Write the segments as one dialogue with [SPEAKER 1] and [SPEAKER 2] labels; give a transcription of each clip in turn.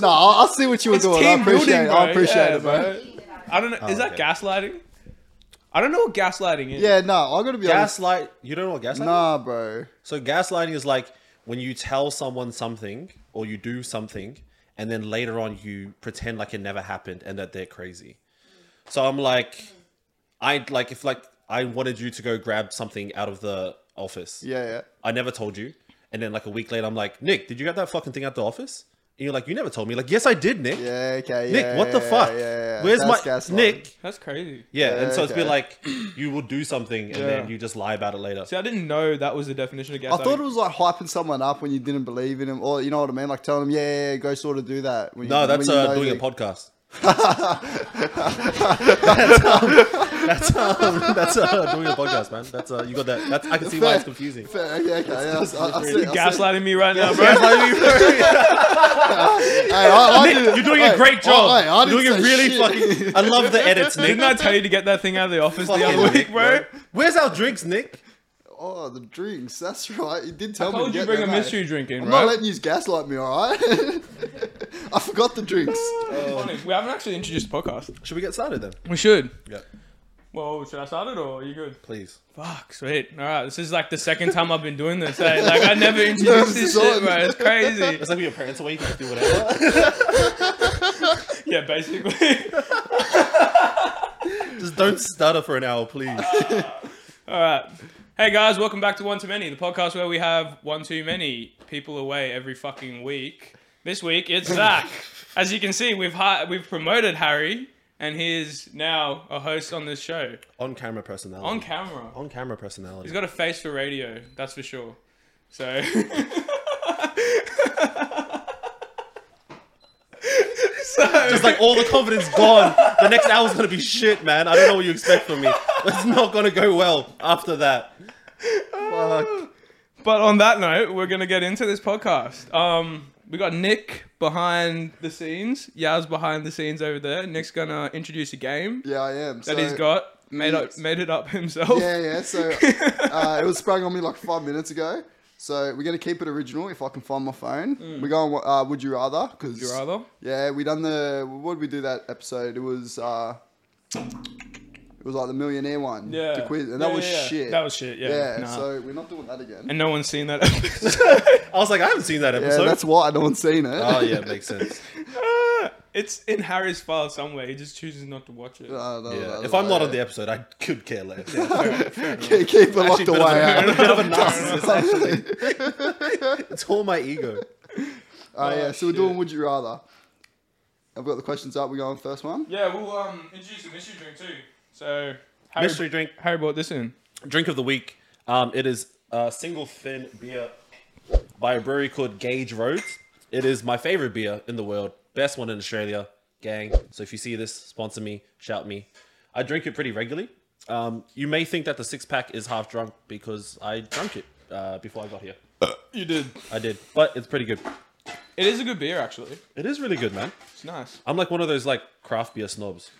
[SPEAKER 1] no, I'll, i see what you were
[SPEAKER 2] It's
[SPEAKER 1] doing. I
[SPEAKER 2] team
[SPEAKER 1] appreciate
[SPEAKER 2] building,
[SPEAKER 1] it. I
[SPEAKER 2] bro.
[SPEAKER 1] appreciate
[SPEAKER 2] Yeah,
[SPEAKER 1] it, man.
[SPEAKER 2] I don't know. is that
[SPEAKER 3] okay.
[SPEAKER 2] gaslighting? I don't know what gaslighting is.
[SPEAKER 1] Oh, Yeah, no, I'm gonna be
[SPEAKER 3] Gaslight. You don't know what gaslight?
[SPEAKER 1] honest. Nah, bro.
[SPEAKER 3] So gaslighting is like when you tell someone something or you do something, and then later on you pretend like it never happened and that they're crazy. So I'm like, I like if like I wanted you to go grab something out of the office.
[SPEAKER 1] Yeah, yeah.
[SPEAKER 3] I never told you. And then like a week later, I'm like, Nick, did you get that fucking thing out the office? And you're like, you never told me. Like, yes, I did, Nick.
[SPEAKER 1] Yeah, okay.
[SPEAKER 3] Nick,
[SPEAKER 1] yeah,
[SPEAKER 3] what the
[SPEAKER 1] yeah,
[SPEAKER 3] fuck?
[SPEAKER 1] Yeah, yeah.
[SPEAKER 3] Where's
[SPEAKER 1] That's
[SPEAKER 3] my
[SPEAKER 1] gaslighting.
[SPEAKER 3] Nick?
[SPEAKER 2] That's crazy.
[SPEAKER 3] Yeah, and so it's been
[SPEAKER 1] okay.
[SPEAKER 3] like you will do something and then
[SPEAKER 2] Yeah.
[SPEAKER 3] you just lie about it later.
[SPEAKER 2] See, I didn't know that was the definition of
[SPEAKER 1] I
[SPEAKER 2] gaslighting.
[SPEAKER 1] thought it was like hyping someone up when you didn't believe in him, or you know what I mean, like telling them, yeah, yeah, yeah, go sort of do that. When you,
[SPEAKER 3] No,
[SPEAKER 1] when
[SPEAKER 3] that's
[SPEAKER 1] you
[SPEAKER 3] uh,
[SPEAKER 1] know
[SPEAKER 3] doing a
[SPEAKER 1] that-
[SPEAKER 3] podcast. that's um, that's um, that's uh, doing a podcast, man. That's uh, you got that. That's I can see why it's confusing.
[SPEAKER 1] Fair, Okay, okay, yeah, I, I, I see,
[SPEAKER 2] You're
[SPEAKER 1] I see.
[SPEAKER 2] gaslighting me right now, bro.
[SPEAKER 1] Hey, I, I did-
[SPEAKER 3] You're doing a
[SPEAKER 1] hey,
[SPEAKER 3] great job.
[SPEAKER 1] I- hey, I
[SPEAKER 3] You're doing
[SPEAKER 1] didn't
[SPEAKER 3] a
[SPEAKER 1] say
[SPEAKER 3] really
[SPEAKER 1] shit.
[SPEAKER 3] fucking. I love the edits, Nick.
[SPEAKER 2] Didn't I tell you to get that thing out of the office the
[SPEAKER 3] Fucking
[SPEAKER 2] other
[SPEAKER 3] Nick,
[SPEAKER 2] week, bro?
[SPEAKER 3] Where's our drinks, Nick?
[SPEAKER 1] Oh, the drinks. That's right. You did tell
[SPEAKER 2] I
[SPEAKER 1] me.
[SPEAKER 2] told
[SPEAKER 1] to
[SPEAKER 2] you
[SPEAKER 1] get
[SPEAKER 2] bring a
[SPEAKER 1] them, eh?
[SPEAKER 2] mystery drink in,
[SPEAKER 1] I'm
[SPEAKER 2] right?
[SPEAKER 1] not letting you gaslight me, all right? I forgot the drinks.
[SPEAKER 2] we haven't actually introduced the podcast.
[SPEAKER 3] Should we get started then?
[SPEAKER 2] We should.
[SPEAKER 3] Yeah,
[SPEAKER 2] Well, should I start it or are you good?
[SPEAKER 3] please.
[SPEAKER 2] Fuck, sweet. All right, this is like the second time I've been doing this. eh? Like I never introduced this shit,
[SPEAKER 1] son.
[SPEAKER 2] bro. It's crazy.
[SPEAKER 3] It's like when your parents away, you can just do whatever.
[SPEAKER 2] Yeah, basically.
[SPEAKER 3] just don't stutter for an hour, please.
[SPEAKER 2] All right. Hey guys, welcome back to One Too Many, the podcast where we have one too many people away every fucking week. This week it's Zach. As you can see, we've hi- we've promoted Harry, and he is now a host on this show
[SPEAKER 3] On camera personality.
[SPEAKER 2] on camera.
[SPEAKER 3] On camera personality.
[SPEAKER 2] He's got a face for radio, that's for sure. So. so
[SPEAKER 3] It's like all the confidence gone. The next hour's gonna be shit, man. I don't know what you expect from me. It's not gonna go well after that. Fuck.
[SPEAKER 2] But on that note, we're gonna get into this podcast. Um, we got Nick behind the scenes, Yaz behind the scenes over there. Nick's gonna introduce a game
[SPEAKER 1] Yeah, I am.
[SPEAKER 2] that
[SPEAKER 1] so,
[SPEAKER 2] he's got made up,
[SPEAKER 1] Yes.
[SPEAKER 2] made it up himself.
[SPEAKER 1] Yeah, yeah. So uh, it was sprung on me like five minutes ago. So we're gonna keep it original if I can find my phone. We're going. Uh, would you rather? Because
[SPEAKER 2] Mm. You rather?
[SPEAKER 1] Yeah, we done the. What did we do that episode? It was. Uh, it was like the millionaire one.
[SPEAKER 2] Yeah.
[SPEAKER 1] The quiz, and that
[SPEAKER 2] Yeah,
[SPEAKER 1] was
[SPEAKER 2] yeah, yeah.
[SPEAKER 1] shit.
[SPEAKER 2] That was shit, yeah.
[SPEAKER 1] Yeah.
[SPEAKER 2] Nah.
[SPEAKER 1] So we're not doing that again.
[SPEAKER 2] And no one's seen that. episode.
[SPEAKER 3] I was like, I haven't seen that
[SPEAKER 1] yeah,
[SPEAKER 3] episode.
[SPEAKER 1] that's why no one's seen it.
[SPEAKER 3] oh yeah, makes sense.
[SPEAKER 2] it's in Harry's file somewhere. He just chooses not to watch it.
[SPEAKER 1] Uh, no, no,
[SPEAKER 3] Yeah.
[SPEAKER 1] no,
[SPEAKER 3] If I'm
[SPEAKER 1] no,
[SPEAKER 3] not
[SPEAKER 1] yeah.
[SPEAKER 3] on the episode, I could care less. Yeah.
[SPEAKER 1] keep keep it locked
[SPEAKER 3] bit of
[SPEAKER 1] away.
[SPEAKER 3] a-
[SPEAKER 1] eh?
[SPEAKER 3] bit of a narcissist, actually. it's all my ego.
[SPEAKER 1] Oh, yeah, so we're
[SPEAKER 2] shit.
[SPEAKER 1] doing Would You Rather. I've got the questions up. We're going first one.
[SPEAKER 2] yeah, we'll um introduce a mystery drink too. So Harry,
[SPEAKER 3] Mystery drink,
[SPEAKER 2] Harry brought this in.
[SPEAKER 3] drink of the week. Um, it is a single fin beer by a brewery called Gage Road. It is my favorite beer in the world, best one in Australia, gang. So if you see this, sponsor me, shout me. I drink it pretty regularly. Um, you may think that the six pack is half drunk because I drank it uh, before I got here.
[SPEAKER 2] You did.
[SPEAKER 3] I did, but it's pretty good.
[SPEAKER 2] It is a good beer, actually.
[SPEAKER 3] It is really good, man.
[SPEAKER 2] It's nice.
[SPEAKER 3] I'm like one of those like craft beer snobs.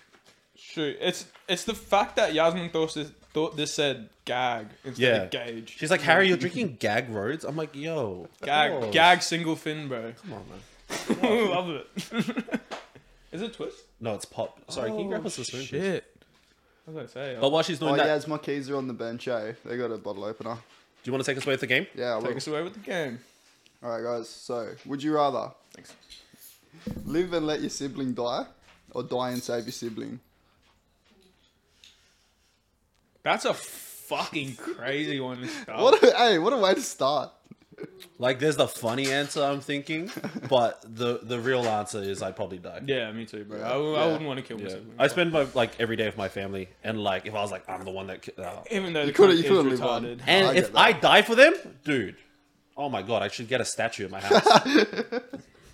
[SPEAKER 2] Shoot, it's it's the fact that Yasmin thought this, thought this said gag instead
[SPEAKER 3] Yeah,
[SPEAKER 2] of gauge.
[SPEAKER 3] She's like, Harry, you're drinking Gag Roads. I'm like, yo,
[SPEAKER 2] gag,
[SPEAKER 3] oh,
[SPEAKER 2] gag single fin, bro.
[SPEAKER 3] Come on, man.
[SPEAKER 2] Love it. Is it twist?
[SPEAKER 3] No, it's pop. Sorry, can you grab us a spoon? please?
[SPEAKER 2] Shit. What was I say?
[SPEAKER 3] But while she's doing
[SPEAKER 1] Oh,
[SPEAKER 3] that,
[SPEAKER 1] yeah, it's my keys are on the bench, eh? They got a bottle opener.
[SPEAKER 3] do you want to take us away with the game?
[SPEAKER 1] Yeah, I will.
[SPEAKER 2] Take us away with the game.
[SPEAKER 1] All right, guys. So, would you rather
[SPEAKER 2] Thanks.
[SPEAKER 1] live and let your sibling die or die and save your sibling?
[SPEAKER 2] That's a fucking crazy one to start.
[SPEAKER 1] What a, hey, what a way to start.
[SPEAKER 3] Like, there's the funny answer I'm thinking, but the the real answer is I probably die.
[SPEAKER 2] Yeah, me too, bro. I, w- I
[SPEAKER 1] Yeah.
[SPEAKER 2] wouldn't want to kill
[SPEAKER 3] Yeah.
[SPEAKER 2] myself.
[SPEAKER 3] I spend my like every day with my family, and like if I was like I'm the one that, ki- uh,
[SPEAKER 2] Even though the
[SPEAKER 1] coulda-
[SPEAKER 2] cunt
[SPEAKER 1] you
[SPEAKER 2] is
[SPEAKER 1] coulda lived on.
[SPEAKER 2] retarded.
[SPEAKER 3] and
[SPEAKER 1] I get
[SPEAKER 3] if
[SPEAKER 1] that.
[SPEAKER 3] I die for them, dude, oh my god, I should get a statue at my house.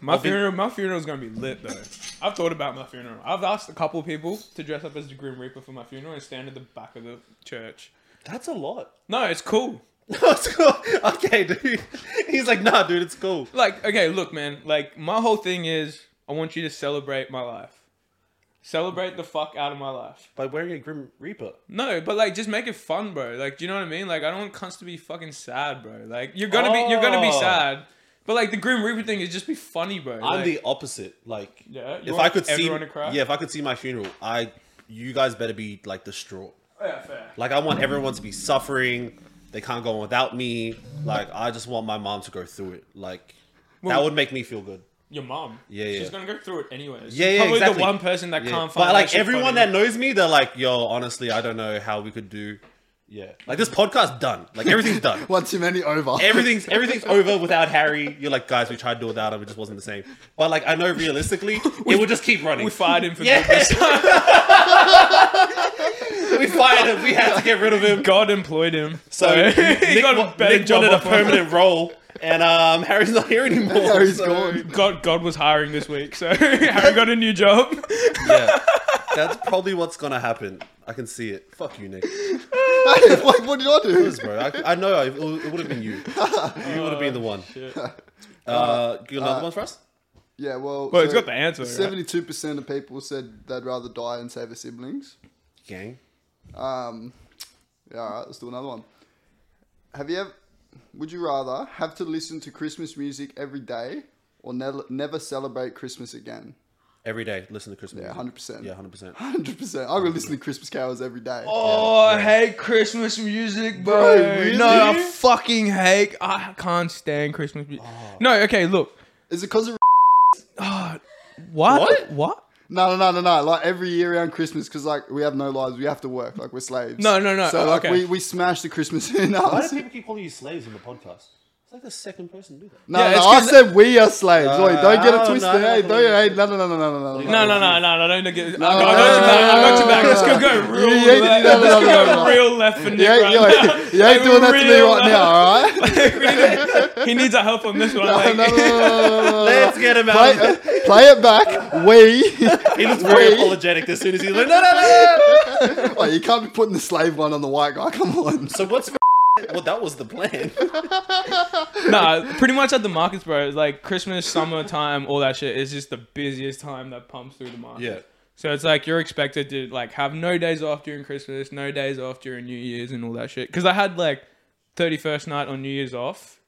[SPEAKER 2] My
[SPEAKER 3] I've been-
[SPEAKER 2] funeral, my funeral's gonna be lit though. I've thought about my funeral. I've asked a couple people to dress up as the Grim Reaper for my funeral and stand at the back of the church.
[SPEAKER 3] That's a lot.
[SPEAKER 2] No, it's cool.
[SPEAKER 3] It's cool. okay, dude. He's like, nah, dude, it's cool.
[SPEAKER 2] like okay look man like my whole thing is i want you to celebrate my life celebrate the fuck out of my life
[SPEAKER 3] By wearing a grim reaper.
[SPEAKER 2] no but like just make it fun bro like do you know what i mean like i don't want cunts to be fucking sad bro like you're gonna be you're gonna be
[SPEAKER 3] Oh.
[SPEAKER 2] sad But like the Grim Reaper thing is just be funny, bro.
[SPEAKER 3] I'm
[SPEAKER 2] Like,
[SPEAKER 3] the opposite. Like,
[SPEAKER 2] Yeah, you
[SPEAKER 3] if
[SPEAKER 2] want
[SPEAKER 3] I could see,
[SPEAKER 2] everyone to cry?
[SPEAKER 3] yeah, if I could see my funeral, I, you guys better be like distraught.
[SPEAKER 2] Oh, yeah, fair.
[SPEAKER 3] Like, I want everyone to be suffering. They can't go on without me. Like, I just want my mom to go through it. Like, that
[SPEAKER 2] Well-
[SPEAKER 3] would make me feel good.
[SPEAKER 2] Your mom.
[SPEAKER 3] Yeah,
[SPEAKER 2] She's
[SPEAKER 3] yeah.
[SPEAKER 2] gonna go through it anyways.
[SPEAKER 3] Yeah,
[SPEAKER 2] She's
[SPEAKER 3] yeah,
[SPEAKER 2] Probably
[SPEAKER 3] exactly.
[SPEAKER 2] the one person that
[SPEAKER 3] Yeah.
[SPEAKER 2] can't find.
[SPEAKER 3] but
[SPEAKER 2] that
[SPEAKER 3] like
[SPEAKER 2] shit
[SPEAKER 3] everyone
[SPEAKER 2] funny.
[SPEAKER 3] that knows me, they're like, yo, honestly, I don't know how we could do. Yeah, like this podcast done. Like everything's done.
[SPEAKER 1] One too many over.
[SPEAKER 3] everything's everything's over without Harry. You're like, guys, we tried to do it without him. It just wasn't the same. But like, I know realistically, it would just keep running.
[SPEAKER 2] we fired him for
[SPEAKER 3] Yeah.
[SPEAKER 2] good this time.
[SPEAKER 3] we fired him. We had to get rid of him.
[SPEAKER 2] God employed him.
[SPEAKER 3] So
[SPEAKER 2] he
[SPEAKER 3] Nick,
[SPEAKER 2] got
[SPEAKER 3] wa-
[SPEAKER 2] a better
[SPEAKER 3] Nick
[SPEAKER 2] job
[SPEAKER 3] wanted a
[SPEAKER 2] offer.
[SPEAKER 3] permanent role, and um, Harry's not here anymore.
[SPEAKER 1] Harry's
[SPEAKER 3] so-
[SPEAKER 1] gone.
[SPEAKER 2] God, God was hiring this week, so Harry got a new job.
[SPEAKER 3] Yeah, that's probably what's gonna happen. I can see it. Fuck you, Nick.
[SPEAKER 1] like, what did I do?
[SPEAKER 3] Bro, I, I know I, it would have been you. You would have been the one. Uh, you got another one for us?
[SPEAKER 1] Yeah, well.
[SPEAKER 2] Well, it's got the answer, right?
[SPEAKER 1] Seventy-two percent of people said they'd rather die than save their siblings.
[SPEAKER 3] Gang.
[SPEAKER 1] Um, yeah, all right, let's do another one. Have you ever? Would you rather have to listen to Christmas music every day, or ne- never celebrate Christmas again?
[SPEAKER 3] Every day, listen to Christmas.
[SPEAKER 1] Yeah,
[SPEAKER 3] music.
[SPEAKER 1] hundred percent.
[SPEAKER 3] Yeah, hundred percent.
[SPEAKER 1] hundred percent. I'm gonna listen to Christmas carols every day.
[SPEAKER 2] Oh, I hate Christmas music, bro.
[SPEAKER 1] Bro, really?
[SPEAKER 2] No, I fucking hate. I can't stand Christmas music.
[SPEAKER 3] Oh.
[SPEAKER 2] No, okay, look.
[SPEAKER 1] Is it because of?
[SPEAKER 2] What?
[SPEAKER 3] What?
[SPEAKER 1] No, no, no, no, no. Like every year around Christmas, because like we have no lives, we have to work. Like we're slaves.
[SPEAKER 2] No, no, no,
[SPEAKER 1] So like
[SPEAKER 2] okay.
[SPEAKER 1] we we smash the Christmas in
[SPEAKER 3] Why
[SPEAKER 1] us.
[SPEAKER 3] do people keep calling you slaves on the podcast? It's like the second person to do that.
[SPEAKER 1] No,
[SPEAKER 2] Yeah, it's
[SPEAKER 1] no, I
[SPEAKER 2] 'cause-
[SPEAKER 1] said we are slaves. Oi, don't get
[SPEAKER 3] no,
[SPEAKER 1] it twisted.
[SPEAKER 3] no,
[SPEAKER 1] hey, don't
[SPEAKER 3] no, no.
[SPEAKER 1] hey, no, no, no, no, no, no,
[SPEAKER 2] No,
[SPEAKER 1] no.
[SPEAKER 2] no, no, no, no, don't get. I
[SPEAKER 1] no,
[SPEAKER 2] got you back. I got
[SPEAKER 1] no, no,
[SPEAKER 2] you back.
[SPEAKER 1] no,
[SPEAKER 2] Let's go,
[SPEAKER 1] no.
[SPEAKER 2] go real
[SPEAKER 1] You ain't-
[SPEAKER 2] left.
[SPEAKER 1] no, no,
[SPEAKER 2] Let's
[SPEAKER 1] no, no,
[SPEAKER 2] go
[SPEAKER 1] no.
[SPEAKER 2] real left for
[SPEAKER 1] You
[SPEAKER 2] Nick
[SPEAKER 1] ain't,
[SPEAKER 2] right
[SPEAKER 1] you ain't,
[SPEAKER 2] now.
[SPEAKER 1] you ain't
[SPEAKER 2] Like,
[SPEAKER 1] doing that to me
[SPEAKER 2] real
[SPEAKER 1] right now, all right?
[SPEAKER 2] left. He needs our help on this one.
[SPEAKER 1] no,
[SPEAKER 2] like-
[SPEAKER 1] no, no, no, no, no, no.
[SPEAKER 3] Let's get him
[SPEAKER 1] Play,
[SPEAKER 3] out. of here.
[SPEAKER 1] uh, play it back. We.
[SPEAKER 3] He looks very
[SPEAKER 1] wait.
[SPEAKER 3] apologetic as soon as he's like, no, no, no, no.
[SPEAKER 1] oh, you can't be putting the slave one on the white guy. Come on.
[SPEAKER 3] So what's well? That was the plan.
[SPEAKER 2] nah, pretty much at the markets, bro. It's like Christmas, summertime, all that shit is just the busiest time that pumps through the market. So it's like you're expected to like have no days off during Christmas, no days off during New Year's, and all that shit. Because I had like 31st night on New Year's off,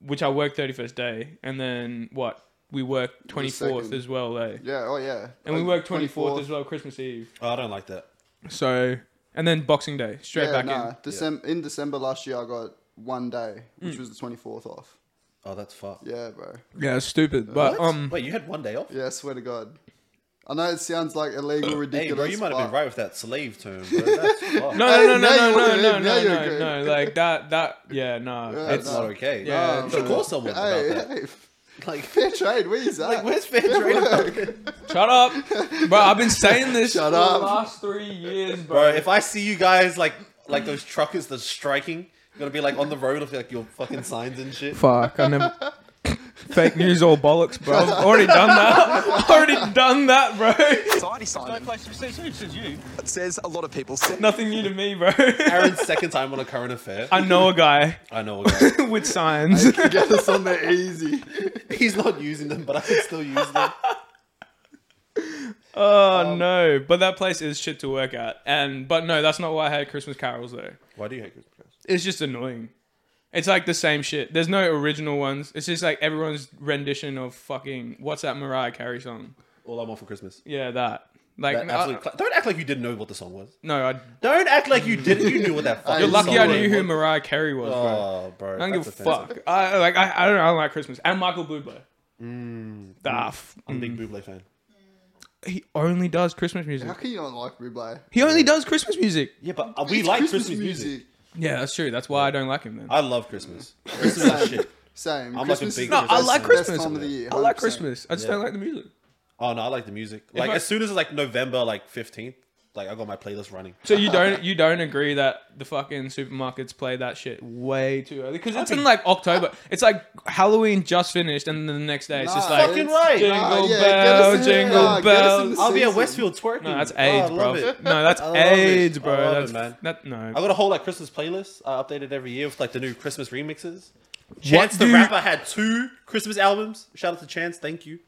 [SPEAKER 2] which I worked 31st day, and then what we worked 24th
[SPEAKER 1] second.
[SPEAKER 2] as well, eh?
[SPEAKER 1] Yeah. Oh yeah.
[SPEAKER 2] And we worked 24th as well, Christmas Eve.
[SPEAKER 3] Oh, I don't like that.
[SPEAKER 2] So and then Boxing Day, straight
[SPEAKER 1] Yeah,
[SPEAKER 2] back
[SPEAKER 1] nah.
[SPEAKER 2] in.
[SPEAKER 1] Decem- in December last year, I got one day,
[SPEAKER 2] Hmm.
[SPEAKER 1] which was the twenty fourth off.
[SPEAKER 3] Oh, that's fucked.
[SPEAKER 1] Yeah, bro.
[SPEAKER 2] Yeah, it's stupid, but
[SPEAKER 3] What?
[SPEAKER 2] um,
[SPEAKER 3] Wait, you had one day off?
[SPEAKER 1] Yeah, I swear to God. I know it sounds like illegal, ridiculous.
[SPEAKER 3] Hey, bro, you might
[SPEAKER 1] but-
[SPEAKER 3] have been right with that slave term. Bro. That's fucked.
[SPEAKER 2] No,
[SPEAKER 1] Now
[SPEAKER 2] no, no,
[SPEAKER 1] you- now
[SPEAKER 2] no,
[SPEAKER 1] you
[SPEAKER 2] no,
[SPEAKER 1] wanna
[SPEAKER 2] no, no,
[SPEAKER 1] live, now you're
[SPEAKER 2] no,
[SPEAKER 1] good.
[SPEAKER 2] no, Like that, that, yeah, no.
[SPEAKER 1] Yeah,
[SPEAKER 2] it's
[SPEAKER 3] It's not okay.
[SPEAKER 2] Yeah,
[SPEAKER 3] you should
[SPEAKER 1] bro.
[SPEAKER 3] call someone
[SPEAKER 1] Hey,
[SPEAKER 3] about that.
[SPEAKER 1] hey,
[SPEAKER 3] Like,
[SPEAKER 1] fair trade. Where's that?
[SPEAKER 3] like, where's fair trade? about that?
[SPEAKER 2] shut up, bro. I've been saying this
[SPEAKER 1] Shut
[SPEAKER 2] for
[SPEAKER 1] up.
[SPEAKER 2] the last three years, bro.
[SPEAKER 3] Bro, if I see you guys like like those truckers that's striking, you're gonna be like on the road with like your fucking signs and shit.
[SPEAKER 2] Fuck, I never. Fake news or bollocks, bro. I've already done that. Already done that, bro.
[SPEAKER 4] society, Simon.
[SPEAKER 5] place to see suits as you.
[SPEAKER 4] It says a lot of people say
[SPEAKER 2] Nothing new to me, bro.
[SPEAKER 3] Aaron's second time on a current affair.
[SPEAKER 2] I know a guy
[SPEAKER 3] I know. a guy.
[SPEAKER 2] with signs.
[SPEAKER 1] Get us on there easy.
[SPEAKER 3] He's not using them, but I can still use them.
[SPEAKER 2] Oh no, but that place is shit to work at. And but no, that's not why I hate Christmas carols though.
[SPEAKER 3] Why do you hate Christmas carols?
[SPEAKER 2] It's just annoying. It's like the same shit. There's no original ones. It's just like everyone's rendition of fucking what's that Mariah Carey song?
[SPEAKER 3] All I want for Christmas.
[SPEAKER 2] Yeah, that. Like
[SPEAKER 3] That
[SPEAKER 2] I- uh,
[SPEAKER 3] absolute cla- don't act like you didn't know what the song was.
[SPEAKER 2] no, I,
[SPEAKER 3] Don't act like you didn't. You knew what that. Fucking
[SPEAKER 2] you're lucky
[SPEAKER 3] song
[SPEAKER 2] I
[SPEAKER 3] was.
[SPEAKER 2] knew who Mariah Carey was, bro.
[SPEAKER 3] Oh, bro.
[SPEAKER 2] I don't give a
[SPEAKER 3] that's offensive.
[SPEAKER 2] fuck. I like I, I don't know, I don't like Christmas. And Michael Bublé. Mm,
[SPEAKER 3] I'm a big Buble fan.
[SPEAKER 2] He only does Christmas music.
[SPEAKER 1] How can you not like Buble?
[SPEAKER 2] He only does Christmas music.
[SPEAKER 3] Yeah, but uh, we like Christmas, music.
[SPEAKER 2] Yeah, that's true. That's why I don't like him then.
[SPEAKER 3] I love Christmas. Christmas is shit.
[SPEAKER 1] Same.
[SPEAKER 3] like a
[SPEAKER 1] Christmas
[SPEAKER 3] big
[SPEAKER 1] is
[SPEAKER 2] no,
[SPEAKER 1] the
[SPEAKER 2] I
[SPEAKER 1] best-
[SPEAKER 2] like
[SPEAKER 1] best
[SPEAKER 2] Christmas.
[SPEAKER 1] time of the year,
[SPEAKER 2] I like
[SPEAKER 1] 100%.
[SPEAKER 2] Christmas. I just
[SPEAKER 3] Yeah.
[SPEAKER 2] don't like the music.
[SPEAKER 3] Oh no, I like the music. Like
[SPEAKER 2] I-
[SPEAKER 3] as soon as it's like November, like fifteenth, like I got my playlist running.
[SPEAKER 2] So you don't you don't agree that the fucking supermarkets play that shit way too early because it's in like October. It's like Halloween just finished, and then the next day it's just
[SPEAKER 1] Nah,
[SPEAKER 2] like
[SPEAKER 3] Fucking
[SPEAKER 1] it's-
[SPEAKER 3] right.
[SPEAKER 2] jingle
[SPEAKER 1] Nah, yeah, get us
[SPEAKER 2] bell,
[SPEAKER 1] in-
[SPEAKER 2] jingle
[SPEAKER 1] nah, get us
[SPEAKER 2] bell.
[SPEAKER 1] in the
[SPEAKER 3] I'll be at
[SPEAKER 1] season.
[SPEAKER 3] Westfield twerking.
[SPEAKER 2] No, that's
[SPEAKER 3] Oh, I
[SPEAKER 2] AIDS, bro.
[SPEAKER 3] love it.
[SPEAKER 2] No, that's
[SPEAKER 3] I love it.
[SPEAKER 2] AIDS, bro.
[SPEAKER 3] I love
[SPEAKER 2] that's
[SPEAKER 3] it, man.
[SPEAKER 2] That, no.
[SPEAKER 3] I got a whole like Christmas playlist I updated every year with like the new Christmas remixes.
[SPEAKER 2] what
[SPEAKER 3] Chance
[SPEAKER 2] do
[SPEAKER 3] the
[SPEAKER 2] you-
[SPEAKER 3] rapper had two Christmas albums. Shout out to Chance, thank you.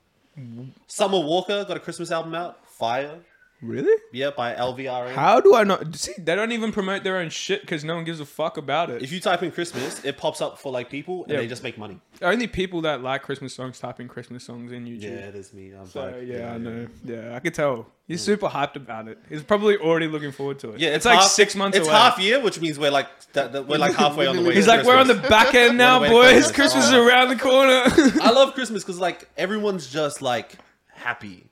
[SPEAKER 3] Summer Walker got a Christmas album out. Fire.
[SPEAKER 2] Really?
[SPEAKER 3] Yeah, by LVRE.
[SPEAKER 2] How do I not see? They don't even promote their own shit because no one gives a fuck about it.
[SPEAKER 3] If you type in Christmas, it pops up for like people, and
[SPEAKER 2] Yeah.
[SPEAKER 3] they just make money.
[SPEAKER 2] Only people that like Christmas songs type in Christmas songs in YouTube.
[SPEAKER 3] Yeah, there's me. I'm
[SPEAKER 2] So
[SPEAKER 3] back.
[SPEAKER 2] yeah, I know. Yeah, I could tell. He's super hyped about it. He's probably already looking forward to it.
[SPEAKER 3] Yeah,
[SPEAKER 2] it's, like
[SPEAKER 3] half-
[SPEAKER 2] six months
[SPEAKER 3] It's
[SPEAKER 2] away.
[SPEAKER 3] half year, which means we're like that, that we're like halfway on the way.
[SPEAKER 2] He's
[SPEAKER 3] to
[SPEAKER 2] like, we're on the
[SPEAKER 3] Christmas."
[SPEAKER 2] back end now,
[SPEAKER 3] Wait, wait,
[SPEAKER 2] boys.
[SPEAKER 3] wait.
[SPEAKER 2] Christmas is around the corner.
[SPEAKER 3] I love Christmas because like everyone's just like happy,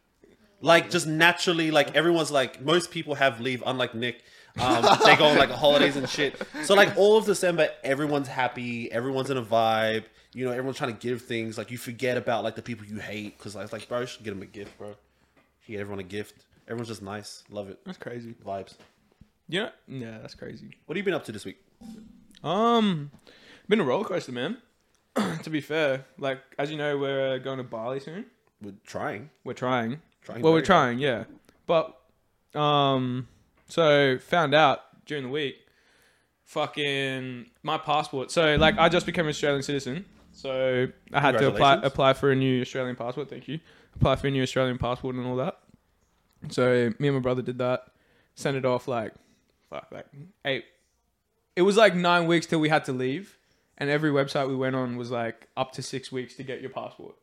[SPEAKER 3] like just naturally like everyone's like most people have leave, unlike Nick. Um, they go on like holidays and shit. So like all of December, everyone's happy, everyone's in a vibe. You know, everyone's trying to give things. Like you forget about like the people you hate because like it's like bro, you should get them a gift, bro. You should get everyone a gift. Everyone's just nice. Love it.
[SPEAKER 2] that's crazy.
[SPEAKER 3] Vibes.
[SPEAKER 2] You know? Yeah, that's crazy.
[SPEAKER 3] What have you been up to this week?
[SPEAKER 2] Um, been a roller coaster, man. to be fair, like as you know, we're uh, going to Bali soon.
[SPEAKER 3] We're trying.
[SPEAKER 2] We're trying.
[SPEAKER 3] Trying
[SPEAKER 2] well, we're
[SPEAKER 3] very hard.
[SPEAKER 2] trying, yeah. But um, so found out during the week, fucking my passport. So like, I just became an Australian citizen, so I had to apply
[SPEAKER 3] Congratulations.
[SPEAKER 2] apply for a new Australian passport. Thank you. Apply for a new Australian passport and all that. So me and my brother did that. Sent it off like, fuck, like eight. It was like nine weeks till we had to leave, and every website we went on was like up to six weeks to get your passport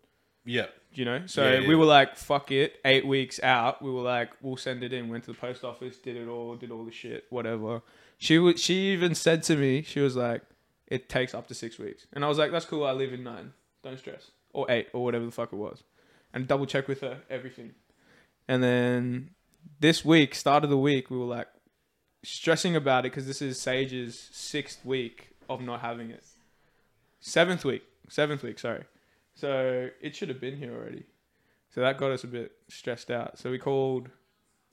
[SPEAKER 3] Yeah.
[SPEAKER 2] you know? So
[SPEAKER 3] Yeah, yeah.
[SPEAKER 2] we were like, fuck it. Eight weeks out, we were like, we'll send it in. Went to the post office, did it all, did all the shit, whatever. She wa- she even said to me, she was like, it takes up to six weeks, and I was like, that's cool. I live in nine. Don't stress, or eight, or whatever the fuck it was, and double check with her everything, and then this week, start of the week, we were like stressing about it because this is Sage's sixth week of not having it. Seventh week, seventh week, sorry. So it should have been here already. So that got us a bit stressed out. So we called,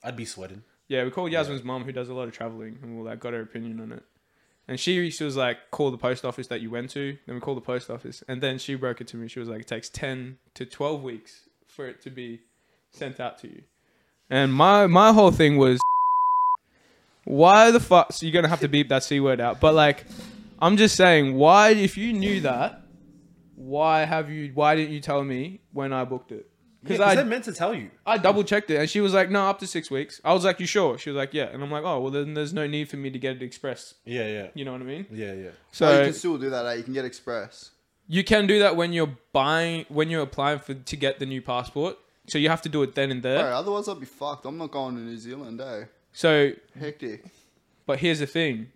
[SPEAKER 3] I'd be sweating.
[SPEAKER 2] yeah, we called Yasmin's mom, who does a lot of traveling, and all that. Got her opinion on it, and she, she was like, "Call the post office that you went to." Then we called the post office, and then she broke it to me. She was like, "It takes ten to twelve weeks for it to be sent out to you." And my my whole thing was, why the fuck? So you're gonna have to beep that c word out, but like, I'm just saying, why if you knew that, why have you? Why didn't you tell me when I booked it?
[SPEAKER 3] Because
[SPEAKER 2] I
[SPEAKER 3] they're meant to tell you.
[SPEAKER 2] I double checked it, and she was like, "No, up to six weeks." I was like, "You sure?" She was like, "Yeah," and I'm like, "Oh, well, then there's no need for me to get it express."
[SPEAKER 3] Yeah, yeah,
[SPEAKER 2] You know what I mean?
[SPEAKER 3] yeah,
[SPEAKER 1] Oh,
[SPEAKER 3] yeah.
[SPEAKER 1] you
[SPEAKER 2] So
[SPEAKER 1] can still do that. Eh? You can get express.
[SPEAKER 2] you can do that when you're buying, when you're applying for to get the new passport. So you have to do it then and there.
[SPEAKER 1] Bro, otherwise I'd be fucked. I'm not going to New Zealand, eh?
[SPEAKER 2] So,
[SPEAKER 1] Hectic.
[SPEAKER 2] but here's the thing: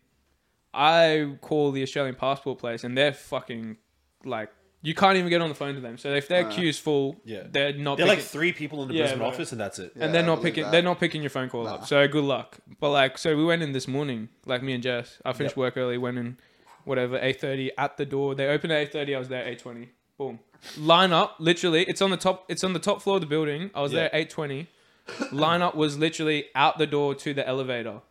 [SPEAKER 2] I call the Australian passport place, and they're fucking like you can't even get on the phone to them. So if their
[SPEAKER 1] Alright.
[SPEAKER 2] queue's full,
[SPEAKER 3] Yeah.
[SPEAKER 2] they're not.
[SPEAKER 3] They're like
[SPEAKER 2] picking-
[SPEAKER 3] three people in the
[SPEAKER 2] Yeah,
[SPEAKER 3] Brisbane
[SPEAKER 2] right.
[SPEAKER 3] office, and that's it.
[SPEAKER 1] Yeah,
[SPEAKER 2] and they're
[SPEAKER 1] I
[SPEAKER 2] not
[SPEAKER 1] believe
[SPEAKER 2] picking
[SPEAKER 1] that.
[SPEAKER 2] they're not picking your phone call
[SPEAKER 1] Nah.
[SPEAKER 2] up. So good luck. But like so we went in this morning, like me and Jess. I finished
[SPEAKER 3] Yep.
[SPEAKER 2] work early, went in whatever, eight thirty at the door. They opened at eight thirty, I was there at eight twenty. Boom. Line up, literally, it's on the top it's on the top floor of the building. I was there at eight twenty. Line up was literally out the door to the elevator.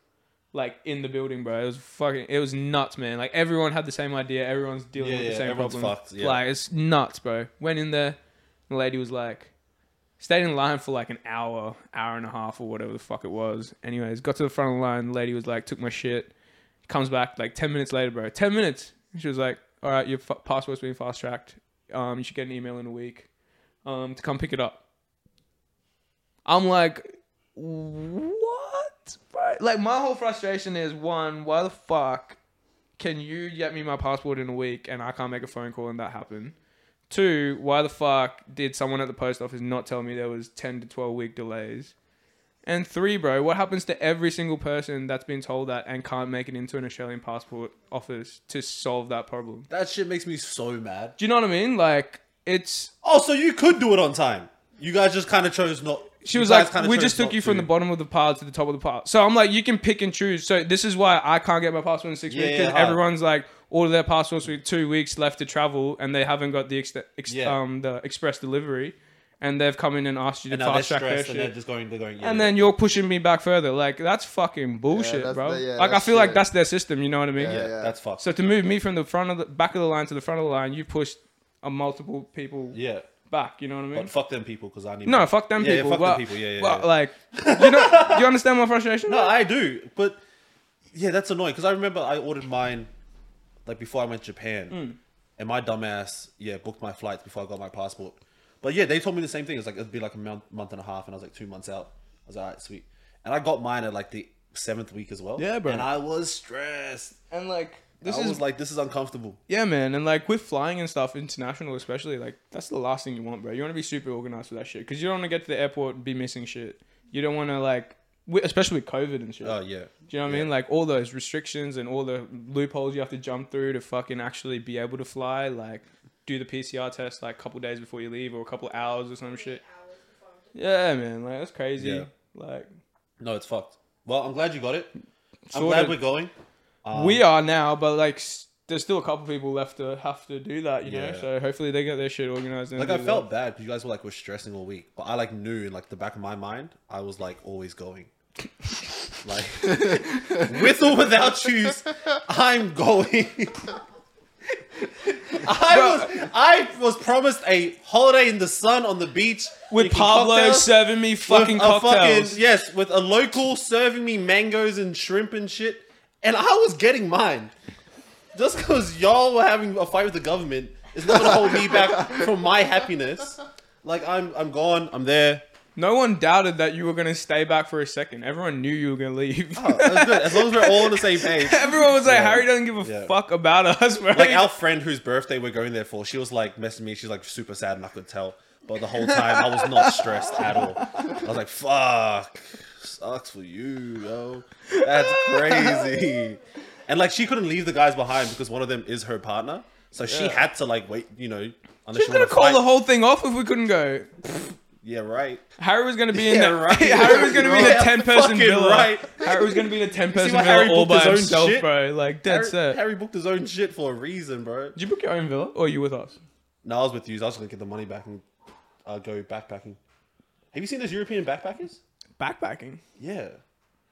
[SPEAKER 2] Like in the building, bro. It was fucking it was nuts, man. Like everyone had the same idea, everyone's dealing
[SPEAKER 3] Yeah,
[SPEAKER 2] with
[SPEAKER 3] yeah,
[SPEAKER 2] the same
[SPEAKER 3] everyone's
[SPEAKER 2] problem.
[SPEAKER 3] fucked, yeah.
[SPEAKER 2] Like it's nuts, bro. Went in there, the lady was like stayed in line for like an hour, hour and a half, or whatever the fuck it was. Anyways, got to the front of the line. The lady was like, took my shit. Comes back like ten minutes later, bro. Ten minutes. She was like, "All right, your f- passport's been fast tracked. Um, you should get an email in a week, um, to come pick it up." I'm like, what? Bro? Like my whole frustration is one, why the fuck can you get me my passport in a week and I can't make a phone call and that happen? Two, why the fuck did someone at the post office not tell me there was 10 to 12 week delays? And three, bro, what happens to every single person that's been told that and can't make it into an Australian passport office to solve that problem?
[SPEAKER 3] That shit makes me so mad.
[SPEAKER 2] Do you know what I mean? Like, it's.
[SPEAKER 3] Oh, so you could do it on time. You guys just kind of chose not.
[SPEAKER 2] She
[SPEAKER 3] you
[SPEAKER 2] was
[SPEAKER 3] guys
[SPEAKER 2] like,
[SPEAKER 3] kinda
[SPEAKER 2] "We
[SPEAKER 3] chose
[SPEAKER 2] just took
[SPEAKER 3] not
[SPEAKER 2] you from
[SPEAKER 3] to."
[SPEAKER 2] the bottom of the pile to the top of the pile." So I'm like, "You can pick and choose." So this is why I can't get my passport in six
[SPEAKER 3] Yeah,
[SPEAKER 2] weeks
[SPEAKER 3] yeah,
[SPEAKER 2] because
[SPEAKER 3] hard.
[SPEAKER 2] everyone's like, all of their passports with two weeks left to travel, and they haven't got the ex- ex-
[SPEAKER 3] Yeah.
[SPEAKER 2] um the express delivery, and they've come in and asked you to
[SPEAKER 3] And now they're
[SPEAKER 2] fast track their
[SPEAKER 3] stressed, and they're
[SPEAKER 2] shit.
[SPEAKER 3] just going. They're going. Yeah,
[SPEAKER 2] And then you're pushing me back further. Like that's fucking bullshit,
[SPEAKER 1] that's
[SPEAKER 2] bro.
[SPEAKER 1] the- yeah,
[SPEAKER 2] like I
[SPEAKER 1] that's
[SPEAKER 2] feel like
[SPEAKER 1] shit.
[SPEAKER 2] that's their system. You know what I mean?
[SPEAKER 1] Yeah,
[SPEAKER 3] yeah,
[SPEAKER 1] yeah.
[SPEAKER 3] that's fucked.
[SPEAKER 2] So to move me from the front of the back of the line to the front of the line, you pushed a multiple people
[SPEAKER 3] yeah,
[SPEAKER 2] back. You know what I mean?
[SPEAKER 3] but fuck them people because I need.
[SPEAKER 2] No, fuck them
[SPEAKER 3] Yeah, yeah,
[SPEAKER 2] people.
[SPEAKER 3] fuck them
[SPEAKER 2] well,
[SPEAKER 3] people, yeah, yeah,
[SPEAKER 2] well,
[SPEAKER 3] yeah.
[SPEAKER 2] Like, you know, do you understand my frustration?
[SPEAKER 3] No, I do, but yeah, that's annoying because I remember I ordered mine like before I went to Japan,
[SPEAKER 2] Mm.
[SPEAKER 3] and my dumbass yeah booked my flights before I got my passport. But yeah, they told me the same thing. It's like it'd be like a month, month and a half, and I was like two months out. I was like, all right, sweet. and I got mine at like the seventh week as well.
[SPEAKER 2] Yeah, bro.
[SPEAKER 3] And I was stressed.
[SPEAKER 2] And like this
[SPEAKER 3] I
[SPEAKER 2] is
[SPEAKER 3] was like, this is uncomfortable.
[SPEAKER 2] yeah, man. And like with flying and stuff, international especially, like that's the last thing you want, bro. You want to be super organized with that shit because you don't want to get to the airport and be missing shit. You don't want to like, wi- especially with COVID and shit.
[SPEAKER 3] Oh yeah.
[SPEAKER 2] Do you know what I mean? Like all those restrictions and all the loopholes you have to jump through to fucking actually be able to fly. Like do the PCR test like a couple days before you leave or a couple hours or some shit. Yeah, man. Like that's crazy.
[SPEAKER 3] Yeah.
[SPEAKER 2] Like
[SPEAKER 3] No, it's fucked. Well, I'm glad you got it. I'm
[SPEAKER 2] Sorted.
[SPEAKER 3] glad we're going. Um,
[SPEAKER 2] we are now, but like s- there's still a couple people left to have to do that. You know.
[SPEAKER 3] Yeah.
[SPEAKER 2] So hopefully they get their shit organized. And
[SPEAKER 3] Like I
[SPEAKER 2] do that.
[SPEAKER 3] felt bad because you guys were like were stressing all week, but I like knew in like the back of my mind I was like always going. like with or without shoes, I'm going. I was I was promised a holiday in the sun on the beach
[SPEAKER 2] with
[SPEAKER 3] drinking
[SPEAKER 2] Pablo
[SPEAKER 3] cocktails,
[SPEAKER 2] serving me fucking
[SPEAKER 3] with a fucking-
[SPEAKER 2] cocktails.
[SPEAKER 3] yes, with a local serving me mangoes and shrimp and shit, and I was getting mine. Just because y'all were having a fight with the government is not gonna hold me back from my happiness. Like I'm, I'm gone. I'm there.
[SPEAKER 2] No one doubted that you were gonna stay back for a second. Everyone knew you were gonna leave.
[SPEAKER 3] Oh, that's good. As long as we're all on the same page.
[SPEAKER 2] Everyone was like,
[SPEAKER 3] Yeah.
[SPEAKER 2] Harry doesn't give a
[SPEAKER 3] Yeah.
[SPEAKER 2] fuck about us, bro.
[SPEAKER 3] Like our friend whose birthday we're going there for, she was like messaging me. She's like super sad, and I could tell. But the whole time, I was not stressed at all. I was like, "Fuck, sucks for you, yo. That's crazy." And like, she couldn't leave the guys behind because one of them is her partner, so she
[SPEAKER 2] Yeah.
[SPEAKER 3] had to like wait, you know. Unless
[SPEAKER 2] She's
[SPEAKER 3] she
[SPEAKER 2] gonna
[SPEAKER 3] wanted to
[SPEAKER 2] call
[SPEAKER 3] fight.
[SPEAKER 2] the whole thing off if we couldn't go.
[SPEAKER 3] Yeah, right.
[SPEAKER 2] Harry was gonna be in
[SPEAKER 3] Yeah,
[SPEAKER 2] the
[SPEAKER 3] right.
[SPEAKER 2] Harry was gonna be in a
[SPEAKER 3] Yeah,
[SPEAKER 2] ten person
[SPEAKER 3] fucking
[SPEAKER 2] villa.
[SPEAKER 3] right.
[SPEAKER 2] Harry was gonna be in a ten person
[SPEAKER 3] why
[SPEAKER 2] villa
[SPEAKER 3] Harry
[SPEAKER 2] all by
[SPEAKER 3] booked his own
[SPEAKER 2] himself,
[SPEAKER 3] shit?
[SPEAKER 2] bro. Like that's
[SPEAKER 3] Harry,
[SPEAKER 2] it.
[SPEAKER 3] Harry booked his own shit for a reason, bro.
[SPEAKER 2] Did you book your own villa or are you with us?
[SPEAKER 3] No, I was with you. so I was gonna get the money back and uh, go backpacking. Have you seen those European backpackers?
[SPEAKER 2] Backpacking.
[SPEAKER 3] Yeah.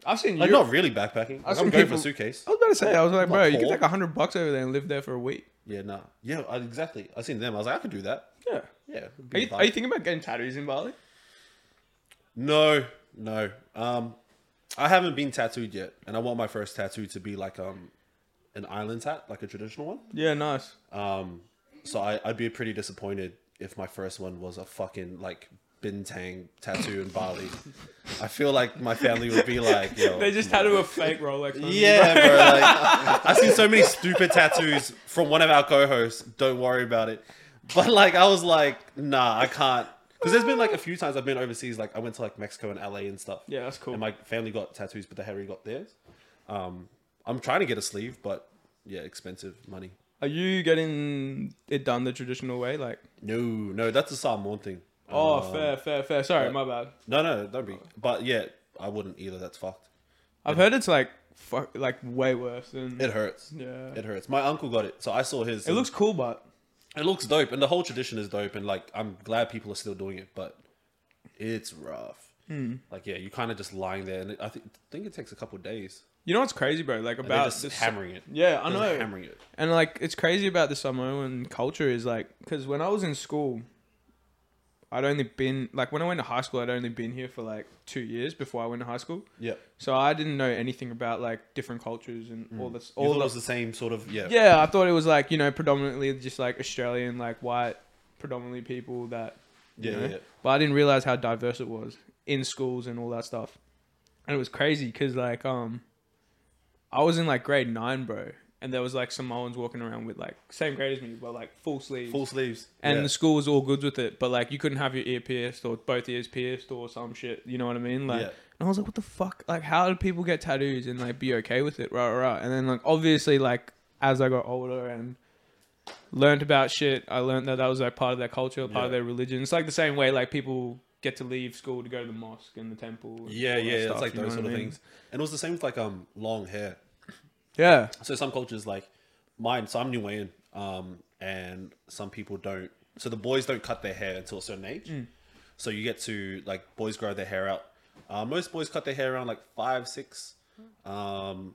[SPEAKER 2] I've seen you.
[SPEAKER 3] Like, not really backpacking. Like,
[SPEAKER 2] seen
[SPEAKER 3] I'm going
[SPEAKER 2] people-
[SPEAKER 3] for a suitcase.
[SPEAKER 2] I was about to say, I was like, bro, you could
[SPEAKER 3] poor.
[SPEAKER 2] take hundred bucks over there and live there for a week.
[SPEAKER 3] Yeah, no. Yeah, I, exactly. I seen them. I was like, I could do that.
[SPEAKER 2] Yeah.
[SPEAKER 3] Yeah. it'd be
[SPEAKER 2] Are you,
[SPEAKER 3] fine.
[SPEAKER 2] are you thinking about getting tattoos in Bali?
[SPEAKER 3] no, no. Um, I haven't been tattooed yet, and I want my first tattoo to be like um, an island tat, like a traditional one.
[SPEAKER 2] Yeah, nice.
[SPEAKER 3] Um, so I, I'd be pretty disappointed if my first one was a fucking like bintang tattoo in Bali. I feel like my family would be like, yo,
[SPEAKER 2] They just tattoo a fake Rolex. on you,
[SPEAKER 3] Yeah, bro. Like, I've seen so many stupid tattoos from one of our co-hosts. Don't worry about it. But like, I was like, nah, I can't. Because there's been like a few times I've been overseas. Like, I went to like Mexico and LA and stuff.
[SPEAKER 2] Yeah, that's cool.
[SPEAKER 3] And my family got tattoos, but the Harry got theirs. Um, I'm trying to get a sleeve, but yeah, expensive money.
[SPEAKER 2] Are you getting it done the traditional way? Like,
[SPEAKER 3] No, no, that's a Samoan thing.
[SPEAKER 2] oh,
[SPEAKER 3] Um,
[SPEAKER 2] fair, fair, fair. Sorry, my bad.
[SPEAKER 3] No, no, don't be. But yeah, I wouldn't either. That's fucked.
[SPEAKER 2] I've heard it's like, fuck, like way worse than.
[SPEAKER 3] It hurts.
[SPEAKER 2] yeah. It,
[SPEAKER 3] It hurts. My uncle got it, so I saw his. It
[SPEAKER 2] looks cool, but
[SPEAKER 3] It looks dope, and the whole tradition is dope, and like I'm glad people are still doing it, but it's rough.
[SPEAKER 2] Hmm.
[SPEAKER 3] Like yeah, you're kind of just lying there, and it, I think think it takes a couple of days.
[SPEAKER 2] you know what's crazy, bro? Like
[SPEAKER 3] They're
[SPEAKER 2] about
[SPEAKER 3] just
[SPEAKER 2] this,
[SPEAKER 3] hammering it.
[SPEAKER 2] Yeah, I
[SPEAKER 3] They're just
[SPEAKER 2] know.
[SPEAKER 3] hammering it.
[SPEAKER 2] And like, it's crazy about the Samoan culture is like, because when I was in school, I'd only been like when I went to high school, I'd only been here for like two years before I went to high school,
[SPEAKER 3] Yeah,
[SPEAKER 2] so I didn't know anything about like different cultures and all this.
[SPEAKER 3] all
[SPEAKER 2] All
[SPEAKER 3] Hmm. thought it
[SPEAKER 2] the,
[SPEAKER 3] was the same sort of yeah.
[SPEAKER 2] Yeah, I thought it was like you know predominantly just like Australian, like white, predominantly people that. you
[SPEAKER 3] Yeah,
[SPEAKER 2] know?
[SPEAKER 3] yeah.
[SPEAKER 2] But I didn't realize how diverse it was in schools and all that stuff, and it was crazy because like um, I was in like grade nine, bro, and there was like Samoans walking around with like same grade as me, but like full sleeves.
[SPEAKER 3] Full sleeves.
[SPEAKER 2] and
[SPEAKER 3] yeah.
[SPEAKER 2] the school was all good with it, but like you couldn't have your ear pierced or both ears pierced or some shit. You know what I mean? Like,
[SPEAKER 3] Yeah.
[SPEAKER 2] and I was like, what the fuck? Like, how do people get tattoos and like be okay with it? Right, right, right. And then like obviously like as I got older and learned about shit, I learned that that was like part of their culture, part of
[SPEAKER 3] Yeah.
[SPEAKER 2] their religion. It's like the same way like people get to leave school to go to the mosque and the temple. and
[SPEAKER 3] yeah,
[SPEAKER 2] all that
[SPEAKER 3] yeah, yeah.
[SPEAKER 2] stuff,
[SPEAKER 3] It's like
[SPEAKER 2] you know
[SPEAKER 3] those
[SPEAKER 2] what
[SPEAKER 3] sort
[SPEAKER 2] I
[SPEAKER 3] of
[SPEAKER 2] mean?
[SPEAKER 3] things, and it was the same with like um long hair.
[SPEAKER 2] Yeah,
[SPEAKER 3] So some cultures like mine. So I'm New Wayan, um, and some people don't. So the boys don't cut their hair until a certain age.
[SPEAKER 2] Mm.
[SPEAKER 3] So you get to like boys grow their hair out. Uh, most boys cut their hair around like five, six. Um,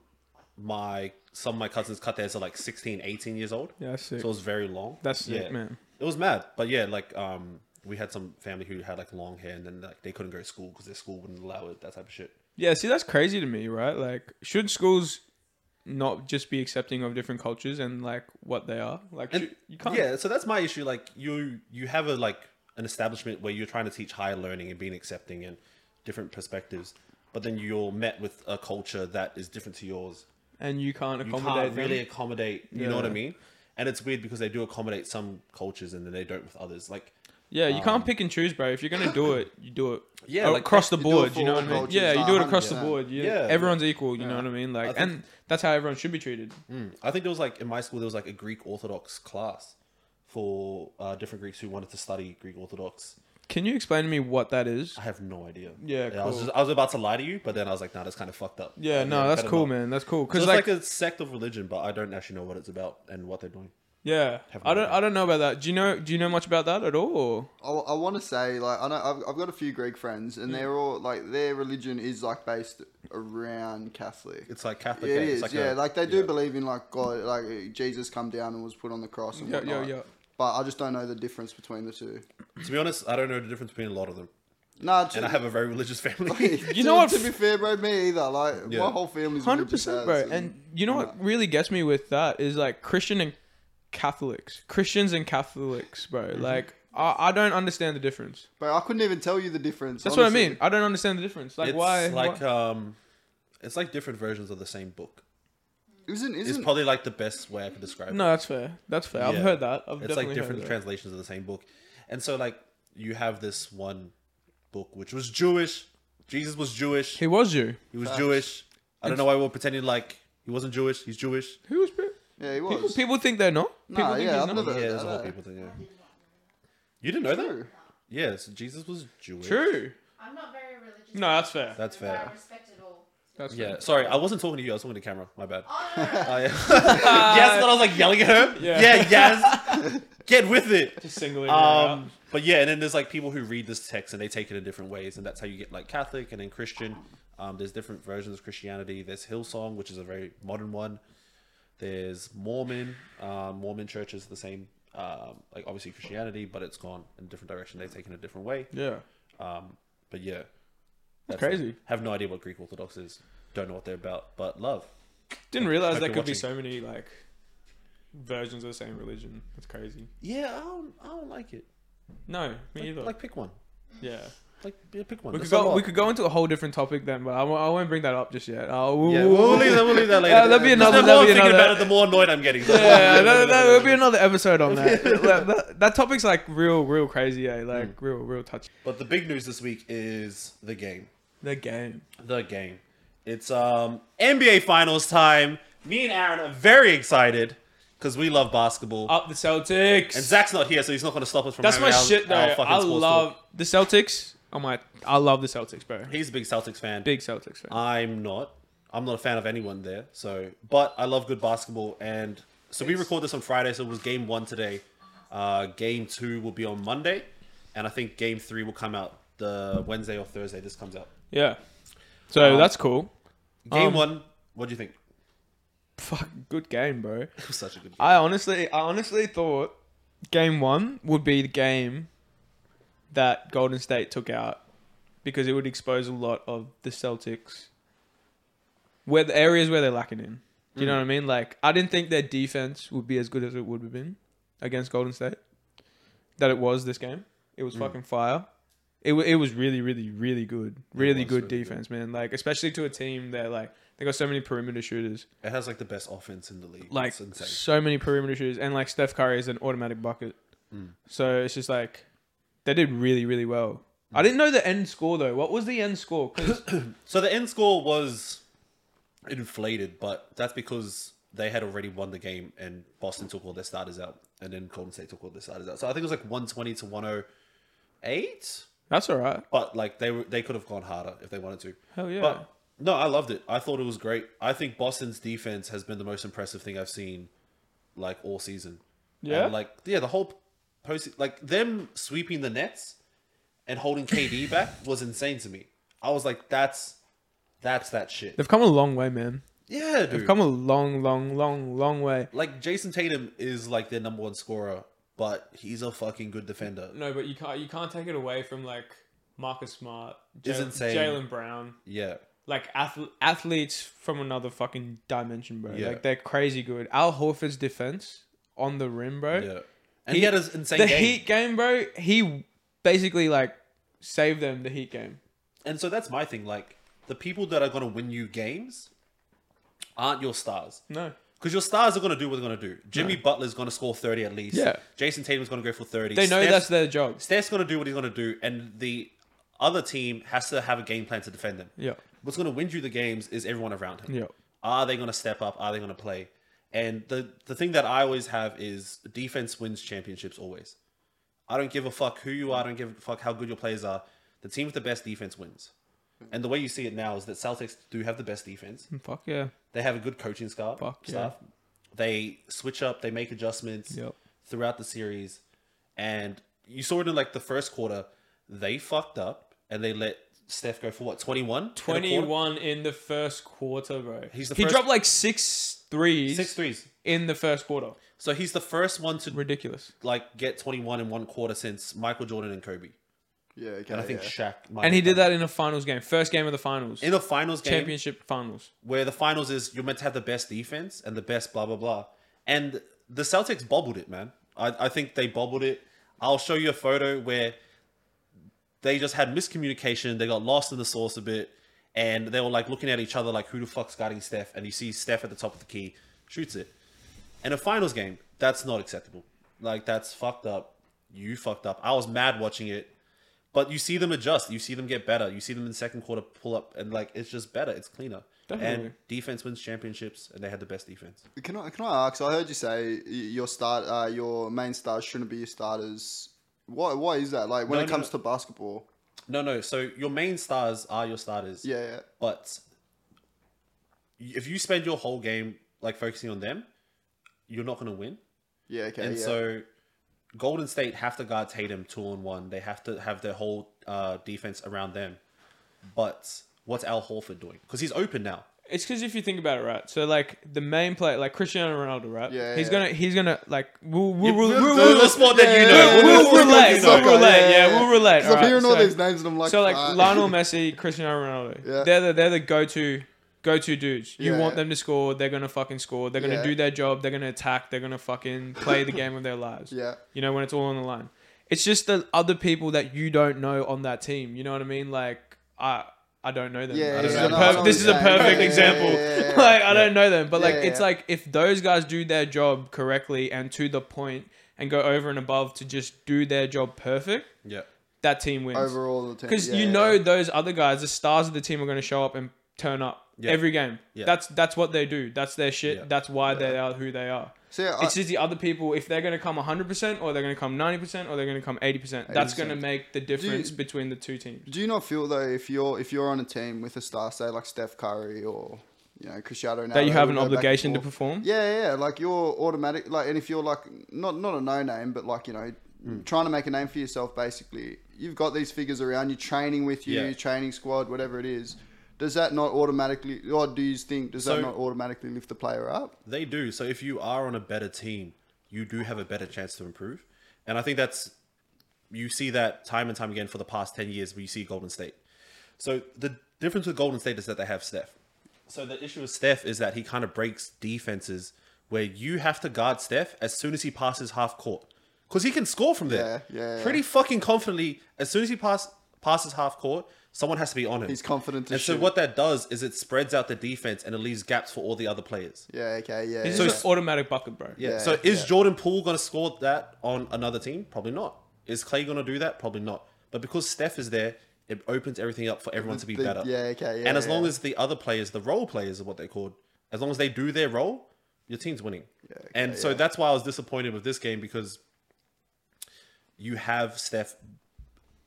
[SPEAKER 3] my some of my cousins cut theirs at like 16, 18 years old.
[SPEAKER 2] Yeah, that's sick.
[SPEAKER 3] So it was very long.
[SPEAKER 2] That's sick,
[SPEAKER 3] yeah.
[SPEAKER 2] man.
[SPEAKER 3] It was mad, but yeah, like um, we had some family who had like long hair, and then like they couldn't go to school because their school wouldn't allow it. That type of shit.
[SPEAKER 2] yeah. See, that's crazy to me, right? Like, should schools not just be accepting of different cultures and like what they are? Like,
[SPEAKER 3] And-
[SPEAKER 2] should- you can't.
[SPEAKER 3] Yeah, so that's my issue. Like you, you have a like an establishment where you're trying to teach higher learning and being accepting and different perspectives, but then you're met with a culture that is different to yours.
[SPEAKER 2] and you can't
[SPEAKER 3] You
[SPEAKER 2] accommodate
[SPEAKER 3] can't
[SPEAKER 2] them.
[SPEAKER 3] really accommodate. You know what I
[SPEAKER 2] Yeah.
[SPEAKER 3] mean? And it's weird because they do accommodate some cultures and then they don't with others. Like
[SPEAKER 2] Yeah, you can't pick and choose, bro. If you're gonna do it, you do it.
[SPEAKER 3] um, Yeah,
[SPEAKER 2] Oh,
[SPEAKER 3] like,
[SPEAKER 2] across the
[SPEAKER 1] you do it
[SPEAKER 2] board.
[SPEAKER 1] for
[SPEAKER 2] You know
[SPEAKER 1] all
[SPEAKER 2] what I mean?
[SPEAKER 1] cultures,
[SPEAKER 2] Yeah, you do it across the
[SPEAKER 1] 100%.
[SPEAKER 2] board. Yeah,
[SPEAKER 3] uh, Yeah.
[SPEAKER 2] everyone's equal. You know what I mean? Like,
[SPEAKER 3] think-
[SPEAKER 2] and that's how everyone should be treated.
[SPEAKER 3] I think there was like in my school there was like a Greek Orthodox class for uh, different Greeks who wanted to study Greek Orthodox.
[SPEAKER 2] Can you explain to me what that is?
[SPEAKER 3] I have no idea.
[SPEAKER 2] Yeah,
[SPEAKER 3] I was
[SPEAKER 2] cool.
[SPEAKER 3] just, I was about to lie to you, but then I was like, nah, that's kind of fucked up.
[SPEAKER 2] Yeah, no, that's
[SPEAKER 3] better
[SPEAKER 2] cool,
[SPEAKER 3] not.
[SPEAKER 2] man. That's cool.
[SPEAKER 3] So
[SPEAKER 2] Cause
[SPEAKER 3] it's
[SPEAKER 2] like,
[SPEAKER 3] like, a sect of religion, but I don't actually know what it's about and what they're doing.
[SPEAKER 2] yeah,
[SPEAKER 3] Have no
[SPEAKER 2] I don't,
[SPEAKER 3] idea.
[SPEAKER 2] I don't know about that. Do you know, do you know much about that at all? Or?
[SPEAKER 1] I, want to say like I know I've, I've got a few Greek friends and they're all like their religion is like based around Catholic.
[SPEAKER 3] It's like Catholic.
[SPEAKER 1] Yeah,
[SPEAKER 3] eh?
[SPEAKER 1] it
[SPEAKER 3] It's
[SPEAKER 1] is.
[SPEAKER 3] like
[SPEAKER 1] yeah,
[SPEAKER 3] a-
[SPEAKER 1] like they do
[SPEAKER 3] yeah.
[SPEAKER 1] believe in like God, like Jesus come down and was put on the cross and
[SPEAKER 2] Yeah, yeah,
[SPEAKER 1] whatnot.
[SPEAKER 2] yeah.
[SPEAKER 1] But I just don't know the difference between the two.
[SPEAKER 3] To be honest, I don't know the difference between a lot of them,
[SPEAKER 1] Nah, to,
[SPEAKER 3] and I have a very religious family.
[SPEAKER 1] to-
[SPEAKER 2] know what?
[SPEAKER 1] To be fair, bro, me either. Like my
[SPEAKER 3] Yeah.
[SPEAKER 1] whole family's
[SPEAKER 2] Hundred
[SPEAKER 1] religious
[SPEAKER 2] percent,
[SPEAKER 1] as,
[SPEAKER 2] bro. And you know what really gets me with that is like Christian and Catholics, Christians and Catholics, bro. Like, I, I don't understand the difference.
[SPEAKER 1] bro, I couldn't even tell you the difference.
[SPEAKER 2] That's what I
[SPEAKER 1] honestly.
[SPEAKER 2] mean. I don't understand the difference. Like,
[SPEAKER 3] it's
[SPEAKER 2] why?
[SPEAKER 3] like
[SPEAKER 2] why-
[SPEAKER 3] um, it's like different versions of the same book.
[SPEAKER 1] Isn't
[SPEAKER 3] It's
[SPEAKER 1] isn't
[SPEAKER 3] probably like the best way I could describe. it.
[SPEAKER 2] No, that's fair. That's fair. I've
[SPEAKER 3] uh, Yeah.
[SPEAKER 2] heard that. I've
[SPEAKER 3] it's
[SPEAKER 2] definitely
[SPEAKER 3] like different
[SPEAKER 2] heard that.
[SPEAKER 3] translations of the same book and so like you have this one book which was jewish jesus was jewish
[SPEAKER 2] He was you.
[SPEAKER 3] he was jewish i don't know why we're pretending like he wasn't jewish he's jewish
[SPEAKER 2] Who was Brit?
[SPEAKER 1] yeah, he
[SPEAKER 2] People,
[SPEAKER 1] was.
[SPEAKER 2] people think they're not.
[SPEAKER 1] Nah,
[SPEAKER 2] people think
[SPEAKER 1] yeah,
[SPEAKER 2] he's
[SPEAKER 1] I've
[SPEAKER 2] not.
[SPEAKER 1] never-
[SPEAKER 3] yeah
[SPEAKER 1] heard
[SPEAKER 3] there's
[SPEAKER 1] that,
[SPEAKER 3] a whole
[SPEAKER 1] eh?
[SPEAKER 3] people thing yeah you didn't know that
[SPEAKER 1] True.
[SPEAKER 3] yeah so jesus was jewish
[SPEAKER 2] True.
[SPEAKER 4] I'm not very religious.
[SPEAKER 2] No, that's fair.
[SPEAKER 3] that's
[SPEAKER 4] but
[SPEAKER 3] fair
[SPEAKER 4] I respect it all.
[SPEAKER 2] That's
[SPEAKER 3] yeah sorry i wasn't talking to you i was talking to camera my bad
[SPEAKER 4] Oh, no, no, no.
[SPEAKER 3] oh, yeah. yes but i was like yelling at her
[SPEAKER 2] Yeah.
[SPEAKER 3] yeah, yes get with it
[SPEAKER 2] Just singling um,
[SPEAKER 3] Um, but yeah, and then there's like people who read this text and they take it in different ways, and that's how you get like Catholic and then Christian. Um, there's different versions of Christianity. There's Hillsong, which is a very modern one. There's Mormon. Um, Mormon church is the same, um, like obviously Christianity, but it's gone in a different direction. They've taken a different way.
[SPEAKER 2] Yeah.
[SPEAKER 3] Um, but yeah, that's
[SPEAKER 2] crazy.
[SPEAKER 3] it. Have no idea what Greek Orthodox is. Don't know what they're about, but love.
[SPEAKER 2] Didn't realize
[SPEAKER 3] Hope
[SPEAKER 2] there
[SPEAKER 3] you're
[SPEAKER 2] could be
[SPEAKER 3] watching.
[SPEAKER 2] so many like versions of the same religion. That's crazy.
[SPEAKER 3] Yeah, I don't, I don't like it.
[SPEAKER 2] No, me
[SPEAKER 3] Like,
[SPEAKER 2] either.
[SPEAKER 3] like pick one.
[SPEAKER 2] yeah,
[SPEAKER 3] Like yeah, pick one.
[SPEAKER 2] we could
[SPEAKER 3] There's a
[SPEAKER 2] go.
[SPEAKER 3] lot.
[SPEAKER 2] We could go into a whole different topic then, but I w- I won't bring that up just yet. Oh, we'll,
[SPEAKER 3] Yeah, we'll leave that. We'll leave that later.
[SPEAKER 2] that'll be another.
[SPEAKER 3] The more
[SPEAKER 2] That'll
[SPEAKER 3] I'm
[SPEAKER 2] be
[SPEAKER 3] thinking
[SPEAKER 2] another.
[SPEAKER 3] about it, the more annoyed I'm getting.
[SPEAKER 2] yeah, that, that, will be another episode on that. that, that. that topic's like real, real crazy, eh?
[SPEAKER 3] Hmm.
[SPEAKER 2] Like real, real touch.
[SPEAKER 3] But the big news this week is the game.
[SPEAKER 2] The game.
[SPEAKER 3] The game. It's um NBA Finals time. Me and Aaron are very excited because we love basketball.
[SPEAKER 2] Up the Celtics.
[SPEAKER 3] and Zach's not here, so he's not going to stop us from.
[SPEAKER 2] That's my
[SPEAKER 3] having our-
[SPEAKER 2] shit though.
[SPEAKER 3] our fucking
[SPEAKER 2] I
[SPEAKER 3] sports
[SPEAKER 2] love
[SPEAKER 3] talk.
[SPEAKER 2] the Celtics. I'm like, I love the Celtics, bro.
[SPEAKER 3] He's a big Celtics fan.
[SPEAKER 2] Big Celtics fan.
[SPEAKER 3] I'm not. I'm not a fan of anyone there. So, but I love good basketball, and so we record this on Friday. So it was game one today. Uh, game two will be on Monday, and I think game three will come out the Wednesday or Thursday. This comes out.
[SPEAKER 2] Yeah. So
[SPEAKER 3] uh,
[SPEAKER 2] that's cool.
[SPEAKER 3] Game
[SPEAKER 2] Um,
[SPEAKER 3] one. What do you think?
[SPEAKER 2] Fuck, good game, bro.
[SPEAKER 3] It was such a good game.
[SPEAKER 2] I honestly, I honestly thought game one would be the game that Golden State took out because it would expose a lot of the Celtics where the areas where they're lacking in. Do you know what I mean? Like, I didn't think their defense would be as good as it would have been against Golden State. That it was this game. It was fucking fire. It, wa it was really, really, really good. Really
[SPEAKER 3] was
[SPEAKER 2] good
[SPEAKER 3] really good.
[SPEAKER 2] defense, man. Like, especially to a team that, like, they got so many perimeter shooters
[SPEAKER 3] It has like the best offense in the league.
[SPEAKER 2] like
[SPEAKER 3] it's insane.
[SPEAKER 2] so many perimeter shooters, and like Steph Curry is an automatic bucket.
[SPEAKER 3] Mm.
[SPEAKER 2] So it's just like they did really, really well.
[SPEAKER 3] Mm.
[SPEAKER 2] I didn't know the end score though. What was the end score? 'Cause-
[SPEAKER 3] So the end score was inflated, but that's because they had already won the game and Boston took all their starters out, and then Golden State took all their starters out. So I think it was like one twenty to one hundred eight.
[SPEAKER 2] that's all right.
[SPEAKER 3] But like they were, they could have gone harder if they wanted to.
[SPEAKER 2] Hell yeah.
[SPEAKER 3] But no, I loved it. I thought it was great. I think Boston's defense has been the most impressive thing I've seen, like all season.
[SPEAKER 2] Yeah?
[SPEAKER 3] And, like yeah, the whole post like them sweeping the Nets and holding KD back was insane to me. I was like, that's that's that shit.
[SPEAKER 2] They've come a long way, man.
[SPEAKER 3] yeah, dude.
[SPEAKER 2] They've come a long, long, long, long way.
[SPEAKER 3] like Jason Tatum is like their number one scorer, but he's a fucking good defender.
[SPEAKER 2] No, but you can't you can't take it away from like Marcus Smart,
[SPEAKER 3] Is insane. Jalen
[SPEAKER 2] Brown,
[SPEAKER 3] Yeah.
[SPEAKER 2] like athl- athletes from another fucking dimension, bro.
[SPEAKER 3] Yeah.
[SPEAKER 2] Like they're crazy good. Al Horford's defense on the rim, bro.
[SPEAKER 3] Yeah. And he, had an insane
[SPEAKER 2] the
[SPEAKER 3] game.
[SPEAKER 2] Heat game, bro. He basically like saved them the Heat game.
[SPEAKER 3] and so that's my thing like the people that are going to win you games aren't your stars.
[SPEAKER 2] No.
[SPEAKER 3] Because your stars are going to do what they're going to do. Jimmy Butler's going to score 30 at least.
[SPEAKER 2] Yeah.
[SPEAKER 3] Jason Tatum's going to go for 30.
[SPEAKER 2] They know
[SPEAKER 3] Steph-
[SPEAKER 2] that's their job.
[SPEAKER 3] Steph's going to do what he's going to do, and the other team has to have a game plan to defend him.
[SPEAKER 2] Yeah.
[SPEAKER 3] What's going to win you the games is everyone around him.
[SPEAKER 2] Yeah.
[SPEAKER 3] Are they going to step up? Are they going to play? And the, the thing that I always have is defense wins championships always. I don't give a fuck who you are. I don't give a fuck how good your players are. The team with the best defense wins. And the way you see it now is that Celtics do have the best defense.
[SPEAKER 2] Fuck yeah.
[SPEAKER 3] They have a good coaching staff.
[SPEAKER 2] Fuck, yeah.
[SPEAKER 3] staff. They switch up. They make adjustments
[SPEAKER 2] Yep.
[SPEAKER 3] throughout the series, and you saw it in like the first quarter. They fucked up and they let Steph go for what twenty one.
[SPEAKER 2] 21 in the first quarter, bro.
[SPEAKER 3] He's the
[SPEAKER 2] he
[SPEAKER 3] first-
[SPEAKER 2] dropped like six threes
[SPEAKER 3] Six threes.
[SPEAKER 2] in the first quarter.
[SPEAKER 3] So he's the first one to
[SPEAKER 2] Ridiculous.
[SPEAKER 3] like get twenty one in one quarter since Michael Jordan and Kobe,
[SPEAKER 1] Yeah, okay.
[SPEAKER 3] and I think
[SPEAKER 1] Oh, yeah.
[SPEAKER 3] Shaq. Might
[SPEAKER 2] And he
[SPEAKER 3] have
[SPEAKER 2] did
[SPEAKER 3] done
[SPEAKER 2] that in a finals game. First game of the finals.
[SPEAKER 3] it. in the finals game
[SPEAKER 2] Championship finals.
[SPEAKER 3] where the finals is you're meant to have the best defense and the best blah blah blah, and the Celtics bobbled it, man. I, I think they bobbled it. I'll show you a photo where they just had miscommunication. They got lost in the source a bit, and they were like looking at each other like, "Who the fuck's guarding Steph?" And you see Steph at the top of the key, shoots it. In a finals game, that's not acceptable. Like that's fucked up. You fucked up. I was mad watching it, but you see them adjust. You see them get better. You see them in the second quarter pull up, and like it's just better. It's cleaner.
[SPEAKER 2] Definitely.
[SPEAKER 3] And defense wins championships, and they had the best defense.
[SPEAKER 1] Can I can I ask? I heard you say y- your start, uh, your main stars shouldn't be your starters. Why? Why is that? Like when
[SPEAKER 3] No,
[SPEAKER 1] it
[SPEAKER 3] no,
[SPEAKER 1] comes
[SPEAKER 3] no.
[SPEAKER 1] to basketball.
[SPEAKER 3] No, no. So your main stars are your starters.
[SPEAKER 1] Yeah, yeah.
[SPEAKER 3] But if you spend your whole game like focusing on them, you're not going to win.
[SPEAKER 1] Yeah, okay.
[SPEAKER 3] and
[SPEAKER 1] yeah.
[SPEAKER 3] so Golden State have to guard Tatum two on one. They have to have their whole uh, defense around them. But what's Al Horford doing? Because he's open now.
[SPEAKER 2] It's because if you think about it, right? So like the main player, like Cristiano Ronaldo, right?
[SPEAKER 1] Yeah,
[SPEAKER 2] he's
[SPEAKER 1] yeah.
[SPEAKER 2] gonna he's gonna like we'll we'll we'll,
[SPEAKER 1] We'll
[SPEAKER 2] we'll,
[SPEAKER 1] do
[SPEAKER 2] we'll,
[SPEAKER 1] the
[SPEAKER 3] sport that you
[SPEAKER 1] Yeah,
[SPEAKER 3] know.
[SPEAKER 1] yeah,
[SPEAKER 2] we'll
[SPEAKER 1] yeah,
[SPEAKER 2] relate,
[SPEAKER 1] yeah, yeah,
[SPEAKER 2] we'll relate,
[SPEAKER 1] yeah,
[SPEAKER 2] yeah,
[SPEAKER 1] yeah.
[SPEAKER 2] we'll relate,
[SPEAKER 1] 'Cause I'm
[SPEAKER 2] alright,
[SPEAKER 1] hearing all
[SPEAKER 2] so-
[SPEAKER 1] these names and I'm like,
[SPEAKER 2] so like
[SPEAKER 1] "Fuck."
[SPEAKER 2] Lionel Messi, Cristiano Ronaldo,
[SPEAKER 1] Yeah.
[SPEAKER 2] they're the they're the go to go to dudes. You
[SPEAKER 1] Yeah,
[SPEAKER 2] want
[SPEAKER 1] yeah.
[SPEAKER 2] them to score, they're gonna fucking score, they're gonna
[SPEAKER 1] Yeah.
[SPEAKER 2] do their job, they're gonna attack, they're gonna fucking play the game of their lives.
[SPEAKER 1] Yeah.
[SPEAKER 2] You know, when it's all on the line. It's just the other people that you don't know on that team. You know what I mean? Like I I don't know them.
[SPEAKER 1] Yeah,
[SPEAKER 2] I don't
[SPEAKER 3] yeah,
[SPEAKER 2] know.
[SPEAKER 3] no,
[SPEAKER 2] Perf-
[SPEAKER 3] I know
[SPEAKER 2] this is
[SPEAKER 3] what
[SPEAKER 2] a
[SPEAKER 3] you're saying.
[SPEAKER 2] perfect
[SPEAKER 3] Yeah,
[SPEAKER 2] example.
[SPEAKER 1] yeah, yeah, yeah.
[SPEAKER 2] like I don't know them, but like
[SPEAKER 1] Yeah,
[SPEAKER 2] it's
[SPEAKER 1] yeah.
[SPEAKER 2] like if those guys do their job correctly and to the point and go over and above to just do their job perfect,
[SPEAKER 3] Yeah.
[SPEAKER 2] that team wins.
[SPEAKER 1] overall the team
[SPEAKER 2] Because
[SPEAKER 1] yeah,
[SPEAKER 2] you
[SPEAKER 1] yeah.
[SPEAKER 2] know those other guys, the stars of the team, are going to show up and turn up
[SPEAKER 3] Yeah.
[SPEAKER 2] every game.
[SPEAKER 3] Yeah.
[SPEAKER 2] That's that's what they do. That's their shit.
[SPEAKER 3] Yeah.
[SPEAKER 2] That's why they are who they are.
[SPEAKER 1] So, yeah,
[SPEAKER 2] it's
[SPEAKER 1] I-
[SPEAKER 2] just the other people. If they're going to come 100% or they're going to come 90% or they're going to come 80%, that's going to
[SPEAKER 1] 80%.
[SPEAKER 2] make the difference between the two teams.
[SPEAKER 1] do you not feel though if you're if you're on a team with a star, say like Steph Curry or you know Cristiano Ronaldo,
[SPEAKER 2] That you have an
[SPEAKER 1] who go back and
[SPEAKER 2] obligation to
[SPEAKER 1] forth?
[SPEAKER 2] perform.
[SPEAKER 1] Yeah, yeah, yeah, like you're automatic. Like, and if you're like not not a no name, but like you know, trying to make a name for yourself, basically, you've got these figures around you, training with you,
[SPEAKER 3] Yeah.
[SPEAKER 1] training squad, whatever it is. Does that not automatically, or do you think does
[SPEAKER 3] So-
[SPEAKER 1] that not automatically lift the player up?
[SPEAKER 3] They do. So if you are on a better team, you do have a better chance to improve. And I think that's you see that time and time again for the past 10 years where you see Golden State. So the difference with Golden State is that they have Steph. So the issue with Steph is that he kind of breaks defenses where you have to guard Steph as soon as he passes half court. Because he can score from there.
[SPEAKER 1] Yeah, yeah, yeah.
[SPEAKER 3] Pretty fucking confidently, as soon as he pass, passes half court, someone has to be on him.
[SPEAKER 1] He's confident to
[SPEAKER 3] And so
[SPEAKER 1] shoot.
[SPEAKER 3] what that does is it spreads out the defense and it leaves gaps for all the other players.
[SPEAKER 1] Yeah, okay, yeah.
[SPEAKER 2] It's
[SPEAKER 1] yeah.
[SPEAKER 2] just an automatic bucket, bro.
[SPEAKER 3] Yeah.
[SPEAKER 1] Yeah,
[SPEAKER 3] so is
[SPEAKER 1] yeah.
[SPEAKER 3] Jordan Poole going to score that on another team? Probably not. Is Clay going to do that? Probably not. But because Steph is there, it opens everything up for everyone to be
[SPEAKER 1] The-
[SPEAKER 3] better.
[SPEAKER 1] yeah, okay, yeah,
[SPEAKER 3] And as long
[SPEAKER 1] yeah.
[SPEAKER 3] as the other players, the role players, are what they're called, as long as they do their role, your team's winning.
[SPEAKER 1] okay,
[SPEAKER 3] and so
[SPEAKER 1] yeah.
[SPEAKER 3] that's why I was disappointed with this game because you have Steph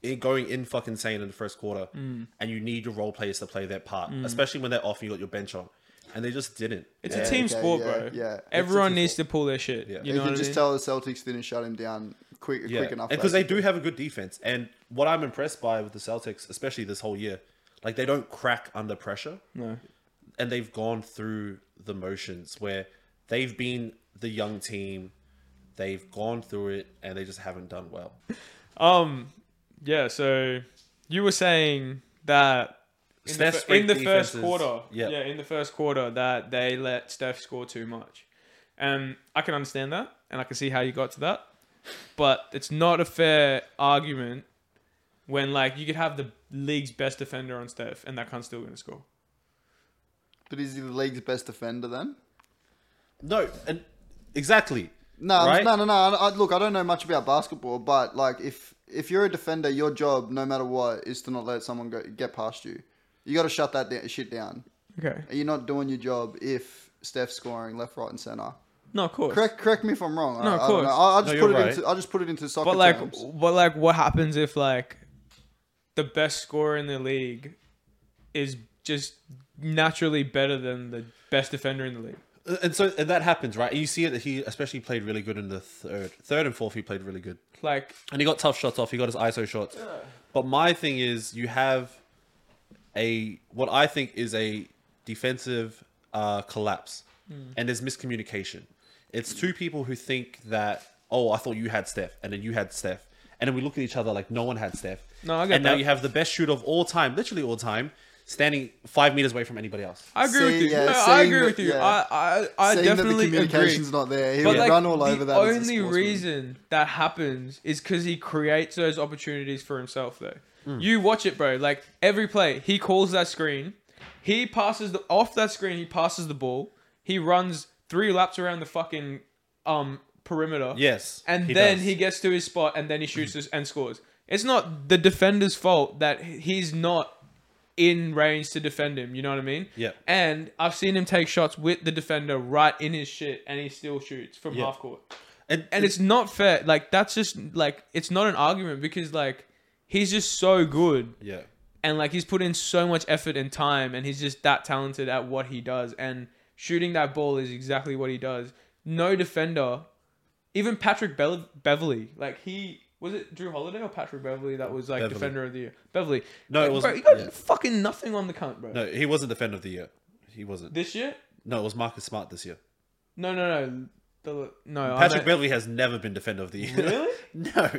[SPEAKER 3] in- going in fucking sane in the first quarter, and you need your role players to play their part, especially when they're off and you got your bench on, and they just didn't.
[SPEAKER 2] It's
[SPEAKER 3] And-
[SPEAKER 2] a team
[SPEAKER 1] okay,
[SPEAKER 2] sport,
[SPEAKER 1] yeah,
[SPEAKER 2] bro.
[SPEAKER 1] yeah. It's a
[SPEAKER 2] Everyone
[SPEAKER 3] team
[SPEAKER 2] needs to pull their shit.
[SPEAKER 3] Yeah.
[SPEAKER 2] You
[SPEAKER 1] you
[SPEAKER 2] know
[SPEAKER 1] can
[SPEAKER 2] what I
[SPEAKER 1] just
[SPEAKER 2] mean?
[SPEAKER 1] tell the Celtics didn't shut him down quick, quick enough.
[SPEAKER 3] Because they
[SPEAKER 1] basically.
[SPEAKER 3] do have a good defense, and what I'm impressed by with the Celtics, especially this whole year, like they don't crack under pressure,
[SPEAKER 2] No.
[SPEAKER 3] and they've gone through the motions where they've been the young team, they've gone through it, and they just haven't done well.
[SPEAKER 2] Um, yeah. So you were saying that in the,
[SPEAKER 3] Steph's
[SPEAKER 2] fir- in
[SPEAKER 3] break
[SPEAKER 2] the first
[SPEAKER 3] defenses-
[SPEAKER 2] quarter,
[SPEAKER 3] yeah.
[SPEAKER 2] yeah, in the first quarter that they let Steph score too much. Um, I can understand that, and I can see how you got to that, but it's not a fair argument when like you could have the league's best defender on Steph and that cunt's still going to score.
[SPEAKER 1] But is he the league's best defender then?
[SPEAKER 3] No, and exactly.
[SPEAKER 1] No,
[SPEAKER 3] Right?
[SPEAKER 1] no, no, no. I, I- look, I don't know much about basketball, but like if if you're a defender, your job, no matter what, is to not let someone go, get past you. You got to shut that da- shit down.
[SPEAKER 2] Okay.
[SPEAKER 1] You're not doing your job if Steph's scoring left, right, and center.
[SPEAKER 2] No, of course.
[SPEAKER 1] Correct, correct me if I'm wrong.
[SPEAKER 2] No, of
[SPEAKER 1] I, I don't
[SPEAKER 2] course.
[SPEAKER 1] know. I, I
[SPEAKER 3] No,
[SPEAKER 1] just
[SPEAKER 3] you're
[SPEAKER 1] put it
[SPEAKER 3] right.
[SPEAKER 1] into I just put it into soccer
[SPEAKER 2] But like,
[SPEAKER 1] terms.
[SPEAKER 2] but like, what happens if like the best scorer in the league is just naturally better than the best defender in the league?
[SPEAKER 3] Uh, And so and that happens, right? You see it that he especially played really good in the third, third and fourth. He played really good,
[SPEAKER 2] Like,
[SPEAKER 3] and he got tough shots off. He got his ISO shots. But my thing is, you have a what I think is a defensive uh, collapse,
[SPEAKER 2] Hmm.
[SPEAKER 3] and there's miscommunication. It's two people who think that oh, I thought you had Steph, and then you had Steph, and then we look at each other like no one had Steph.
[SPEAKER 2] No, I get
[SPEAKER 3] And now
[SPEAKER 2] that.
[SPEAKER 3] you have the best shooter of all time, literally all time, standing five meters away from anybody else.
[SPEAKER 2] I agree
[SPEAKER 1] See,
[SPEAKER 2] with you.
[SPEAKER 1] yeah,
[SPEAKER 2] No, I
[SPEAKER 1] seeing
[SPEAKER 2] agree
[SPEAKER 1] the-
[SPEAKER 2] with you.
[SPEAKER 1] yeah.
[SPEAKER 2] I, I, I
[SPEAKER 1] Seeing
[SPEAKER 2] definitely
[SPEAKER 1] that the communication's
[SPEAKER 2] agree.
[SPEAKER 1] not there, he
[SPEAKER 2] But
[SPEAKER 1] would
[SPEAKER 2] like,
[SPEAKER 1] run all
[SPEAKER 2] the
[SPEAKER 1] over that. as a
[SPEAKER 2] only
[SPEAKER 1] sportsman.
[SPEAKER 2] reason that happens is because he creates those opportunities for himself. Though
[SPEAKER 1] Hmm.
[SPEAKER 2] you watch it, bro. Like every play, he calls that screen. He passes the off that screen. He passes the ball. He runs three laps around the fucking um perimeter.
[SPEAKER 3] Yes,
[SPEAKER 2] and then
[SPEAKER 3] does.
[SPEAKER 2] he gets to his spot and then he shoots this and scores. It's not the defender's fault that he's not in range to defend him. You know what I mean?
[SPEAKER 3] Yeah.
[SPEAKER 2] And I've seen him take shots with the defender right in his shit, and he still shoots from
[SPEAKER 3] Yeah.
[SPEAKER 2] half court.
[SPEAKER 3] and,
[SPEAKER 2] And it's not fair. Like that's just like it's not an argument because like he's just so good
[SPEAKER 3] yeah.
[SPEAKER 2] and like he's put in so much effort and time and he's just that talented at what he does and shooting that ball is exactly what he does no defender even patrick Be- beverly like he was it drew holiday or patrick beverly that was like
[SPEAKER 3] Beverley.
[SPEAKER 2] defender of the year beverly
[SPEAKER 3] No,
[SPEAKER 2] like,
[SPEAKER 3] it
[SPEAKER 2] bro,
[SPEAKER 3] wasn't-
[SPEAKER 2] he got
[SPEAKER 3] yeah.
[SPEAKER 2] fucking nothing on the count bro
[SPEAKER 3] No, he wasn't defender of the year. He wasn't.
[SPEAKER 2] this year
[SPEAKER 3] no, it was Marcus Smart this year.
[SPEAKER 2] no no no the, no I
[SPEAKER 3] Patrick
[SPEAKER 2] meant-
[SPEAKER 3] Beverly has never been defender of the year.
[SPEAKER 2] Really?
[SPEAKER 3] no.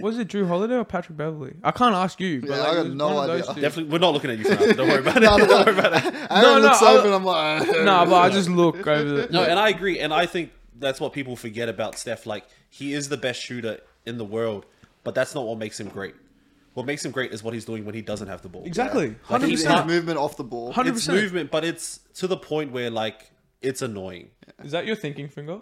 [SPEAKER 2] was it drew holiday or patrick beverly i can't ask you but
[SPEAKER 1] Yeah,
[SPEAKER 2] like,
[SPEAKER 1] I
[SPEAKER 2] it
[SPEAKER 1] got
[SPEAKER 2] was
[SPEAKER 1] no
[SPEAKER 2] one of
[SPEAKER 1] idea.
[SPEAKER 2] those two.
[SPEAKER 3] Definitely, we're not looking at you. Fernando. Don't worry about it.
[SPEAKER 1] no,
[SPEAKER 3] Don't worry about it.
[SPEAKER 2] No,
[SPEAKER 1] Aaron
[SPEAKER 2] no,
[SPEAKER 1] looks
[SPEAKER 2] I-
[SPEAKER 1] over and I'm like,
[SPEAKER 2] no but i just look over the
[SPEAKER 3] No, and I agree, and I think that's what people forget about Steph. Like he is the best shooter in the world, but that's not what makes him great. What makes him great is what he's doing when he doesn't have the ball.
[SPEAKER 2] exactly
[SPEAKER 3] Like,
[SPEAKER 2] 100%
[SPEAKER 1] His
[SPEAKER 3] he's
[SPEAKER 1] his movement off the ball.
[SPEAKER 2] 100%.
[SPEAKER 3] It's movement, but it's to the point where like it's annoying.
[SPEAKER 2] is that your thinking finger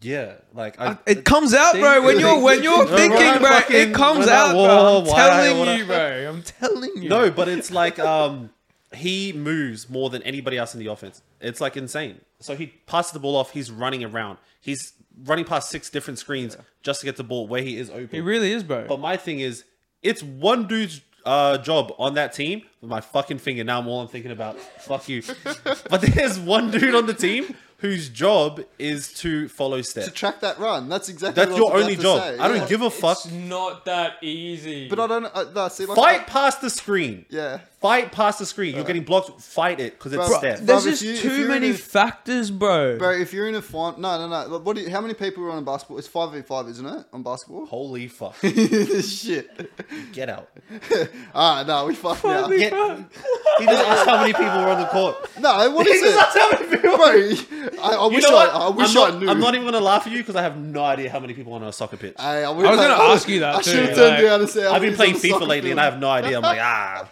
[SPEAKER 3] Yeah, like I,
[SPEAKER 2] It comes out, bro. When you're when you're
[SPEAKER 3] Bro, when
[SPEAKER 2] thinking,
[SPEAKER 3] I'm
[SPEAKER 2] bro, it
[SPEAKER 3] fucking-
[SPEAKER 2] comes
[SPEAKER 3] when I-
[SPEAKER 2] out,
[SPEAKER 3] whoa,
[SPEAKER 2] bro. I'm
[SPEAKER 3] why I
[SPEAKER 2] telling
[SPEAKER 3] wanna-
[SPEAKER 2] you, bro. I'm telling you.
[SPEAKER 3] no, but it's like um he moves more than anybody else in the offense. It's like insane. So he passes the ball off. He's running around. He's running past six different screens just to get the ball where he is open.
[SPEAKER 2] it really is, bro.
[SPEAKER 3] But my thing is, it's one dude's uh, job on that team. With my fucking finger now, I'm all I'm thinking about. Fuck you. But there's one dude on the team whose job is to follow
[SPEAKER 1] To
[SPEAKER 3] Steph.
[SPEAKER 1] track that run. That's exactly
[SPEAKER 3] That's
[SPEAKER 1] what
[SPEAKER 3] your
[SPEAKER 1] I was about
[SPEAKER 3] only
[SPEAKER 1] to
[SPEAKER 3] job.
[SPEAKER 1] say,
[SPEAKER 3] I don't
[SPEAKER 1] yeah.
[SPEAKER 3] give a fuck.
[SPEAKER 2] It's not that easy.
[SPEAKER 1] But I don't. Uh, no, see, like,
[SPEAKER 3] Fight past the screen.
[SPEAKER 1] Yeah.
[SPEAKER 3] Fight past the screen. You're getting blocked. Fight it because it's
[SPEAKER 1] Bro,
[SPEAKER 3] Steph.
[SPEAKER 1] that-
[SPEAKER 2] There's
[SPEAKER 1] Bro, if
[SPEAKER 2] just
[SPEAKER 1] you- if
[SPEAKER 2] too
[SPEAKER 1] you're
[SPEAKER 2] many
[SPEAKER 1] in a-
[SPEAKER 2] factors, bro.
[SPEAKER 1] Bro, if you're in a final, no, no, no. Like, What? Do you, how many people are on a basketball? It's five v five, isn't it? On basketball.
[SPEAKER 3] Holy fuck.
[SPEAKER 1] Shit.
[SPEAKER 3] Get out.
[SPEAKER 1] Ah, no, we fucked now.
[SPEAKER 2] Holy
[SPEAKER 3] Get-
[SPEAKER 2] fuck.
[SPEAKER 3] He just asked how many people were on the court.
[SPEAKER 1] No, what
[SPEAKER 3] He
[SPEAKER 1] is
[SPEAKER 3] just
[SPEAKER 1] it,
[SPEAKER 3] asked how many people
[SPEAKER 1] bro? I, I
[SPEAKER 3] You
[SPEAKER 1] wish
[SPEAKER 3] know
[SPEAKER 1] I,
[SPEAKER 3] what?
[SPEAKER 1] I wish
[SPEAKER 3] I'm not,
[SPEAKER 1] I knew.
[SPEAKER 3] I'm not even going to laugh at you because I have no idea how many people are on a soccer pitch.
[SPEAKER 1] Hey, I,
[SPEAKER 2] I was
[SPEAKER 1] wish
[SPEAKER 2] gonna
[SPEAKER 1] I-
[SPEAKER 2] ask you that
[SPEAKER 1] I
[SPEAKER 2] too,
[SPEAKER 1] should have
[SPEAKER 2] like-
[SPEAKER 1] turned down and said.
[SPEAKER 3] I've been playing FIFA lately and I have no idea. I'm like, ah,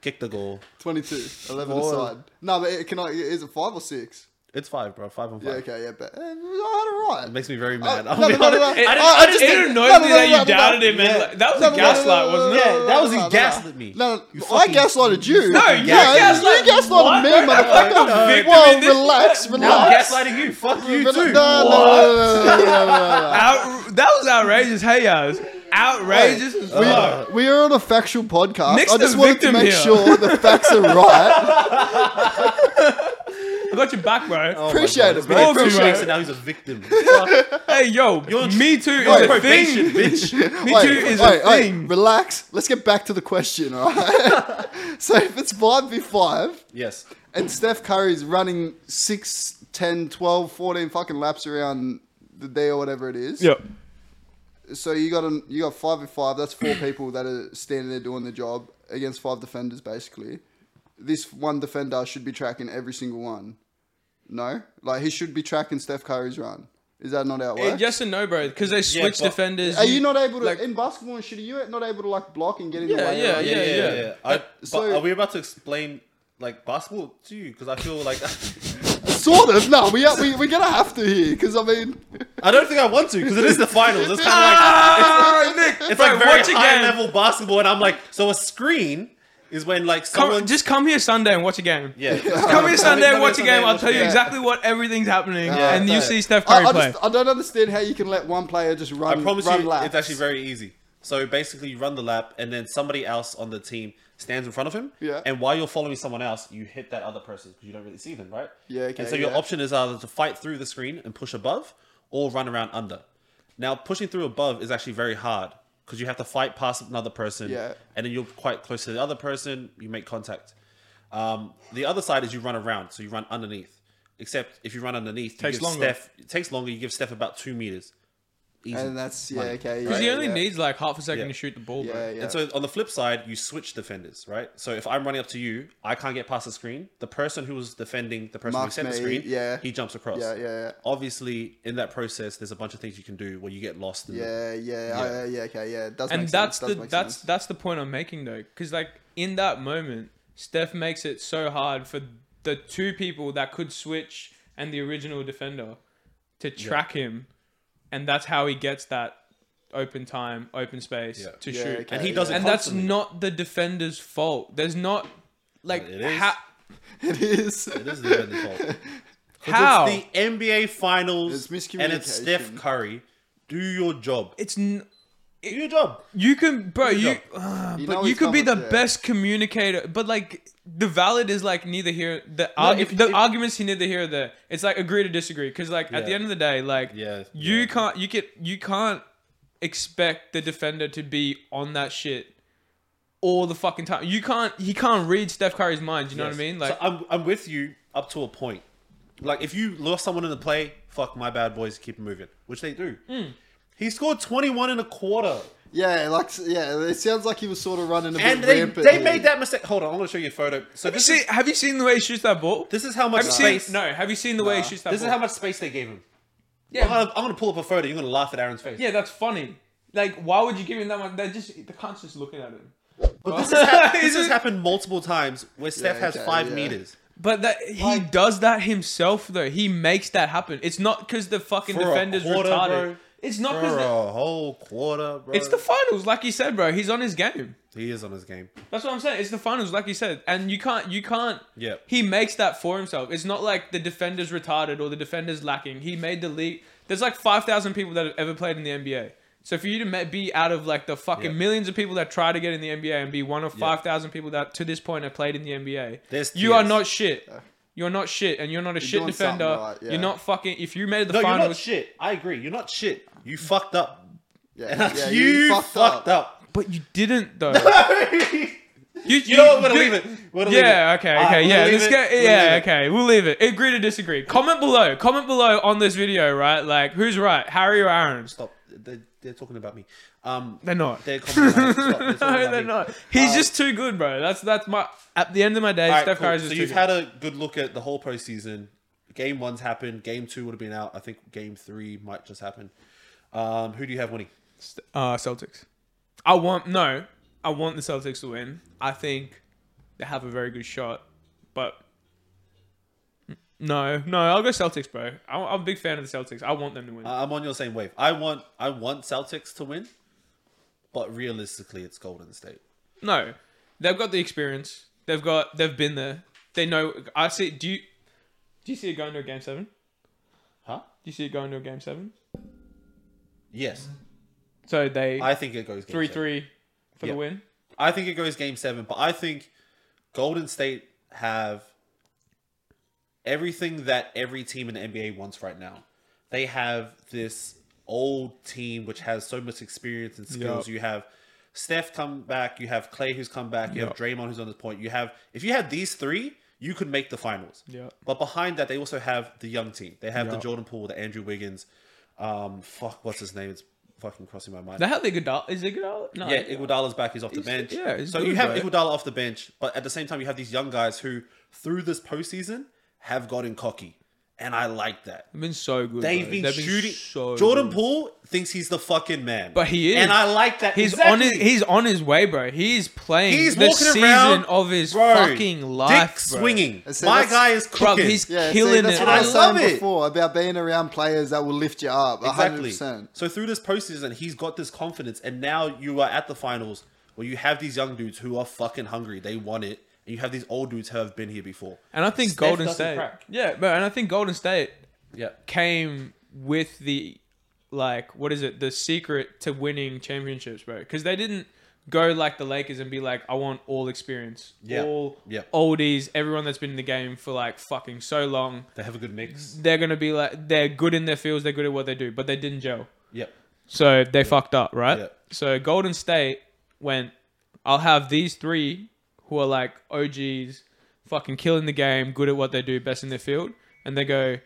[SPEAKER 3] kick the goal.
[SPEAKER 1] 22, 11
[SPEAKER 3] Whoa.
[SPEAKER 1] aside. No, but it, can I? Is it five or six?
[SPEAKER 3] It's five, bro. Five on five.
[SPEAKER 1] Yeah, okay, yeah, but eh, I had it
[SPEAKER 3] It
[SPEAKER 1] right.
[SPEAKER 3] makes me very mad.
[SPEAKER 1] Oh, no,
[SPEAKER 3] I'll
[SPEAKER 1] no,
[SPEAKER 3] be
[SPEAKER 1] no, no,
[SPEAKER 3] honest.
[SPEAKER 1] no. Oh,
[SPEAKER 3] I
[SPEAKER 2] It,
[SPEAKER 3] didn't,
[SPEAKER 1] I
[SPEAKER 3] I just
[SPEAKER 2] it
[SPEAKER 3] didn't.
[SPEAKER 2] annoyed me
[SPEAKER 1] no, no,
[SPEAKER 2] that
[SPEAKER 1] no,
[SPEAKER 2] you
[SPEAKER 1] no,
[SPEAKER 2] doubted
[SPEAKER 1] no.
[SPEAKER 2] him. And
[SPEAKER 3] Yeah.
[SPEAKER 2] like, that was
[SPEAKER 1] No,
[SPEAKER 2] a
[SPEAKER 1] no, no, no,
[SPEAKER 2] gaslight,
[SPEAKER 1] no,
[SPEAKER 2] wasn't it?
[SPEAKER 1] no,
[SPEAKER 3] Yeah, that was he
[SPEAKER 1] no, no.
[SPEAKER 3] gaslit me.
[SPEAKER 1] No, no,
[SPEAKER 3] You
[SPEAKER 1] I
[SPEAKER 3] fucking-
[SPEAKER 1] gaslighted you.
[SPEAKER 2] No, you gaslighted-
[SPEAKER 1] You gaslighted
[SPEAKER 2] What?
[SPEAKER 1] me,
[SPEAKER 2] I'm like the
[SPEAKER 1] motherfucker.
[SPEAKER 2] victim
[SPEAKER 1] Whoa,
[SPEAKER 2] in this-
[SPEAKER 1] relax,
[SPEAKER 3] Now I'm
[SPEAKER 1] relax.
[SPEAKER 3] gaslighting you. Fuck you
[SPEAKER 1] No, no,
[SPEAKER 3] too.
[SPEAKER 1] no, no, no, no, no, no, no, no.
[SPEAKER 2] Out, that was outrageous. Hey, guys. Outrageous as
[SPEAKER 1] We,
[SPEAKER 2] fuck.
[SPEAKER 1] we are on a factual podcast.
[SPEAKER 2] Nick's
[SPEAKER 1] I just
[SPEAKER 2] the
[SPEAKER 1] wanted
[SPEAKER 2] victim
[SPEAKER 1] to make
[SPEAKER 2] here.
[SPEAKER 1] sure the facts are right.
[SPEAKER 2] I got your back, bro.
[SPEAKER 3] Oh my
[SPEAKER 1] Appreciate
[SPEAKER 3] God.
[SPEAKER 1] it,
[SPEAKER 3] It's been
[SPEAKER 1] bro.
[SPEAKER 3] like two
[SPEAKER 2] Appreciate
[SPEAKER 3] weeks
[SPEAKER 2] it.
[SPEAKER 3] and now he's a victim. Fuck.
[SPEAKER 2] Hey, yo.
[SPEAKER 3] You're-
[SPEAKER 2] Me too is
[SPEAKER 3] You're on
[SPEAKER 2] a
[SPEAKER 3] probation,
[SPEAKER 2] thing.
[SPEAKER 3] bitch.
[SPEAKER 2] Me too is
[SPEAKER 1] wait,
[SPEAKER 2] a
[SPEAKER 1] wait,
[SPEAKER 2] thing.
[SPEAKER 1] relax. Let's get back to the question, all right? so if it's 5v5
[SPEAKER 3] Yes.
[SPEAKER 1] and Steph Curry's running 6, 10, 12, 14 fucking laps around the day or whatever it is.
[SPEAKER 2] Yep.
[SPEAKER 1] So you got an, you got 5v5, that's four people that are standing there doing the job against five defenders basically. This one defender should be tracking every single one. No? Like he should be tracking Steph Curry's run. Is that not how it
[SPEAKER 2] Eh,
[SPEAKER 1] works?
[SPEAKER 2] yes and no, bro, because they
[SPEAKER 3] Yeah,
[SPEAKER 2] switch
[SPEAKER 3] but-
[SPEAKER 2] defenders.
[SPEAKER 1] Are you not able to
[SPEAKER 2] like-
[SPEAKER 1] in basketball and shit? Are you not able to like block and get in the
[SPEAKER 2] Yeah,
[SPEAKER 1] way?
[SPEAKER 2] yeah,
[SPEAKER 1] right?
[SPEAKER 2] yeah, yeah.
[SPEAKER 3] I, but
[SPEAKER 1] so-
[SPEAKER 3] are we about to explain like basketball to you? Because I feel like
[SPEAKER 1] Sort of. No, we are, we we're gonna have to here because I mean,
[SPEAKER 3] I don't think I want to because it is the finals. It's kind
[SPEAKER 2] Ah, Nick,
[SPEAKER 3] of like it's like
[SPEAKER 2] bro,
[SPEAKER 3] very
[SPEAKER 2] watch
[SPEAKER 3] high
[SPEAKER 2] again.
[SPEAKER 3] level basketball, and I'm like, so a screen is when like
[SPEAKER 2] Come,
[SPEAKER 3] someone
[SPEAKER 2] just come here Sunday and watch a game.
[SPEAKER 3] yeah.
[SPEAKER 2] Come here Sunday and
[SPEAKER 3] Come
[SPEAKER 2] watch a
[SPEAKER 3] Sunday
[SPEAKER 2] game.
[SPEAKER 3] and
[SPEAKER 2] I'll
[SPEAKER 3] watch
[SPEAKER 2] tell
[SPEAKER 3] a
[SPEAKER 2] you
[SPEAKER 3] game.
[SPEAKER 2] exactly what everything's happening,
[SPEAKER 1] Yeah,
[SPEAKER 2] and you
[SPEAKER 3] no.
[SPEAKER 2] see Steph
[SPEAKER 1] I,
[SPEAKER 2] Curry
[SPEAKER 1] I
[SPEAKER 2] play.
[SPEAKER 1] just I don't understand how you can let one player just run.
[SPEAKER 3] I promise
[SPEAKER 1] run
[SPEAKER 3] you,
[SPEAKER 1] laps.
[SPEAKER 3] it's actually very easy. So basically, you run the lap, and then somebody else on the team stands in front of him.
[SPEAKER 1] Yeah.
[SPEAKER 3] And while you're following someone else, you hit that other person because you don't really see them, right?
[SPEAKER 1] Yeah, okay,
[SPEAKER 3] And so your
[SPEAKER 1] yeah.
[SPEAKER 3] option is either to fight through the screen and push above, or run around under. Now, pushing through above is actually very hard because you have to fight past another person,
[SPEAKER 1] Yeah.
[SPEAKER 3] and then you're quite close to the other person. You make contact. Um, the other side is you run around, so you run underneath. Except if you run underneath, you
[SPEAKER 2] Takes
[SPEAKER 3] give
[SPEAKER 2] longer.
[SPEAKER 3] Steph. It takes longer. You give Steph about two meters. Easy.
[SPEAKER 1] and that's yeah
[SPEAKER 3] Money.
[SPEAKER 1] okay.
[SPEAKER 2] Because
[SPEAKER 1] yeah,
[SPEAKER 2] he only
[SPEAKER 1] yeah.
[SPEAKER 2] needs like half a second
[SPEAKER 3] Yeah.
[SPEAKER 2] to shoot the ball, bro.
[SPEAKER 1] Yeah, yeah.
[SPEAKER 3] And so on the flip side, you switch defenders, right? So if I'm running up to you, I can't get past the screen. The person who was defending the person
[SPEAKER 1] Marks
[SPEAKER 3] who sent
[SPEAKER 1] me,
[SPEAKER 3] the screen,
[SPEAKER 1] yeah.
[SPEAKER 3] he jumps across.
[SPEAKER 1] Yeah, yeah, yeah.
[SPEAKER 3] Obviously, in that process, there's a bunch of things you can do where you get lost. In the-
[SPEAKER 1] yeah, yeah,
[SPEAKER 3] Yeah.
[SPEAKER 1] I- yeah, okay, yeah. It does
[SPEAKER 2] and
[SPEAKER 1] make
[SPEAKER 2] that's
[SPEAKER 1] sense. does
[SPEAKER 2] the
[SPEAKER 1] make
[SPEAKER 2] that's
[SPEAKER 1] sense.
[SPEAKER 2] that's the point I'm making though, because like in that moment, Steph makes it so hard for the two people that could switch and the original defender to track him, and that's how he gets that open time, open space
[SPEAKER 3] Yeah.
[SPEAKER 2] to
[SPEAKER 1] Yeah,
[SPEAKER 2] shoot.
[SPEAKER 1] okay,
[SPEAKER 3] And he
[SPEAKER 1] yeah.
[SPEAKER 3] does it
[SPEAKER 2] And that's
[SPEAKER 3] constantly.
[SPEAKER 2] not the defender's fault. There's not like
[SPEAKER 3] It is.
[SPEAKER 2] ha-
[SPEAKER 1] It is.
[SPEAKER 3] It is the defender's fault. 'Cause
[SPEAKER 2] how
[SPEAKER 3] It's the NBA Finals,
[SPEAKER 1] It's
[SPEAKER 3] and it's Steph
[SPEAKER 1] miscommunication.
[SPEAKER 3] Curry. Do your job.
[SPEAKER 2] it's n-
[SPEAKER 3] Do your job.
[SPEAKER 2] You can, bro. You,
[SPEAKER 3] job.
[SPEAKER 2] uh,
[SPEAKER 1] You know
[SPEAKER 2] but you
[SPEAKER 1] Oh, he's
[SPEAKER 2] could be the
[SPEAKER 1] covered, yeah.
[SPEAKER 2] best communicator. But like, the valid is like neither here. The argu-
[SPEAKER 3] if-
[SPEAKER 2] the
[SPEAKER 3] if-
[SPEAKER 2] arguments he neither here or there. It's like agree to disagree. Because like at the
[SPEAKER 3] Yeah.
[SPEAKER 2] end of the day, like
[SPEAKER 3] Yeah,
[SPEAKER 2] you
[SPEAKER 3] yeah.
[SPEAKER 2] can't you can you can't expect the defender to be on that shit all the fucking time. You can't he can't read Steph Curry's mind. You know what I
[SPEAKER 3] Yes.
[SPEAKER 2] mean? Like
[SPEAKER 3] so uh, I'm, I'm with you up to a point. Like, if you lost someone in the play, fuck my bad boys, keep it moving, which they do.
[SPEAKER 2] Hmm.
[SPEAKER 3] He scored 21 and a quarter,
[SPEAKER 1] Yeah, like yeah. It sounds like he was sort of running a bit
[SPEAKER 3] and they
[SPEAKER 1] rampant.
[SPEAKER 3] they
[SPEAKER 1] here.
[SPEAKER 3] made that mistake. Hold on, I'm gonna show you a photo. So
[SPEAKER 2] have you
[SPEAKER 3] this
[SPEAKER 2] seen
[SPEAKER 3] is
[SPEAKER 2] have you seen the way he shoots that ball?
[SPEAKER 3] this is how much
[SPEAKER 2] have you seen,
[SPEAKER 3] space.
[SPEAKER 2] no, have you seen the way he
[SPEAKER 1] Nah.
[SPEAKER 2] shoots that
[SPEAKER 3] this
[SPEAKER 2] ball?
[SPEAKER 3] is how much space they gave him.
[SPEAKER 2] Yeah.
[SPEAKER 3] I'm gonna, I'm gonna pull up a photo. You're gonna laugh at Aaron's face.
[SPEAKER 2] Yeah, that's funny. Like, why would you give him that much? They're just the cunt's just looking at him.
[SPEAKER 3] but this, has hap- this
[SPEAKER 2] Isn't
[SPEAKER 3] has
[SPEAKER 2] it-
[SPEAKER 3] happened multiple times where Steph
[SPEAKER 1] Yeah,
[SPEAKER 3] has
[SPEAKER 1] okay,
[SPEAKER 3] five
[SPEAKER 1] yeah.
[SPEAKER 3] meters.
[SPEAKER 2] But that he does that himself though. He makes that happen. It's not because the fucking
[SPEAKER 3] For a
[SPEAKER 2] defenders
[SPEAKER 3] quarter,
[SPEAKER 2] retarded.
[SPEAKER 3] bro.
[SPEAKER 2] It's not
[SPEAKER 3] For
[SPEAKER 2] because
[SPEAKER 3] a whole quarter, bro.
[SPEAKER 2] it's the finals, like you said, bro. He's on his game.
[SPEAKER 3] he is on his game.
[SPEAKER 2] That's what I'm saying. It's the finals, like you said, and you can't, you can't.
[SPEAKER 3] Yeah.
[SPEAKER 2] He makes that for himself. It's not like the defender's retarded or the defender's lacking. He made the league. There's like five thousand people that have ever played in the NBA. So for you to ma- be out of like the fucking
[SPEAKER 3] Yeah.
[SPEAKER 2] millions of people that try to get in the NBA and be one of five thousand people that to this point have played in the NBA,
[SPEAKER 3] There's
[SPEAKER 2] you are
[SPEAKER 3] tiers.
[SPEAKER 2] not shit. You're not shit, and you're not a shit
[SPEAKER 1] doing
[SPEAKER 2] defender.
[SPEAKER 1] something right, yeah.
[SPEAKER 2] You're not fucking. If you made the
[SPEAKER 3] No, you're not
[SPEAKER 2] finals,
[SPEAKER 3] shit. I agree. You're not shit. You fucked up.
[SPEAKER 1] Yeah, yeah,
[SPEAKER 3] you, fucked, up.
[SPEAKER 2] but you didn't though. you,
[SPEAKER 3] you know what? We're
[SPEAKER 2] did-
[SPEAKER 3] gonna leave it. We're gonna
[SPEAKER 2] Yeah,
[SPEAKER 3] leave it.
[SPEAKER 2] okay,
[SPEAKER 3] Alright,
[SPEAKER 2] okay,
[SPEAKER 3] we're
[SPEAKER 2] yeah.
[SPEAKER 3] gonna leave
[SPEAKER 2] Let's
[SPEAKER 3] it.
[SPEAKER 2] go.
[SPEAKER 3] We're gonna
[SPEAKER 2] Yeah,
[SPEAKER 3] leave it.
[SPEAKER 2] okay. We'll leave it. Agree to disagree. Comment below. Comment below on this video, right? Like, who's right, Harry or Aaron?
[SPEAKER 3] Stop. They're, they're talking about me. Um,
[SPEAKER 2] They're not.
[SPEAKER 3] they're commenting about me. Stop. They're talking
[SPEAKER 2] no,
[SPEAKER 3] about
[SPEAKER 2] they're
[SPEAKER 3] me.
[SPEAKER 2] not. He's
[SPEAKER 3] Uh,
[SPEAKER 2] just too good, bro. That's that's my. At the end of my day,
[SPEAKER 3] Alright,
[SPEAKER 2] Steph
[SPEAKER 3] cool.
[SPEAKER 2] Curry's
[SPEAKER 3] So
[SPEAKER 2] just too
[SPEAKER 3] you've
[SPEAKER 2] good.
[SPEAKER 3] had a good look at the whole postseason. Game one's happened. Game two would have been out. I think game three might just happen. Um, who do you have winning?
[SPEAKER 2] uh, Celtics. I want no. I want the Celtics to win. I think they have a very good shot, but no, no. I'll go Celtics, bro. I'm, I'm a big fan of the Celtics. I want them to win.
[SPEAKER 3] I- I'm on your same wave. I want I want Celtics to win, but realistically, it's Golden State.
[SPEAKER 2] No, they've got the experience. They've got. They've been there. They know. I see. Do you? Do you see it going to a game seven? Do
[SPEAKER 3] Huh?
[SPEAKER 2] you see it going to a game seven?
[SPEAKER 3] Yes,
[SPEAKER 2] So they
[SPEAKER 3] I think it goes game
[SPEAKER 2] three
[SPEAKER 3] seven.
[SPEAKER 2] three for
[SPEAKER 3] Yeah.
[SPEAKER 2] the win.
[SPEAKER 3] I think it goes game seven, but I think Golden State have everything that every team in the NBA wants right now. They have this old team which has so much experience and skills.
[SPEAKER 2] Yup.
[SPEAKER 3] You have Steph come back, you have Clay who's come back, you
[SPEAKER 2] Yup.
[SPEAKER 3] have Draymond who's on this point. You have if you had these three, you could make the finals.
[SPEAKER 2] Yup.
[SPEAKER 3] But behind that, they also have the young team. They have the
[SPEAKER 2] Yup.
[SPEAKER 3] Jordan Poole, the Andrew Wiggins. Um, fuck, what's his name? It's fucking crossing my mind.
[SPEAKER 2] They have Iguodala. Is Iguodala? No.
[SPEAKER 3] Yeah, Iguodala's back. He's off the bench.
[SPEAKER 2] yeah, Uh, he's
[SPEAKER 3] so
[SPEAKER 2] good,
[SPEAKER 3] you have
[SPEAKER 2] right?
[SPEAKER 3] Iguodala off the bench, but at the same time, you have these young guys who, through this postseason, have gotten cocky and I like that.
[SPEAKER 2] They've been so good.
[SPEAKER 3] They've
[SPEAKER 2] bro.
[SPEAKER 3] been shooting.
[SPEAKER 2] so
[SPEAKER 3] Jordan
[SPEAKER 2] good.
[SPEAKER 3] Poole thinks he's the fucking man,
[SPEAKER 2] But he is.
[SPEAKER 3] and I like that.
[SPEAKER 2] He's
[SPEAKER 3] exactly.
[SPEAKER 2] on his he's on his way, bro. He's playing
[SPEAKER 3] He's
[SPEAKER 2] the
[SPEAKER 3] walking
[SPEAKER 2] season
[SPEAKER 3] around,
[SPEAKER 2] of his
[SPEAKER 3] Bro,
[SPEAKER 2] fucking life,
[SPEAKER 3] dick
[SPEAKER 2] bro.
[SPEAKER 3] swinging.
[SPEAKER 1] I see,
[SPEAKER 3] My
[SPEAKER 1] that's-
[SPEAKER 3] guy is
[SPEAKER 2] Bro,
[SPEAKER 3] cooking.
[SPEAKER 2] he's
[SPEAKER 1] Yeah,
[SPEAKER 2] killing
[SPEAKER 1] see, that's
[SPEAKER 2] it.
[SPEAKER 1] what I
[SPEAKER 2] I
[SPEAKER 1] was
[SPEAKER 2] love
[SPEAKER 1] saying
[SPEAKER 3] love it.
[SPEAKER 1] before about being around players that will lift you up.
[SPEAKER 3] exactly.
[SPEAKER 1] 100%.
[SPEAKER 3] So through this postseason, he's got this confidence, and now you are at the finals where you have these young dudes who are fucking hungry. They want it, and you have these old dudes who have been here before.
[SPEAKER 2] And I think
[SPEAKER 3] Steph
[SPEAKER 2] Golden
[SPEAKER 3] doesn't
[SPEAKER 2] State.
[SPEAKER 3] crack.
[SPEAKER 2] Yeah, bro. And I think Golden State
[SPEAKER 3] Yeah,
[SPEAKER 2] came with the like what is it? The secret to winning championships, bro. Because they didn't go like the Lakers and be like, I want all experience,
[SPEAKER 3] Yeah.
[SPEAKER 2] all
[SPEAKER 3] Yeah.
[SPEAKER 2] oldies, everyone that's been in the game for like fucking so long.
[SPEAKER 3] they have a good mix.
[SPEAKER 2] They're gonna be like they're good in their fields, they're good at what they do, but they didn't gel.
[SPEAKER 3] Yep.
[SPEAKER 2] So they fucked up, right?
[SPEAKER 3] Yeah.
[SPEAKER 2] So Golden State went, I'll have these three who are like OGs, fucking killing the game, good at what they do, best in their field. And they go,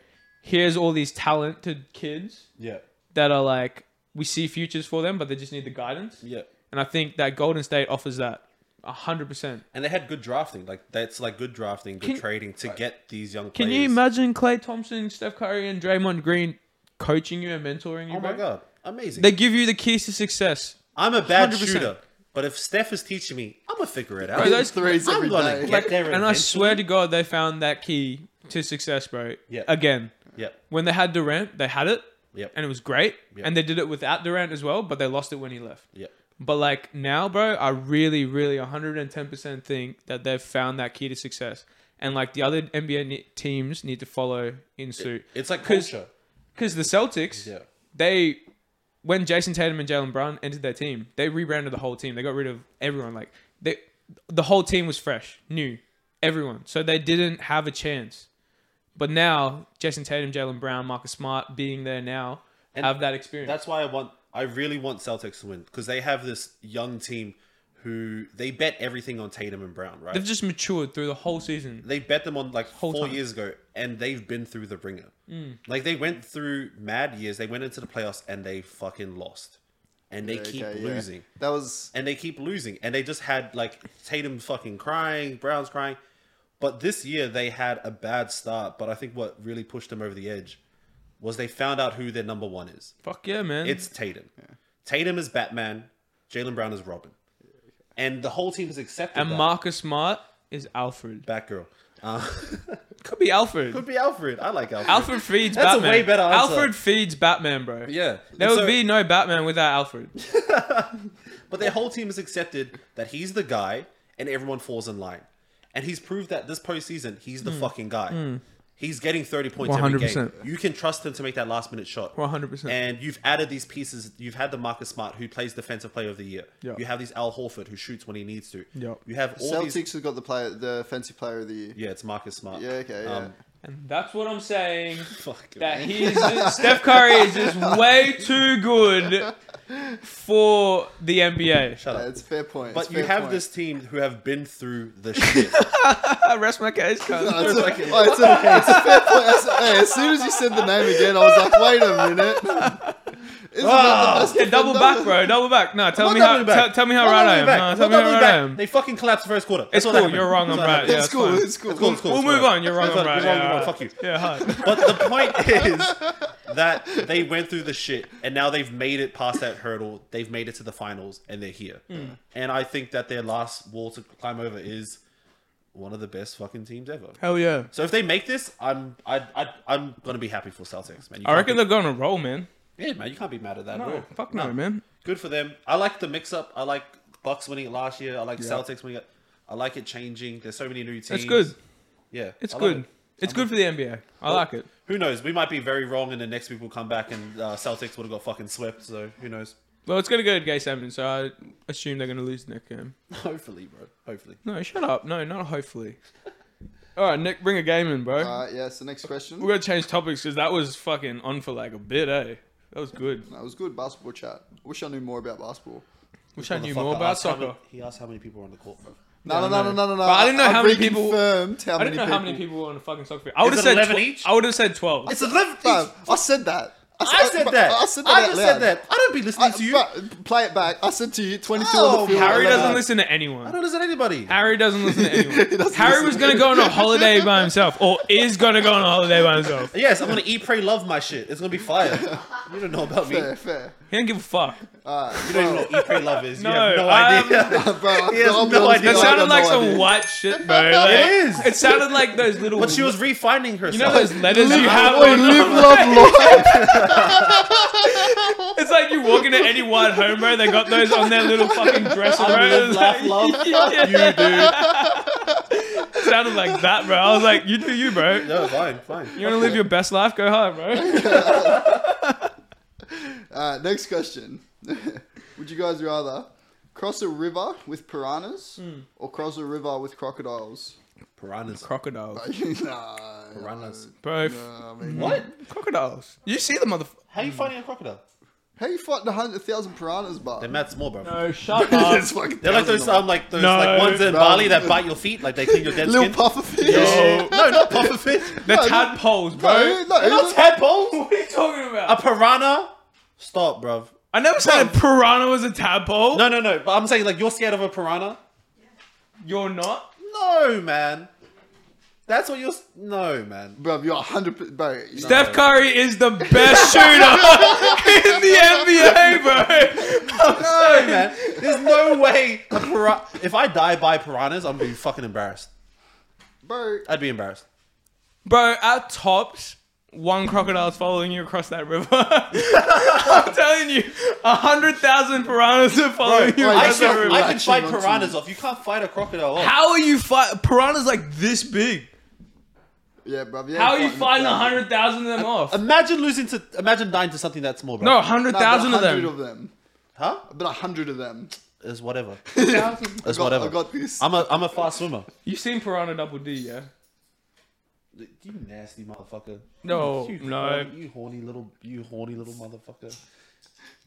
[SPEAKER 2] here's all these talented kids
[SPEAKER 3] Yeah.
[SPEAKER 2] that are like, we see futures for them, but they just need the guidance.
[SPEAKER 3] Yeah.
[SPEAKER 2] And I think that Golden State offers that 100%.
[SPEAKER 3] And they had good drafting. Like that's like good drafting, good
[SPEAKER 2] Can-
[SPEAKER 3] trading to get these young
[SPEAKER 2] Can
[SPEAKER 3] players.
[SPEAKER 2] you imagine Clay Thompson, Steph Curry, and Draymond Green coaching you and mentoring you?
[SPEAKER 3] Oh my
[SPEAKER 2] bro?
[SPEAKER 3] god, amazing!
[SPEAKER 2] They give you the keys to success.
[SPEAKER 3] I'm a bad
[SPEAKER 2] 100%.
[SPEAKER 3] shooter, but if Steph is teaching me, I'm gonna figure it out.
[SPEAKER 2] Bro, those-
[SPEAKER 1] Hit threes
[SPEAKER 3] I'm
[SPEAKER 1] every
[SPEAKER 3] gonna
[SPEAKER 1] day.
[SPEAKER 3] get
[SPEAKER 2] Like,
[SPEAKER 3] there
[SPEAKER 2] and I
[SPEAKER 3] eventually.
[SPEAKER 2] swear to God, they found that key to success, bro.
[SPEAKER 3] Yeah.
[SPEAKER 2] Again,
[SPEAKER 3] Yep.
[SPEAKER 2] when they had Durant, they had it,
[SPEAKER 3] Yep.
[SPEAKER 2] and it was great,
[SPEAKER 3] Yeah.
[SPEAKER 2] and they did it without Durant as well, but they lost it when he left.
[SPEAKER 3] Yep.
[SPEAKER 2] But like now, bro, I really, really 110% think that they've found that key to success, and like the other NBA ne- teams need to follow in suit.
[SPEAKER 3] It's like
[SPEAKER 2] 'Cause-
[SPEAKER 3] culture.
[SPEAKER 2] Because the Celtics,
[SPEAKER 3] Yeah.
[SPEAKER 2] they when Jason Tatum and Jalen Brown entered their team, they rebranded the whole team. They got rid of everyone. Like they, the whole team was fresh, new, everyone. So they didn't have a chance. But now Jason Tatum, Jalen Brown, Marcus Smart being there now
[SPEAKER 3] And
[SPEAKER 2] have that experience.
[SPEAKER 3] That's why I want. I really want Celtics to win because they have this young team who they bet everything on Tatum and Brown, right?
[SPEAKER 2] They've just matured through the whole season.
[SPEAKER 3] they bet them on like
[SPEAKER 2] Whole
[SPEAKER 3] four
[SPEAKER 2] time. Mm.
[SPEAKER 3] years ago, and they've been through the ringer. Like they went through mad years. They went into the playoffs and they fucking lost, and they keep
[SPEAKER 1] Okay, yeah.
[SPEAKER 3] losing.
[SPEAKER 1] That was
[SPEAKER 3] and they keep losing. And they just had like Tatum fucking crying, Brown's crying. But this year they had a bad start. But I think what really pushed them over the edge was they found out who their number one is.
[SPEAKER 2] Fuck yeah, man.
[SPEAKER 3] It's Tatum. Tatum is Batman. Jalen Brown is Robin. And the whole team has accepted
[SPEAKER 2] and
[SPEAKER 3] that.
[SPEAKER 2] Marcus Smart is Alfred.
[SPEAKER 3] Batgirl. Uh,
[SPEAKER 2] Could be Alfred.
[SPEAKER 3] could be Alfred. I like Alfred.
[SPEAKER 2] Alfred feeds
[SPEAKER 3] That's a
[SPEAKER 2] Batman.
[SPEAKER 3] way better answer.
[SPEAKER 2] Alfred feeds Batman, bro.
[SPEAKER 3] Yeah.
[SPEAKER 2] There
[SPEAKER 3] And
[SPEAKER 2] would
[SPEAKER 3] so-
[SPEAKER 2] be no Batman without Alfred.
[SPEAKER 3] But their whole team has accepted that he's the guy, and everyone falls in line. And he's proved that this postseason, he's the
[SPEAKER 2] Hmm.
[SPEAKER 3] fucking guy. He's getting 30 points every game.
[SPEAKER 2] 100%.
[SPEAKER 3] You can trust him to make that last minute shot.
[SPEAKER 2] 100%.
[SPEAKER 3] And you've added these pieces. You've had the Marcus Smart, who plays Defensive Player of the Year.
[SPEAKER 2] Yeah.
[SPEAKER 3] You have these Al Horford, who shoots when he needs to.
[SPEAKER 2] Yeah.
[SPEAKER 3] You have all
[SPEAKER 1] Celtics
[SPEAKER 3] these.
[SPEAKER 1] has got the player, the offensive player of the year.
[SPEAKER 3] Yeah, it's Marcus Smart. Um,
[SPEAKER 1] Yeah, okay, yeah.
[SPEAKER 2] And that's what I'm saying.
[SPEAKER 3] fuck.
[SPEAKER 2] That
[SPEAKER 3] man.
[SPEAKER 2] he is just, Steph Curry is just way too good for the NBA.
[SPEAKER 3] Shut
[SPEAKER 1] Yeah,
[SPEAKER 3] up.
[SPEAKER 1] it's a fair point.
[SPEAKER 3] But
[SPEAKER 1] it's a
[SPEAKER 3] you
[SPEAKER 1] fair
[SPEAKER 3] have
[SPEAKER 1] point.
[SPEAKER 3] this team who have been through the shit.
[SPEAKER 2] I rest my case.
[SPEAKER 1] No,
[SPEAKER 2] cuz.
[SPEAKER 1] it's, a, oh, it's, a, it's a fair point. That's- hey, as soon as you said the name again, I was like, wait a minute. Isn't that the best
[SPEAKER 2] Yeah, double
[SPEAKER 1] defender?
[SPEAKER 2] back, bro. Double back. No, tell
[SPEAKER 3] Not
[SPEAKER 2] me how.
[SPEAKER 3] doubling back.
[SPEAKER 2] Tell, tell me how
[SPEAKER 3] Not
[SPEAKER 2] right I
[SPEAKER 3] doubling
[SPEAKER 2] am.
[SPEAKER 3] back.
[SPEAKER 2] No,
[SPEAKER 3] Not
[SPEAKER 2] tell me how
[SPEAKER 3] doubling
[SPEAKER 2] right
[SPEAKER 3] back.
[SPEAKER 2] I am.
[SPEAKER 3] They fucking collapsed the first quarter. That's
[SPEAKER 2] It's
[SPEAKER 3] what
[SPEAKER 2] cool.
[SPEAKER 3] happened.
[SPEAKER 2] You're wrong. I'm
[SPEAKER 3] That's what
[SPEAKER 2] right.
[SPEAKER 3] happened.
[SPEAKER 2] Yeah,
[SPEAKER 1] It's
[SPEAKER 2] it's
[SPEAKER 1] cool.
[SPEAKER 2] fine.
[SPEAKER 1] It's cool.
[SPEAKER 3] It's cool. It's cool.
[SPEAKER 2] We'll
[SPEAKER 3] it's
[SPEAKER 2] move
[SPEAKER 3] cool.
[SPEAKER 2] on. You're wrong.
[SPEAKER 3] It's
[SPEAKER 2] I'm right.
[SPEAKER 3] fine. You're wrong.
[SPEAKER 2] Yeah,
[SPEAKER 3] You're wrong.
[SPEAKER 2] alright.
[SPEAKER 3] Fuck you.
[SPEAKER 2] Yeah, hi.
[SPEAKER 3] But the point is that they went through the shit and now they've made it past that hurdle. They've made it to the finals and they're here.
[SPEAKER 2] Hmm.
[SPEAKER 3] And I think that their last wall to climb over is one of the best fucking teams ever.
[SPEAKER 2] Hell yeah.
[SPEAKER 3] So if they make this, I'm I, I I'm gonna be happy for Celtics, man. You
[SPEAKER 2] I
[SPEAKER 3] can't
[SPEAKER 2] reckon
[SPEAKER 3] be,
[SPEAKER 2] they're going to roll, man.
[SPEAKER 3] yeah, man. You can't be mad at that. at
[SPEAKER 2] No,
[SPEAKER 3] all.
[SPEAKER 2] fuck no, man.
[SPEAKER 3] Good for them. I like the mix up. I like Bucks winning it last year. I like Celtics winning it. I like it changing. There's so many new teams.
[SPEAKER 2] It's good.
[SPEAKER 3] Yeah,
[SPEAKER 2] It's
[SPEAKER 3] I love
[SPEAKER 2] good.
[SPEAKER 3] it.
[SPEAKER 2] It's good for the NBA. I like it.
[SPEAKER 3] Who knows? We might be very wrong, and the next week we'll come back and uh, Celtics would have got fucking swept. So who knows?
[SPEAKER 2] Well, it's gonna go to Gay Salmon, so I assume they're gonna lose the next game.
[SPEAKER 3] Hopefully, bro. Hopefully.
[SPEAKER 2] No, shut up. No, not hopefully. All right, Nick, bring a game in, bro.
[SPEAKER 1] All right, yeah, so next question.
[SPEAKER 2] We're gonna change topics because that was fucking on for like a bit, eh? That was good.
[SPEAKER 1] That was good basketball chat. I wish I knew more about basketball.
[SPEAKER 2] Wish I knew
[SPEAKER 3] Motherfucker
[SPEAKER 2] more about
[SPEAKER 3] asked how
[SPEAKER 2] soccer.
[SPEAKER 3] many- he asked how many people were on the court. Bro.
[SPEAKER 1] No,
[SPEAKER 2] Yeah,
[SPEAKER 1] no,
[SPEAKER 2] I
[SPEAKER 1] no,
[SPEAKER 2] know.
[SPEAKER 1] no, no, no, no.
[SPEAKER 2] But I didn't know
[SPEAKER 1] I've
[SPEAKER 2] how many people-
[SPEAKER 1] reconfirmed How
[SPEAKER 2] I
[SPEAKER 1] many
[SPEAKER 2] didn't know
[SPEAKER 1] people.
[SPEAKER 2] how many people were on the fucking soccer field. I would have
[SPEAKER 3] it
[SPEAKER 2] said
[SPEAKER 3] 11
[SPEAKER 2] tw-
[SPEAKER 3] each?
[SPEAKER 2] I would have said twelve.
[SPEAKER 3] It's eleven.
[SPEAKER 1] Bruv, I said that.
[SPEAKER 3] I said
[SPEAKER 1] but
[SPEAKER 3] that.
[SPEAKER 1] I said that
[SPEAKER 3] I
[SPEAKER 1] out
[SPEAKER 3] just
[SPEAKER 1] loud.
[SPEAKER 3] said that. I don't be listening
[SPEAKER 1] I-
[SPEAKER 3] to you.
[SPEAKER 1] but play it back. I said to you, 22
[SPEAKER 3] Oh,
[SPEAKER 1] on the field.
[SPEAKER 2] Harry
[SPEAKER 3] I don't
[SPEAKER 2] doesn't
[SPEAKER 3] know.
[SPEAKER 2] listen to
[SPEAKER 3] I
[SPEAKER 2] anyone.
[SPEAKER 3] don't listen to anybody.
[SPEAKER 2] Harry doesn't listen to anyone.
[SPEAKER 1] doesn't
[SPEAKER 2] Harry
[SPEAKER 1] listen
[SPEAKER 2] was
[SPEAKER 1] to
[SPEAKER 2] going to go on a holiday by himself, or is going to go on a holiday by himself.
[SPEAKER 3] Yes, I'm gonna eat, pray, love my shit. It's gonna be fire. You don't know about me.
[SPEAKER 1] Fair, fair.
[SPEAKER 2] He don't give a fuck.
[SPEAKER 3] You don't even know what eat, pray, love is. you have
[SPEAKER 2] No, um,
[SPEAKER 3] no
[SPEAKER 2] I
[SPEAKER 3] idea.
[SPEAKER 1] Bro, I'm-
[SPEAKER 3] has
[SPEAKER 1] I'm
[SPEAKER 3] no
[SPEAKER 1] honest,
[SPEAKER 3] idea.
[SPEAKER 2] That
[SPEAKER 1] I
[SPEAKER 3] No,
[SPEAKER 1] got
[SPEAKER 2] sounded like
[SPEAKER 1] no
[SPEAKER 2] some
[SPEAKER 1] idea.
[SPEAKER 2] white shit, bro. Like,
[SPEAKER 3] It is.
[SPEAKER 2] It sounded like those little.
[SPEAKER 3] but she was refinding herself.
[SPEAKER 2] you know those letters
[SPEAKER 1] Live,
[SPEAKER 2] you have.
[SPEAKER 1] oh,
[SPEAKER 2] when-
[SPEAKER 1] live, love, life.
[SPEAKER 2] It's like you walk into any white home, bro. They got those on their little fucking dresser, bro.
[SPEAKER 3] live,
[SPEAKER 2] It's
[SPEAKER 3] laugh,
[SPEAKER 2] like-
[SPEAKER 3] love.
[SPEAKER 2] Yeah.
[SPEAKER 3] you dude.
[SPEAKER 2] sounded like that, bro. I was like, you do you, bro.
[SPEAKER 3] No, fine, fine.
[SPEAKER 2] You want to live your best life? Go hard, bro.
[SPEAKER 1] All right, next question. Would you guys rather cross a river with piranhas
[SPEAKER 2] Hmm.
[SPEAKER 1] or cross a river with crocodiles?
[SPEAKER 3] Piranhas.
[SPEAKER 2] Crocodiles.
[SPEAKER 1] nah.
[SPEAKER 3] Piranhas.
[SPEAKER 2] Bro, f-
[SPEAKER 1] I mean,
[SPEAKER 3] What?
[SPEAKER 2] crocodiles. You see the motherfucker.
[SPEAKER 3] How you finding a crocodile?
[SPEAKER 1] How you fighting a hundred thousand piranhas, bro?
[SPEAKER 3] They're mad small, bro.
[SPEAKER 2] No, shut
[SPEAKER 1] It's fucking
[SPEAKER 3] They're
[SPEAKER 1] thousands
[SPEAKER 3] like those
[SPEAKER 1] of them.
[SPEAKER 3] um like those
[SPEAKER 2] No.
[SPEAKER 3] like ones in
[SPEAKER 1] No.
[SPEAKER 3] Bali that bite your feet, like they clean your dead
[SPEAKER 1] little
[SPEAKER 3] skin.
[SPEAKER 1] pufferfish.
[SPEAKER 2] No.
[SPEAKER 3] no, not pufferfish.
[SPEAKER 2] They're tadpoles,
[SPEAKER 1] No,
[SPEAKER 2] bro.
[SPEAKER 1] no,
[SPEAKER 3] They're not tadpoles.
[SPEAKER 2] What are you talking
[SPEAKER 3] A
[SPEAKER 2] about?
[SPEAKER 3] piranha. Stop, bruv.
[SPEAKER 2] I never said a piranha was a tadpole.
[SPEAKER 3] No, no, no. But I'm saying like you're scared of a piranha.
[SPEAKER 2] You're not.
[SPEAKER 3] No, man. That's what you're. s- No, man.
[SPEAKER 1] bro, you're hundred, bro.
[SPEAKER 2] Steph Curry is the best shooter in the NBA, bro.
[SPEAKER 3] No, man. There's no way a piranha. If I die by piranhas, I'm gonna be fucking embarrassed.
[SPEAKER 1] Bro,
[SPEAKER 3] I'd be embarrassed.
[SPEAKER 2] Bro, at tops, one crocodile's following you across that river. I'm telling you, a hundred thousand piranhas are following you
[SPEAKER 1] like,
[SPEAKER 3] I
[SPEAKER 2] across
[SPEAKER 1] that's
[SPEAKER 2] that
[SPEAKER 1] not
[SPEAKER 3] can,
[SPEAKER 2] river.
[SPEAKER 1] real.
[SPEAKER 3] I can fight
[SPEAKER 1] Relaxing onto
[SPEAKER 3] piranhas off. You can't fight a crocodile off.
[SPEAKER 2] How are you fight? Piranhas like this big.
[SPEAKER 1] yeah, bro. Yeah,
[SPEAKER 2] How are you
[SPEAKER 1] fighting
[SPEAKER 2] fighting a
[SPEAKER 1] thousand.
[SPEAKER 2] hundred thousand of them off?
[SPEAKER 3] Imagine losing to. Imagine dying to something that small, bro.
[SPEAKER 2] No, a hundred
[SPEAKER 1] No, but
[SPEAKER 2] thousand of
[SPEAKER 1] 100
[SPEAKER 2] them.
[SPEAKER 3] Huh?
[SPEAKER 1] But a hundred of them.
[SPEAKER 3] It's whatever.
[SPEAKER 1] I got,
[SPEAKER 3] It's whatever.
[SPEAKER 1] I got this.
[SPEAKER 3] I'm a I'm a fast swimmer.
[SPEAKER 2] You seen Piranha Double D, yeah?
[SPEAKER 3] You nasty motherfucker.
[SPEAKER 2] No,
[SPEAKER 3] you,
[SPEAKER 2] no.
[SPEAKER 3] horny- You horny little. You horny little motherfucker.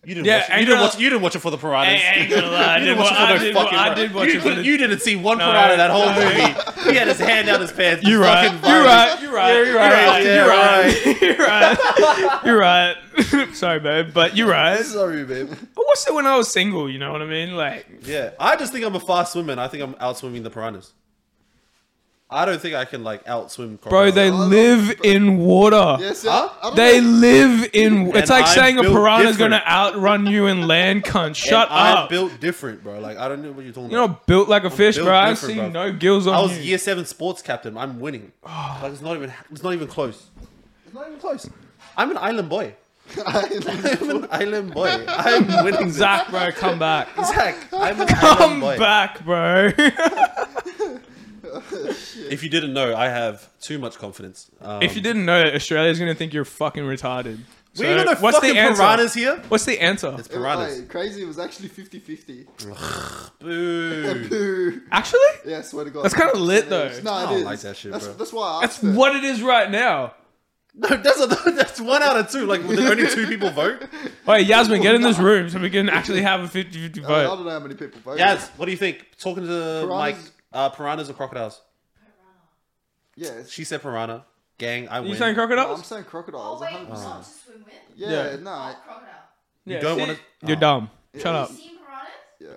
[SPEAKER 3] You didn't.
[SPEAKER 2] Yeah,
[SPEAKER 3] watch it.
[SPEAKER 2] and uh,
[SPEAKER 3] You didn't
[SPEAKER 2] you're-
[SPEAKER 3] watch. You didn't watch it for the piranhas.
[SPEAKER 2] I ain't gonna lie. I
[SPEAKER 3] You
[SPEAKER 2] did
[SPEAKER 3] didn't watch
[SPEAKER 2] watch,
[SPEAKER 3] it for
[SPEAKER 2] I
[SPEAKER 3] the
[SPEAKER 2] did,
[SPEAKER 3] fucking.
[SPEAKER 2] I did watch
[SPEAKER 3] you,
[SPEAKER 2] it for the.
[SPEAKER 3] you didn't see one piranha that whole
[SPEAKER 2] no.
[SPEAKER 3] movie. He had his hand down his pants.
[SPEAKER 2] You're right.
[SPEAKER 3] Fucking
[SPEAKER 2] You're
[SPEAKER 3] violent.
[SPEAKER 2] right. You're right. You're right.
[SPEAKER 3] yeah,
[SPEAKER 2] You're right. You're right. You're right. Sorry, babe, but you're right.
[SPEAKER 1] Sorry, babe.
[SPEAKER 2] I watched it when I was single. You know what I mean? Like,
[SPEAKER 3] Yeah, I just think I'm a fast swimmer. and I think I'm outswimming the piranhas. I don't think I can like outswim.
[SPEAKER 2] bro, they
[SPEAKER 1] no,
[SPEAKER 2] live in water.
[SPEAKER 1] Yes, yeah. I don't
[SPEAKER 2] They
[SPEAKER 1] know.
[SPEAKER 2] live in. It's
[SPEAKER 3] And
[SPEAKER 2] like
[SPEAKER 3] I'm
[SPEAKER 2] saying a
[SPEAKER 3] built
[SPEAKER 2] piranha's gonna
[SPEAKER 3] different.
[SPEAKER 2] outrun you in land, cunt. Shut
[SPEAKER 3] I'm
[SPEAKER 2] up.
[SPEAKER 3] built different, bro. Like I don't know what you're talking
[SPEAKER 2] You're
[SPEAKER 3] about.
[SPEAKER 2] not built like a fish,
[SPEAKER 3] built
[SPEAKER 2] bro. I've
[SPEAKER 3] different,
[SPEAKER 2] seen
[SPEAKER 3] bro.
[SPEAKER 2] no gills on
[SPEAKER 3] I was
[SPEAKER 2] you.
[SPEAKER 3] year seven sports captain. I'm winning. like it's not even. It's not even close. It's not even close. I'm an island boy. I'm an island boy. I'm winning. this.
[SPEAKER 2] Zach, bro, come back.
[SPEAKER 3] Zach, I'm an
[SPEAKER 2] Come
[SPEAKER 3] island boy. Um,
[SPEAKER 2] back, bro.
[SPEAKER 3] If you didn't know, I have too much confidence. Um,
[SPEAKER 2] if you didn't know, Australia's gonna think you're fucking retarded.
[SPEAKER 3] we ain't got no
[SPEAKER 2] what's the
[SPEAKER 3] fucking
[SPEAKER 2] answer?
[SPEAKER 3] piranhas here.
[SPEAKER 2] What's the answer?
[SPEAKER 3] It's
[SPEAKER 1] It was,
[SPEAKER 3] piranhas.
[SPEAKER 1] like, crazy. It was actually 50-50.
[SPEAKER 3] Boo.
[SPEAKER 1] Boo.
[SPEAKER 2] Actually,
[SPEAKER 1] Yeah, I swear to God.
[SPEAKER 2] That's kinda lit, though.
[SPEAKER 1] No,
[SPEAKER 3] Hmm. I
[SPEAKER 1] it
[SPEAKER 3] don't
[SPEAKER 1] is.
[SPEAKER 3] like that shit,
[SPEAKER 1] that's,
[SPEAKER 3] bro.
[SPEAKER 1] That's why I
[SPEAKER 2] that's
[SPEAKER 1] asked it.
[SPEAKER 2] what it is right now.
[SPEAKER 3] No, that's a, that's one out of two. Like the only two people vote.
[SPEAKER 2] Wait, Yasmin, get in this room so we can actually have a 50 50
[SPEAKER 1] I, mean, I
[SPEAKER 2] vote.
[SPEAKER 1] don't know how many people voted.
[SPEAKER 3] Yaz, what do you think? Talking to the Mike,
[SPEAKER 1] Piranhas.
[SPEAKER 3] uh, piranhas or crocodiles?
[SPEAKER 1] Yes.
[SPEAKER 3] She said piranha. Gang, I win.
[SPEAKER 2] You saying
[SPEAKER 1] No, I'm
[SPEAKER 2] crocodiles?
[SPEAKER 1] saying crocodiles.
[SPEAKER 4] Oh, wait, you
[SPEAKER 1] 100%.
[SPEAKER 4] want to swim with?
[SPEAKER 1] Yeah,
[SPEAKER 2] Yeah.
[SPEAKER 1] no.
[SPEAKER 4] Oh, crocodile.
[SPEAKER 2] You
[SPEAKER 3] don't wanna- Ah.
[SPEAKER 2] You're dumb. Shut
[SPEAKER 1] Yeah.
[SPEAKER 2] up.
[SPEAKER 4] You seen piranhas?
[SPEAKER 1] Yeah.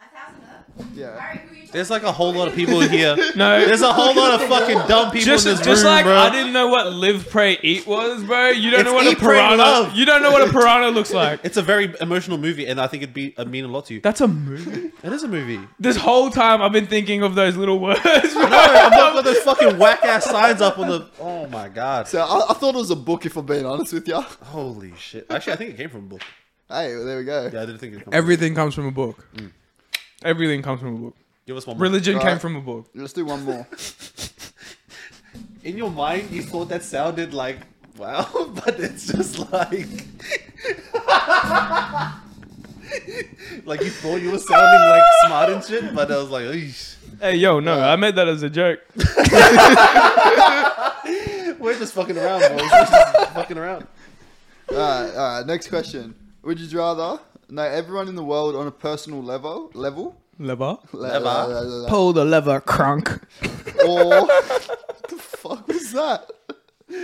[SPEAKER 4] A thousand of them?
[SPEAKER 1] Yeah.
[SPEAKER 4] Harry, who you talking
[SPEAKER 3] There's like a whole lot of people here.
[SPEAKER 2] No.
[SPEAKER 3] There's a whole lot of fucking dumb people
[SPEAKER 2] Just,
[SPEAKER 3] in this
[SPEAKER 2] just
[SPEAKER 3] room,
[SPEAKER 2] like
[SPEAKER 3] bro.
[SPEAKER 2] I didn't know what live, pray, eat was, bro. You don't
[SPEAKER 3] It's
[SPEAKER 2] know what a
[SPEAKER 3] eat, pray,
[SPEAKER 2] piranha.
[SPEAKER 3] love.
[SPEAKER 2] You don't know what a piranha looks like.
[SPEAKER 3] It's a very emotional movie, and I think it'd be uh, mean a lot to you.
[SPEAKER 2] That's a movie.
[SPEAKER 3] It is a movie. No,
[SPEAKER 2] This whole time I've been thinking of those little words. bro.
[SPEAKER 3] I'm not got those fucking whack ass signs up on the. Oh my god!
[SPEAKER 1] So I, I thought it was a book, if I'm being honest with you.
[SPEAKER 3] Holy shit! Actually, I think it came from a book.
[SPEAKER 1] Hey, well, there we go.
[SPEAKER 3] Yeah, I didn't think it. Came from
[SPEAKER 2] Everything comes from a book. Everything comes from a book.
[SPEAKER 3] Give us one. More.
[SPEAKER 2] Religion
[SPEAKER 1] Right.
[SPEAKER 2] came from a book.
[SPEAKER 1] Let's do one more.
[SPEAKER 3] In your mind, you thought that sounded like wow, but it's just like. like you thought you were sounding like smart and shit, but I was like, Eesh.
[SPEAKER 2] Hey, yo, no, I made that as a joke.
[SPEAKER 3] we're just fucking around, boys. We're just fucking around.
[SPEAKER 1] Alright, alright, next question. Would you rather know everyone in the world on a personal level level?
[SPEAKER 2] Lever.
[SPEAKER 1] Le-
[SPEAKER 3] Level.
[SPEAKER 1] le- le- le-
[SPEAKER 2] Pull the lever, crunk.
[SPEAKER 1] or what the fuck was that?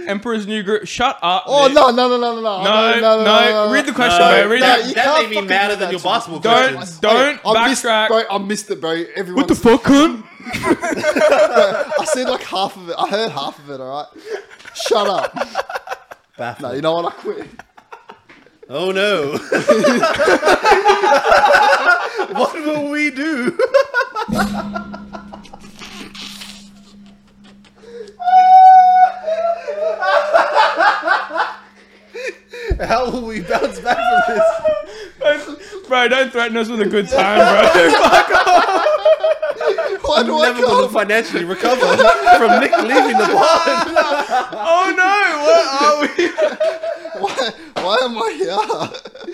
[SPEAKER 2] Emperor's New Groove. Shut up.
[SPEAKER 1] Oh
[SPEAKER 2] Nick.
[SPEAKER 1] no no no no no no
[SPEAKER 2] No, no, Read the question,
[SPEAKER 3] No,
[SPEAKER 2] bro. Read
[SPEAKER 1] no,
[SPEAKER 2] it.
[SPEAKER 1] you
[SPEAKER 3] Uh, that
[SPEAKER 1] can't
[SPEAKER 3] made me
[SPEAKER 1] fucking
[SPEAKER 3] madder
[SPEAKER 1] do
[SPEAKER 3] than
[SPEAKER 1] that
[SPEAKER 3] your
[SPEAKER 1] to me.
[SPEAKER 3] basketball
[SPEAKER 2] Don't-
[SPEAKER 3] questions.
[SPEAKER 2] Don't
[SPEAKER 1] I missed,
[SPEAKER 2] backtrack.
[SPEAKER 1] bro. I missed it, bro. Everyone,
[SPEAKER 2] fuck, cunt?
[SPEAKER 1] I said like half of it. I heard half of it. All right, shut up. No, you know what? I quit.
[SPEAKER 3] Oh no. what will we do? How will we bounce back from this?
[SPEAKER 2] Bro, don't threaten us with a good time, bro.
[SPEAKER 1] Why do I
[SPEAKER 3] Never going to
[SPEAKER 1] come?
[SPEAKER 3] financially recover from Nick leaving the pod.
[SPEAKER 2] oh no, what are we?
[SPEAKER 1] Why, why am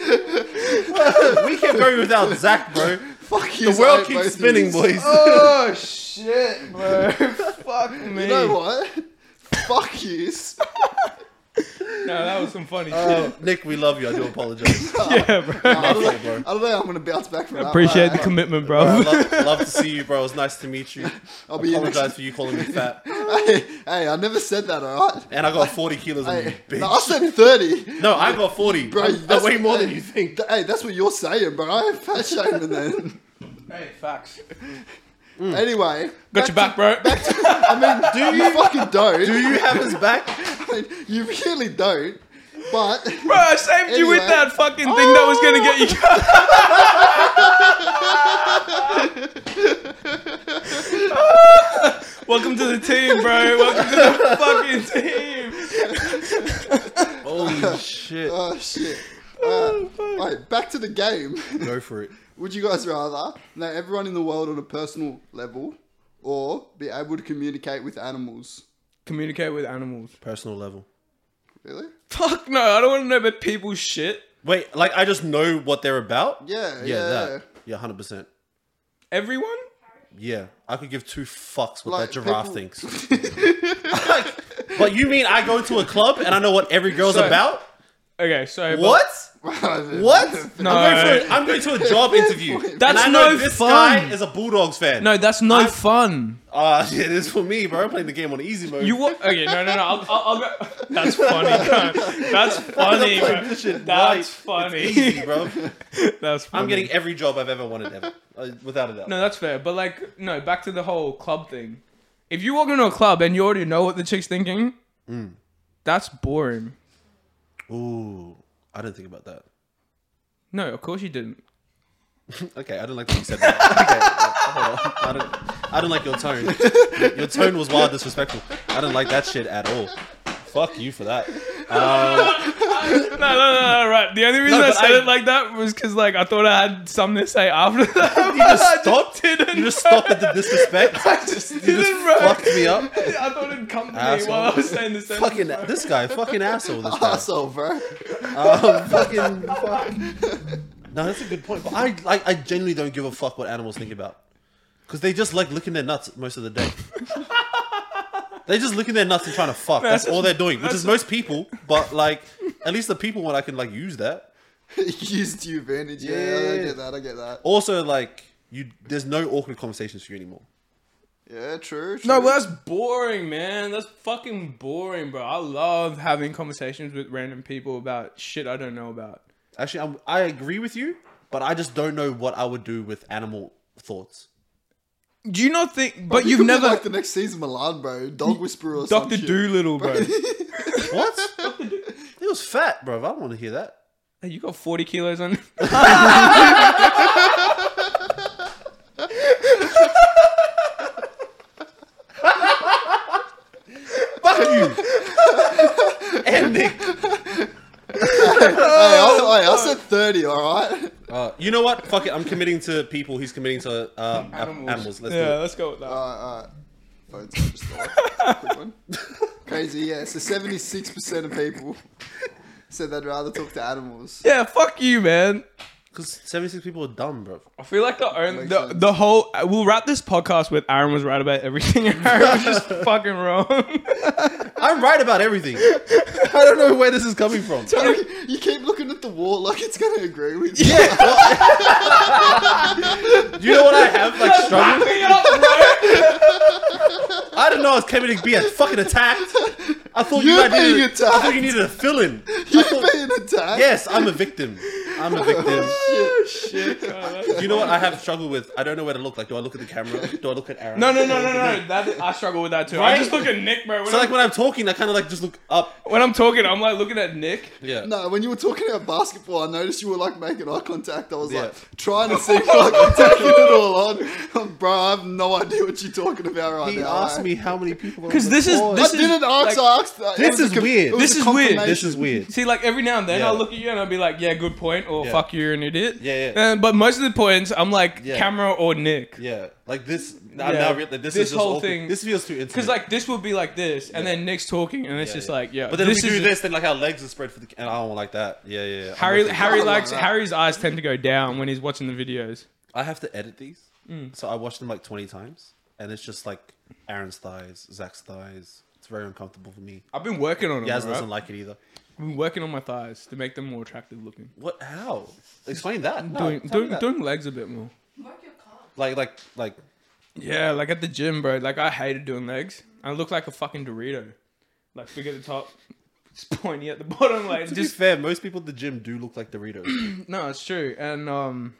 [SPEAKER 1] I
[SPEAKER 3] We can't go without Zach, bro.
[SPEAKER 1] here? Fuck you.
[SPEAKER 3] The world keeps spinning, boys.
[SPEAKER 2] Oh shit, bro. Fuck me.
[SPEAKER 1] You know what? Fuck yous.
[SPEAKER 2] No, that was some funny
[SPEAKER 3] Uh, Nick, we love you. I do apologize.
[SPEAKER 2] shit. Yeah, bro.
[SPEAKER 1] I don't know.
[SPEAKER 3] Okay, bro.
[SPEAKER 1] I don't know. how I'm gonna bounce back from that.
[SPEAKER 2] Appreciate the
[SPEAKER 1] but
[SPEAKER 2] commitment,
[SPEAKER 3] I
[SPEAKER 2] bro.
[SPEAKER 3] love, love to see you, bro. It was nice to meet you.
[SPEAKER 1] I'll be in next-
[SPEAKER 3] Apologize for you calling me fat.
[SPEAKER 1] Hey, hey, I never said that. All right.
[SPEAKER 3] And I got 40 kilos on you,
[SPEAKER 1] Hey,
[SPEAKER 3] bitch.
[SPEAKER 1] no, I said thirty.
[SPEAKER 3] No, I got 40.
[SPEAKER 1] Bro,
[SPEAKER 3] That's,
[SPEAKER 1] that's-
[SPEAKER 3] way more than
[SPEAKER 1] hey,
[SPEAKER 3] you think.
[SPEAKER 1] Th- Hey, that's what you're saying, bro. I ain't fat shaming then.
[SPEAKER 2] Hey, facts.
[SPEAKER 3] Hmm.
[SPEAKER 1] Anyway,
[SPEAKER 2] Got your back, bro.
[SPEAKER 1] I mean, do you fucking don't?
[SPEAKER 3] Do you have his back?
[SPEAKER 1] You really don't. But
[SPEAKER 2] Bro, I saved you with
[SPEAKER 1] Anyway.
[SPEAKER 2] that fucking thing that was gonna get you. Welcome to the team, bro. Welcome to the fucking team.
[SPEAKER 3] Holy shit.
[SPEAKER 1] oh shit. Uh,
[SPEAKER 2] Oh,
[SPEAKER 1] right, back to the game.
[SPEAKER 3] Go for it.
[SPEAKER 1] Would you guys rather know everyone in the world on a personal level, or be able to communicate with animals?
[SPEAKER 2] Communicate with animals.
[SPEAKER 3] Personal level.
[SPEAKER 1] Really?
[SPEAKER 2] Fuck no, I don't want to know about people's shit.
[SPEAKER 3] Wait, like I just know what they're about?
[SPEAKER 1] Yeah,
[SPEAKER 3] Yeah,
[SPEAKER 1] yeah.
[SPEAKER 3] that. Yeah, 100%.
[SPEAKER 2] Everyone?
[SPEAKER 3] Yeah. I could give two fucks what
[SPEAKER 1] Like,
[SPEAKER 3] that giraffe
[SPEAKER 1] people-
[SPEAKER 3] thinks. Like, but you mean I go to a club and I know what every girl's
[SPEAKER 2] So-
[SPEAKER 3] about?
[SPEAKER 2] Okay, so but-
[SPEAKER 3] What? What?
[SPEAKER 2] No.
[SPEAKER 3] I'm, going for, I'm going to a job interview. and
[SPEAKER 2] That's
[SPEAKER 3] I know
[SPEAKER 2] no
[SPEAKER 3] this
[SPEAKER 2] fun.
[SPEAKER 3] guy is a Bulldogs fan.
[SPEAKER 2] no, that's no fun.
[SPEAKER 3] Ah, shit, this is for me, bro. I'm playing the game on easy mode.
[SPEAKER 2] You what? Okay, no, no, no. I'll, I'll, I'll go. That's funny. bro. That's funny,
[SPEAKER 3] play
[SPEAKER 2] bro.
[SPEAKER 3] this shit right.
[SPEAKER 2] That's
[SPEAKER 3] It's
[SPEAKER 2] funny.
[SPEAKER 3] easy, bro.
[SPEAKER 2] That's funny.
[SPEAKER 3] I'm getting every job I've ever wanted ever, uh, without a doubt.
[SPEAKER 2] No, that's fair. But like, no, back to the whole club thing. If you walk into a club and you already know what the chick's thinking, that's boring.
[SPEAKER 3] Ooh, I didn't think about that.
[SPEAKER 2] No, of course you didn't.
[SPEAKER 3] Okay, I didn't like what you said. That. Okay, hold on. I didn't, I didn't like your tone. Your tone was wild disrespectful. I didn't like that shit at all. Fuck you for that.
[SPEAKER 2] No, no, no, no, right. The only reason I
[SPEAKER 3] but
[SPEAKER 2] said
[SPEAKER 3] I-
[SPEAKER 2] it like that was because like I thought I had something to say after that.
[SPEAKER 3] You just stopped.
[SPEAKER 2] didn't,
[SPEAKER 3] You just stopped at the disrespect.
[SPEAKER 2] I just
[SPEAKER 3] You just
[SPEAKER 2] didn't, bro.
[SPEAKER 3] fucked me up.
[SPEAKER 2] I thought it'd come to me
[SPEAKER 3] Asshole.
[SPEAKER 2] while I was saying the sentence.
[SPEAKER 3] Fucking this guy. Fucking asshole. This guy.
[SPEAKER 1] Asshole, bro.
[SPEAKER 3] Um, fucking. Fuck. No, that's a good point. But I like I genuinely don't give a fuck what animals think about, because they just like licking their nuts most of the day. they just licking their nuts and trying to fuck. That's,
[SPEAKER 2] That's-
[SPEAKER 3] all they're doing, which
[SPEAKER 2] that's-
[SPEAKER 3] is most people. But like, at least the people when I can like use that.
[SPEAKER 1] Used to your advantage. Yeah, I
[SPEAKER 3] Yeah.
[SPEAKER 1] get that. I get that.
[SPEAKER 3] Also, like you, there's no awkward conversations for you anymore.
[SPEAKER 1] Yeah, true. true.
[SPEAKER 2] No, but that's boring, man. That's fucking boring, bro. I love having conversations with random people about shit I don't know about.
[SPEAKER 3] Actually, I'm, I agree with you, but I just don't know what I would do with animal thoughts.
[SPEAKER 2] Do you not think? But
[SPEAKER 1] You
[SPEAKER 2] you've
[SPEAKER 1] could be
[SPEAKER 2] never
[SPEAKER 1] like the next season Milan, bro. Dog whisperer or
[SPEAKER 2] Doctor
[SPEAKER 1] something.
[SPEAKER 2] Doolittle, bro.
[SPEAKER 3] What? it was fat, bro. I don't want to hear that.
[SPEAKER 2] hey, you got forty kilos on.
[SPEAKER 3] Fuck you. and Nick.
[SPEAKER 1] Hey, I,
[SPEAKER 2] Oh,
[SPEAKER 1] hey, I said thirty. All right.
[SPEAKER 3] Uh, you know what? Fuck it. I'm committing to people. He's committing to uh, animals. animals. Let's
[SPEAKER 2] yeah,
[SPEAKER 3] do it.
[SPEAKER 2] let's go with that.
[SPEAKER 1] Uh, uh, phone's on, just thought. Quick one. Crazy, yeah. So seventy-six percent of people said they'd rather talk to animals.
[SPEAKER 2] yeah, fuck you, man.
[SPEAKER 3] Because 76 people are dumb, bro.
[SPEAKER 2] I feel like the only
[SPEAKER 1] Makes
[SPEAKER 2] the,
[SPEAKER 1] sense.
[SPEAKER 2] the whole we'll wrap this podcast with Aaron was right about everything. and Aaron was just fucking wrong.
[SPEAKER 3] I'm right about everything. I don't know where this is coming from.
[SPEAKER 1] you keep looking at the wall like it's gonna agree with you.
[SPEAKER 3] Yeah. well- you know what I have? Like, struggled?
[SPEAKER 2] Hurry up, bro.
[SPEAKER 3] I didn't know I was committing to be a fucking attacked. I thought
[SPEAKER 1] You're
[SPEAKER 3] you guys
[SPEAKER 1] being
[SPEAKER 3] needed, I thought
[SPEAKER 1] attacked.
[SPEAKER 3] you needed a fill-in. I
[SPEAKER 1] You've
[SPEAKER 3] thought-
[SPEAKER 1] been attacked.
[SPEAKER 3] yes, I'm a victim. I'm a victim.
[SPEAKER 2] Shit. Oh, that-
[SPEAKER 3] You know what I have struggled with? I don't know where to look. Like, do I look at the camera? Do I look at Aaron?
[SPEAKER 2] No, no, no, no, no. That I struggle with that too. I
[SPEAKER 3] Right?
[SPEAKER 2] just look at Nick, bro. When,
[SPEAKER 3] So
[SPEAKER 2] I'm,
[SPEAKER 3] like when I'm talking, I kind of like just look up.
[SPEAKER 2] when I'm talking, I'm like looking at Nick.
[SPEAKER 3] Yeah.
[SPEAKER 1] No, when you were talking about basketball, I noticed you were like making eye contact. I was
[SPEAKER 3] Yeah.
[SPEAKER 1] like trying to see if I could take it all on. Bro, I have no idea what you're talking about right
[SPEAKER 3] He
[SPEAKER 1] now.
[SPEAKER 3] asked
[SPEAKER 1] eh?
[SPEAKER 3] me how many people. were on
[SPEAKER 2] Because
[SPEAKER 3] the
[SPEAKER 2] this is
[SPEAKER 3] board.
[SPEAKER 1] I
[SPEAKER 2] this is
[SPEAKER 1] didn't ask.
[SPEAKER 2] like-
[SPEAKER 1] I asked. uh, it
[SPEAKER 3] This
[SPEAKER 1] was a
[SPEAKER 3] is
[SPEAKER 1] com-
[SPEAKER 3] weird.
[SPEAKER 1] it was
[SPEAKER 2] This
[SPEAKER 1] a
[SPEAKER 2] is weird.
[SPEAKER 1] confirmation.
[SPEAKER 3] This is weird.
[SPEAKER 2] See, like every now and then
[SPEAKER 3] Yeah.
[SPEAKER 2] I'll look at you and I'll be like, yeah, good point, or
[SPEAKER 3] Yeah.
[SPEAKER 2] fuck, you're an idiot.
[SPEAKER 3] Yeah, yeah.
[SPEAKER 2] Uh, but most of the points, I'm like
[SPEAKER 3] Yeah.
[SPEAKER 2] camera or Nick.
[SPEAKER 3] Yeah. Like this. I
[SPEAKER 2] Yeah.
[SPEAKER 3] now real- like, this,
[SPEAKER 2] This
[SPEAKER 3] is just
[SPEAKER 2] whole
[SPEAKER 3] awkward.
[SPEAKER 2] thing-
[SPEAKER 3] This feels too intimate.
[SPEAKER 2] Because like this would be like this, and then Nick's talking, and it's
[SPEAKER 3] Yeah,
[SPEAKER 2] just
[SPEAKER 3] yeah.
[SPEAKER 2] like, yeah.
[SPEAKER 3] But then
[SPEAKER 2] this
[SPEAKER 3] if we
[SPEAKER 2] is
[SPEAKER 3] do this, then like our legs are spread for the. And I don't like that. Yeah, yeah. yeah. I'm
[SPEAKER 2] Harry
[SPEAKER 3] not-
[SPEAKER 2] Harry
[SPEAKER 1] I like
[SPEAKER 2] likes
[SPEAKER 1] that.
[SPEAKER 2] Harry's eyes tend to go down when he's watching the videos.
[SPEAKER 3] I have to edit these,
[SPEAKER 2] Mm.
[SPEAKER 3] so I watch them like twenty times, and it's just like Aaron's thighs, Zach's thighs. It's very uncomfortable for me.
[SPEAKER 2] I've been working on them.
[SPEAKER 3] Yaz
[SPEAKER 2] right?
[SPEAKER 3] doesn't like it either.
[SPEAKER 2] I've been working on my thighs to make them more attractive looking.
[SPEAKER 3] What? How? Explain that. No,
[SPEAKER 2] doing
[SPEAKER 3] tell me
[SPEAKER 2] doing,
[SPEAKER 3] that.
[SPEAKER 2] doing legs a bit more.
[SPEAKER 4] Work your car.
[SPEAKER 3] Like like like.
[SPEAKER 2] Yeah, like at the gym, bro. Like I hated doing legs. I look like a fucking Dorito. Like big at the top, just pointy at the bottom. Like
[SPEAKER 3] To
[SPEAKER 2] just
[SPEAKER 3] be fair, most people at the gym do look like Doritos.
[SPEAKER 2] No, it's true. And um,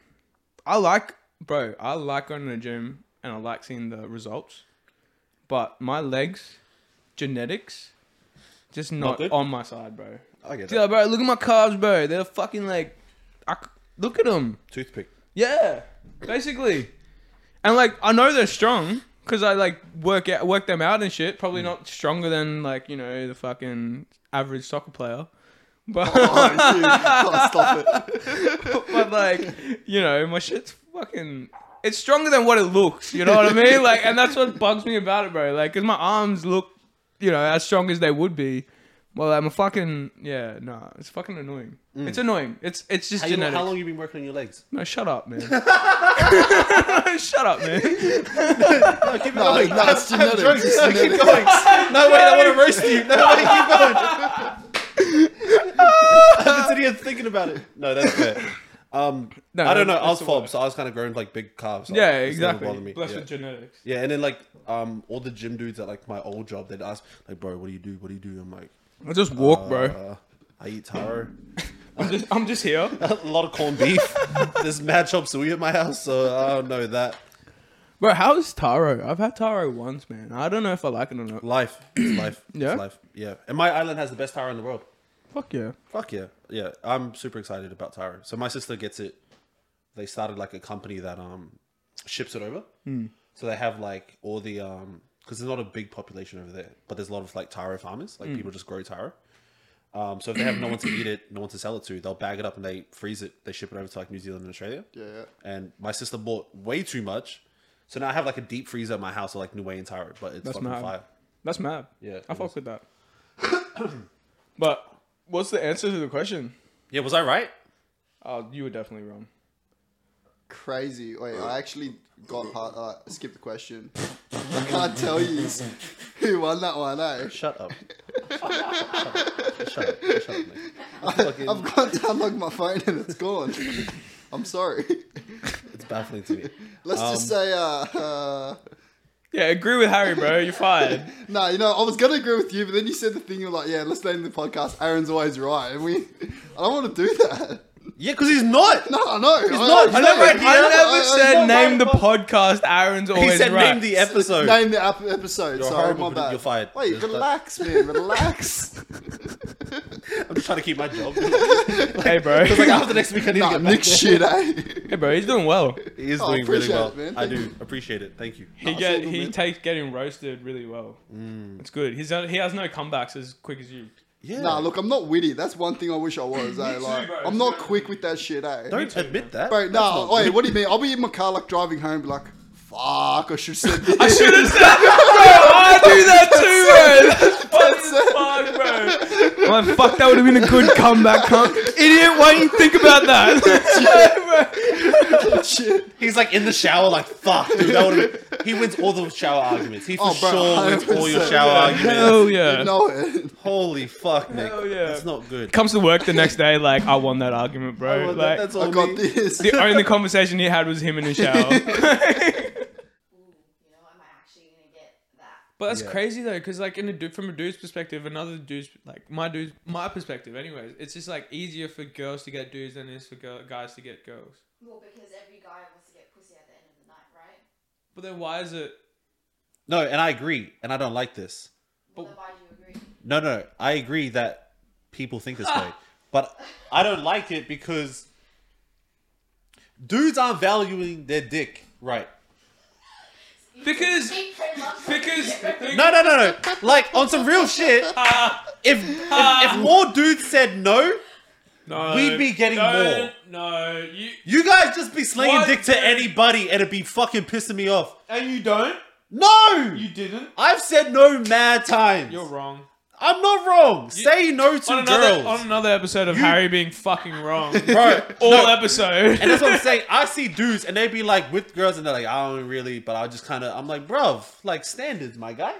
[SPEAKER 2] I like, bro, I like going to the gym and I like seeing the results. But my legs, genetics, just not,
[SPEAKER 3] good?
[SPEAKER 2] on my side, bro.
[SPEAKER 3] I get
[SPEAKER 2] Yeah,
[SPEAKER 3] that.
[SPEAKER 2] bro, look at my calves, bro. They're fucking like, I c look at them.
[SPEAKER 3] Toothpick.
[SPEAKER 2] Yeah, basically. And like, I know they're strong because I like work out, work them out and shit. Probably not stronger than like you know the fucking average soccer player. But
[SPEAKER 1] Oh, dude. Oh, stop it.
[SPEAKER 2] but like you know my shit's fucking it's stronger than what it looks you know what i mean like and that's what bugs me about it bro like because my arms look you know as strong as they would be well i'm a fucking yeah nah it's fucking annoying it's annoying it's it's just
[SPEAKER 3] Mm. How, you,
[SPEAKER 2] genetics
[SPEAKER 3] how long you been working on your legs?
[SPEAKER 2] no shut up man shut up man
[SPEAKER 3] No, keep it
[SPEAKER 1] No,
[SPEAKER 3] going.
[SPEAKER 1] no, it's
[SPEAKER 3] I'm drunk.
[SPEAKER 1] genetics. It's
[SPEAKER 3] No, keep
[SPEAKER 1] genetics.
[SPEAKER 3] going. No, wait, I want to roast you. No, wait, keep going. I've been sitting here thinking about it. No, that's fair. Um,
[SPEAKER 2] No,
[SPEAKER 3] I don't know. I
[SPEAKER 2] that's
[SPEAKER 3] was
[SPEAKER 2] the
[SPEAKER 3] fob,
[SPEAKER 2] word.
[SPEAKER 3] so I was kind of growing like big calves. so
[SPEAKER 2] yeah
[SPEAKER 3] it's never bothered
[SPEAKER 2] exactly
[SPEAKER 3] me.
[SPEAKER 2] blessed
[SPEAKER 3] yeah.
[SPEAKER 2] with genetics
[SPEAKER 3] Yeah, and then like um, all the gym dudes at like my old job, they'd ask like, "Bro, what do you do? What do you do?" I'm like,
[SPEAKER 2] i just walk bro
[SPEAKER 3] uh, I eat taro.
[SPEAKER 2] i'm just i'm just here
[SPEAKER 3] a lot of corned beef. There's mad chop suey at my house, so I don't know that
[SPEAKER 2] bro how is taro i've had taro once man i don't know if i like it or not
[SPEAKER 3] life. It's life. It's
[SPEAKER 2] Yeah?
[SPEAKER 3] life. Yeah, and my island has the best taro in the world.
[SPEAKER 2] fuck yeah
[SPEAKER 3] Fuck yeah, yeah. I'm super excited about Tyro. So my sister gets it. They started like a company that um ships it over.
[SPEAKER 2] Hmm.
[SPEAKER 3] So they have like all the um because there's not a big population over there, but there's a lot of like Tyro farmers.
[SPEAKER 2] Hmm.
[SPEAKER 3] Like people just grow Tyro. Um, so if they have no one to eat it, no one to sell it to, they'll bag it up and they freeze it. They ship it over to like New Zealand and Australia.
[SPEAKER 1] Yeah, yeah.
[SPEAKER 3] And my sister bought way too much, so now I have like a deep freezer at my house of like Niue and Tyro, but it's
[SPEAKER 2] That's
[SPEAKER 3] fucking
[SPEAKER 2] mad.
[SPEAKER 3] fire.
[SPEAKER 2] That's mad.
[SPEAKER 3] Yeah,
[SPEAKER 2] I
[SPEAKER 3] it
[SPEAKER 2] fuck
[SPEAKER 3] is.
[SPEAKER 2] with that. but what's the answer to the question?
[SPEAKER 3] Yeah, was I right?
[SPEAKER 2] Oh, you were definitely wrong.
[SPEAKER 1] Crazy. Wait, I actually got part. Uh, skipped the question. I can't tell you who won that one, eh?
[SPEAKER 3] Shut up. Shut up. Shut up. Shut up, mate. Fucking-
[SPEAKER 1] I've got to unlock my phone and it's gone. I'm sorry.
[SPEAKER 3] It's baffling to me.
[SPEAKER 1] Let's
[SPEAKER 3] Um,
[SPEAKER 1] just say, uh, uh,
[SPEAKER 2] Yeah, agree with Harry, bro. You're fired.
[SPEAKER 1] no, you know, I was gonna agree with you, but then you said the thing. You're like, yeah, let's name the podcast. Aaron's always right, and we. I don't want to do that.
[SPEAKER 3] Yeah, because he's not.
[SPEAKER 1] No, I Oh, know. He's
[SPEAKER 3] not.
[SPEAKER 2] I
[SPEAKER 3] I
[SPEAKER 2] never,
[SPEAKER 3] never- I
[SPEAKER 1] I- I-
[SPEAKER 2] said
[SPEAKER 1] I-
[SPEAKER 2] name the podcast. Aaron's always
[SPEAKER 3] he said
[SPEAKER 2] right.
[SPEAKER 3] name the episode.
[SPEAKER 1] Name the ep- episode.
[SPEAKER 3] You're
[SPEAKER 1] Sorry,
[SPEAKER 3] horrible,
[SPEAKER 1] my
[SPEAKER 3] but
[SPEAKER 1] bad.
[SPEAKER 3] you're fired.
[SPEAKER 1] Wait,
[SPEAKER 3] Just that-
[SPEAKER 1] relax, man. Relax.
[SPEAKER 3] I'm just trying to keep my job. Because
[SPEAKER 2] hey, bro.
[SPEAKER 3] like after next week, I need to
[SPEAKER 1] nah,
[SPEAKER 3] get back
[SPEAKER 1] Nick shit, eh?
[SPEAKER 2] hey, bro. He's doing well.
[SPEAKER 3] there. He is
[SPEAKER 1] Oh, I
[SPEAKER 3] doing really
[SPEAKER 1] appreciate
[SPEAKER 3] well.
[SPEAKER 1] it, man.
[SPEAKER 3] I
[SPEAKER 1] Thank
[SPEAKER 3] do appreciate it. Thank you.
[SPEAKER 2] He
[SPEAKER 1] Nah,
[SPEAKER 2] get
[SPEAKER 1] it's all good,
[SPEAKER 2] he
[SPEAKER 1] man.
[SPEAKER 2] takes getting roasted really well. It's good. He's he has no comebacks as quick as you.
[SPEAKER 3] Yeah.
[SPEAKER 1] Nah, look, I'm not witty. That's one thing I wish I was. eh?
[SPEAKER 2] too,
[SPEAKER 1] Like,
[SPEAKER 2] bro.
[SPEAKER 1] I'm not quick with that shit, eh?
[SPEAKER 3] Don't
[SPEAKER 2] too,
[SPEAKER 3] admit that.
[SPEAKER 1] Bro,
[SPEAKER 3] That's
[SPEAKER 1] no,
[SPEAKER 3] not
[SPEAKER 1] wait,
[SPEAKER 3] good.
[SPEAKER 1] what do you mean? I'll be in my car, like, driving home, be like, fuck, I should have said this.
[SPEAKER 2] I should have said, bro. I do that too, bro. That's
[SPEAKER 1] it.
[SPEAKER 2] fucking fuck, bro. I'm like, fuck, that would have been a good comeback, huh? Idiot, why didn't you think about that?
[SPEAKER 1] shit.
[SPEAKER 3] He's like in the shower, like fuck, dude. That would've been- he wins all the shower arguments. He for
[SPEAKER 1] Oh, bro,
[SPEAKER 3] sure wins all your
[SPEAKER 1] 100%.
[SPEAKER 3] shower arguments.
[SPEAKER 2] Hell yeah.
[SPEAKER 1] You know it.
[SPEAKER 3] Holy fuck, Nick.
[SPEAKER 2] Hell yeah.
[SPEAKER 3] That's not good.
[SPEAKER 2] Comes to work the next day, like I won that argument, bro.
[SPEAKER 3] Well,
[SPEAKER 2] like
[SPEAKER 3] that- that's
[SPEAKER 1] I
[SPEAKER 3] all
[SPEAKER 1] got
[SPEAKER 3] me.
[SPEAKER 1] this.
[SPEAKER 2] the only conversation he had was him in the shower.
[SPEAKER 4] Ooh, you know, am I actually gonna get that?
[SPEAKER 2] But that's
[SPEAKER 3] Yeah.
[SPEAKER 2] crazy though, because like in a dude from a dude's perspective, another dude's like my dude's my perspective. Anyways, it's just like easier for girls to get dudes than it is for girl, guys to get girls.
[SPEAKER 4] Well, because every guy wants to get pussy at the end of the night, right?
[SPEAKER 2] But then why is it?
[SPEAKER 3] No, and I agree, and I don't like this.
[SPEAKER 4] Well,
[SPEAKER 2] But-
[SPEAKER 4] then why do you agree?
[SPEAKER 3] No, no, I agree that people think this way, but I don't like it because dudes aren't valuing their dick right.
[SPEAKER 4] You
[SPEAKER 2] Because-
[SPEAKER 4] think so much.
[SPEAKER 2] Because
[SPEAKER 3] No, no, no, no. Like on some real shit. If if, if more dudes said no,
[SPEAKER 2] no,
[SPEAKER 3] we'd be getting
[SPEAKER 2] no,
[SPEAKER 3] more.
[SPEAKER 2] No, you
[SPEAKER 3] you guys just be slinging
[SPEAKER 2] What
[SPEAKER 3] dick to
[SPEAKER 2] the-
[SPEAKER 3] anybody, and it'd be fucking pissing me off.
[SPEAKER 2] and you don't.
[SPEAKER 3] No,
[SPEAKER 2] You didn't.
[SPEAKER 3] I've said no mad times.
[SPEAKER 2] You're wrong.
[SPEAKER 3] I'm not wrong. Say no to
[SPEAKER 2] On another,
[SPEAKER 3] girls.
[SPEAKER 2] on another episode of
[SPEAKER 3] You-
[SPEAKER 2] Harry being fucking wrong.
[SPEAKER 3] Bro,
[SPEAKER 2] All
[SPEAKER 3] no,
[SPEAKER 2] episode.
[SPEAKER 3] And that's what I'm saying. I see dudes and they be like with girls and they're like, I don't really, but I just kind of, I'm like, bruv, like standards, my guy.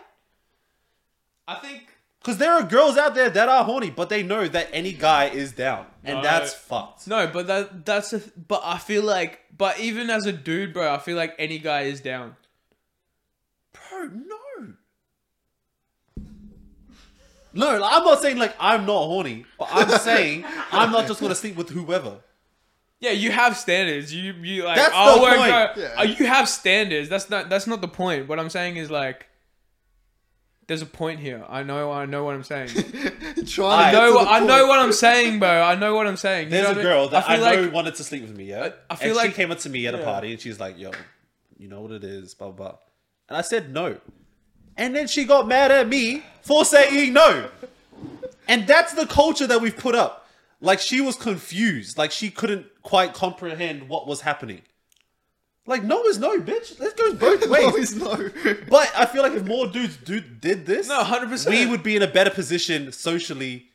[SPEAKER 2] I think
[SPEAKER 3] Because there are girls out there that are horny, but they know that any guy is down. And
[SPEAKER 2] No.
[SPEAKER 3] that's fucked.
[SPEAKER 2] No, but that that's a, but I feel like but even as a dude, bro, I feel like any guy is down.
[SPEAKER 3] Bro, no. No, like, I'm not saying like I'm not horny, but I'm saying I'm not just going to sleep with whoever.
[SPEAKER 2] Yeah, you have standards. You you like
[SPEAKER 3] That's
[SPEAKER 2] oh,
[SPEAKER 3] the
[SPEAKER 2] we're
[SPEAKER 3] point.
[SPEAKER 2] go-
[SPEAKER 1] Yeah.
[SPEAKER 2] uh, you have standards. That's not that's not the point. What I'm saying is like there's a point here. I know I know what I'm saying.
[SPEAKER 1] Trying
[SPEAKER 3] I
[SPEAKER 1] to get
[SPEAKER 2] No,
[SPEAKER 1] to the
[SPEAKER 2] I know
[SPEAKER 1] point.
[SPEAKER 2] what I'm saying, bro. I know what I'm saying. You
[SPEAKER 3] There's
[SPEAKER 2] know
[SPEAKER 3] a
[SPEAKER 2] what
[SPEAKER 3] girl that I,
[SPEAKER 2] feel like
[SPEAKER 3] know wanted to sleep with me, yeah?
[SPEAKER 2] I- I feel
[SPEAKER 3] and
[SPEAKER 2] like-
[SPEAKER 3] she came up to me at a
[SPEAKER 2] yeah.
[SPEAKER 3] party and she's like, yo, you know what it is, blah, blah, blah. And I said no. And then she got mad at me for saying no. And that's the culture that we've put up. Like she was confused. Like she couldn't quite comprehend what was happening. Like, no is no, bitch. Let's go both
[SPEAKER 1] No,
[SPEAKER 3] ways.
[SPEAKER 1] it's no.
[SPEAKER 3] But I feel like if more dudes do, did this,
[SPEAKER 2] No, 100%.
[SPEAKER 3] we would be in a better position socially.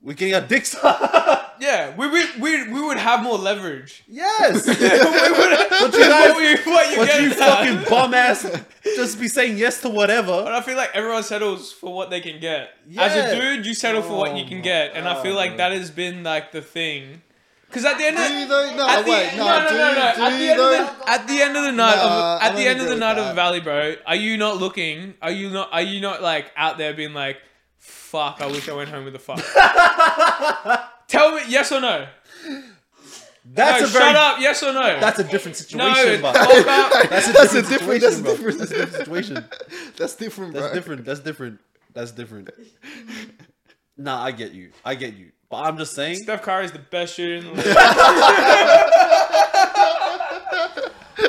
[SPEAKER 3] We're getting our dicks up.
[SPEAKER 2] yeah, we we we, we would have more leverage.
[SPEAKER 3] yes.
[SPEAKER 2] what
[SPEAKER 3] you guys-
[SPEAKER 2] what you, what you,
[SPEAKER 3] But
[SPEAKER 2] get
[SPEAKER 3] you
[SPEAKER 2] at.
[SPEAKER 3] fucking bum ass just be saying yes to
[SPEAKER 2] But
[SPEAKER 3] whatever.
[SPEAKER 2] I feel like everyone settles for what they can get. As a
[SPEAKER 3] Yeah.
[SPEAKER 2] dude, you settle for what
[SPEAKER 3] Oh
[SPEAKER 2] you can
[SPEAKER 3] my
[SPEAKER 2] get, and I feel
[SPEAKER 3] God,
[SPEAKER 2] like
[SPEAKER 3] bro.
[SPEAKER 2] that has been like the thing. Because at the end
[SPEAKER 1] Do you
[SPEAKER 2] of
[SPEAKER 1] though? No,
[SPEAKER 2] at the,
[SPEAKER 1] wait, no,
[SPEAKER 2] no, no,
[SPEAKER 1] do
[SPEAKER 2] no, no.
[SPEAKER 1] you- do
[SPEAKER 2] At the
[SPEAKER 1] you
[SPEAKER 2] end of
[SPEAKER 1] though?
[SPEAKER 2] the at the end of the night
[SPEAKER 1] Nah,
[SPEAKER 2] of
[SPEAKER 1] I
[SPEAKER 2] at the
[SPEAKER 1] don't
[SPEAKER 2] end of the
[SPEAKER 1] agree
[SPEAKER 2] night
[SPEAKER 1] with
[SPEAKER 2] of
[SPEAKER 1] that.
[SPEAKER 2] Valley, bro, are you not looking? Are you not? Are you not like out there being like, fuck? I wish I went home with a fuck. Tell me yes or no.
[SPEAKER 3] That's
[SPEAKER 2] no,
[SPEAKER 3] a very
[SPEAKER 2] shut up. Yes or no.
[SPEAKER 3] that's a different
[SPEAKER 2] no.
[SPEAKER 3] situation, but
[SPEAKER 2] Fuck up.
[SPEAKER 3] that's a
[SPEAKER 1] That's
[SPEAKER 3] different
[SPEAKER 1] a different- that's a
[SPEAKER 3] situation, bro.
[SPEAKER 1] different-
[SPEAKER 3] That's a different situation.
[SPEAKER 1] That's different, bro.
[SPEAKER 3] That's different. That's different. That's different. Nah, I get you. I get you. But I'm just saying
[SPEAKER 2] Steph Curry's the best shooter in the league.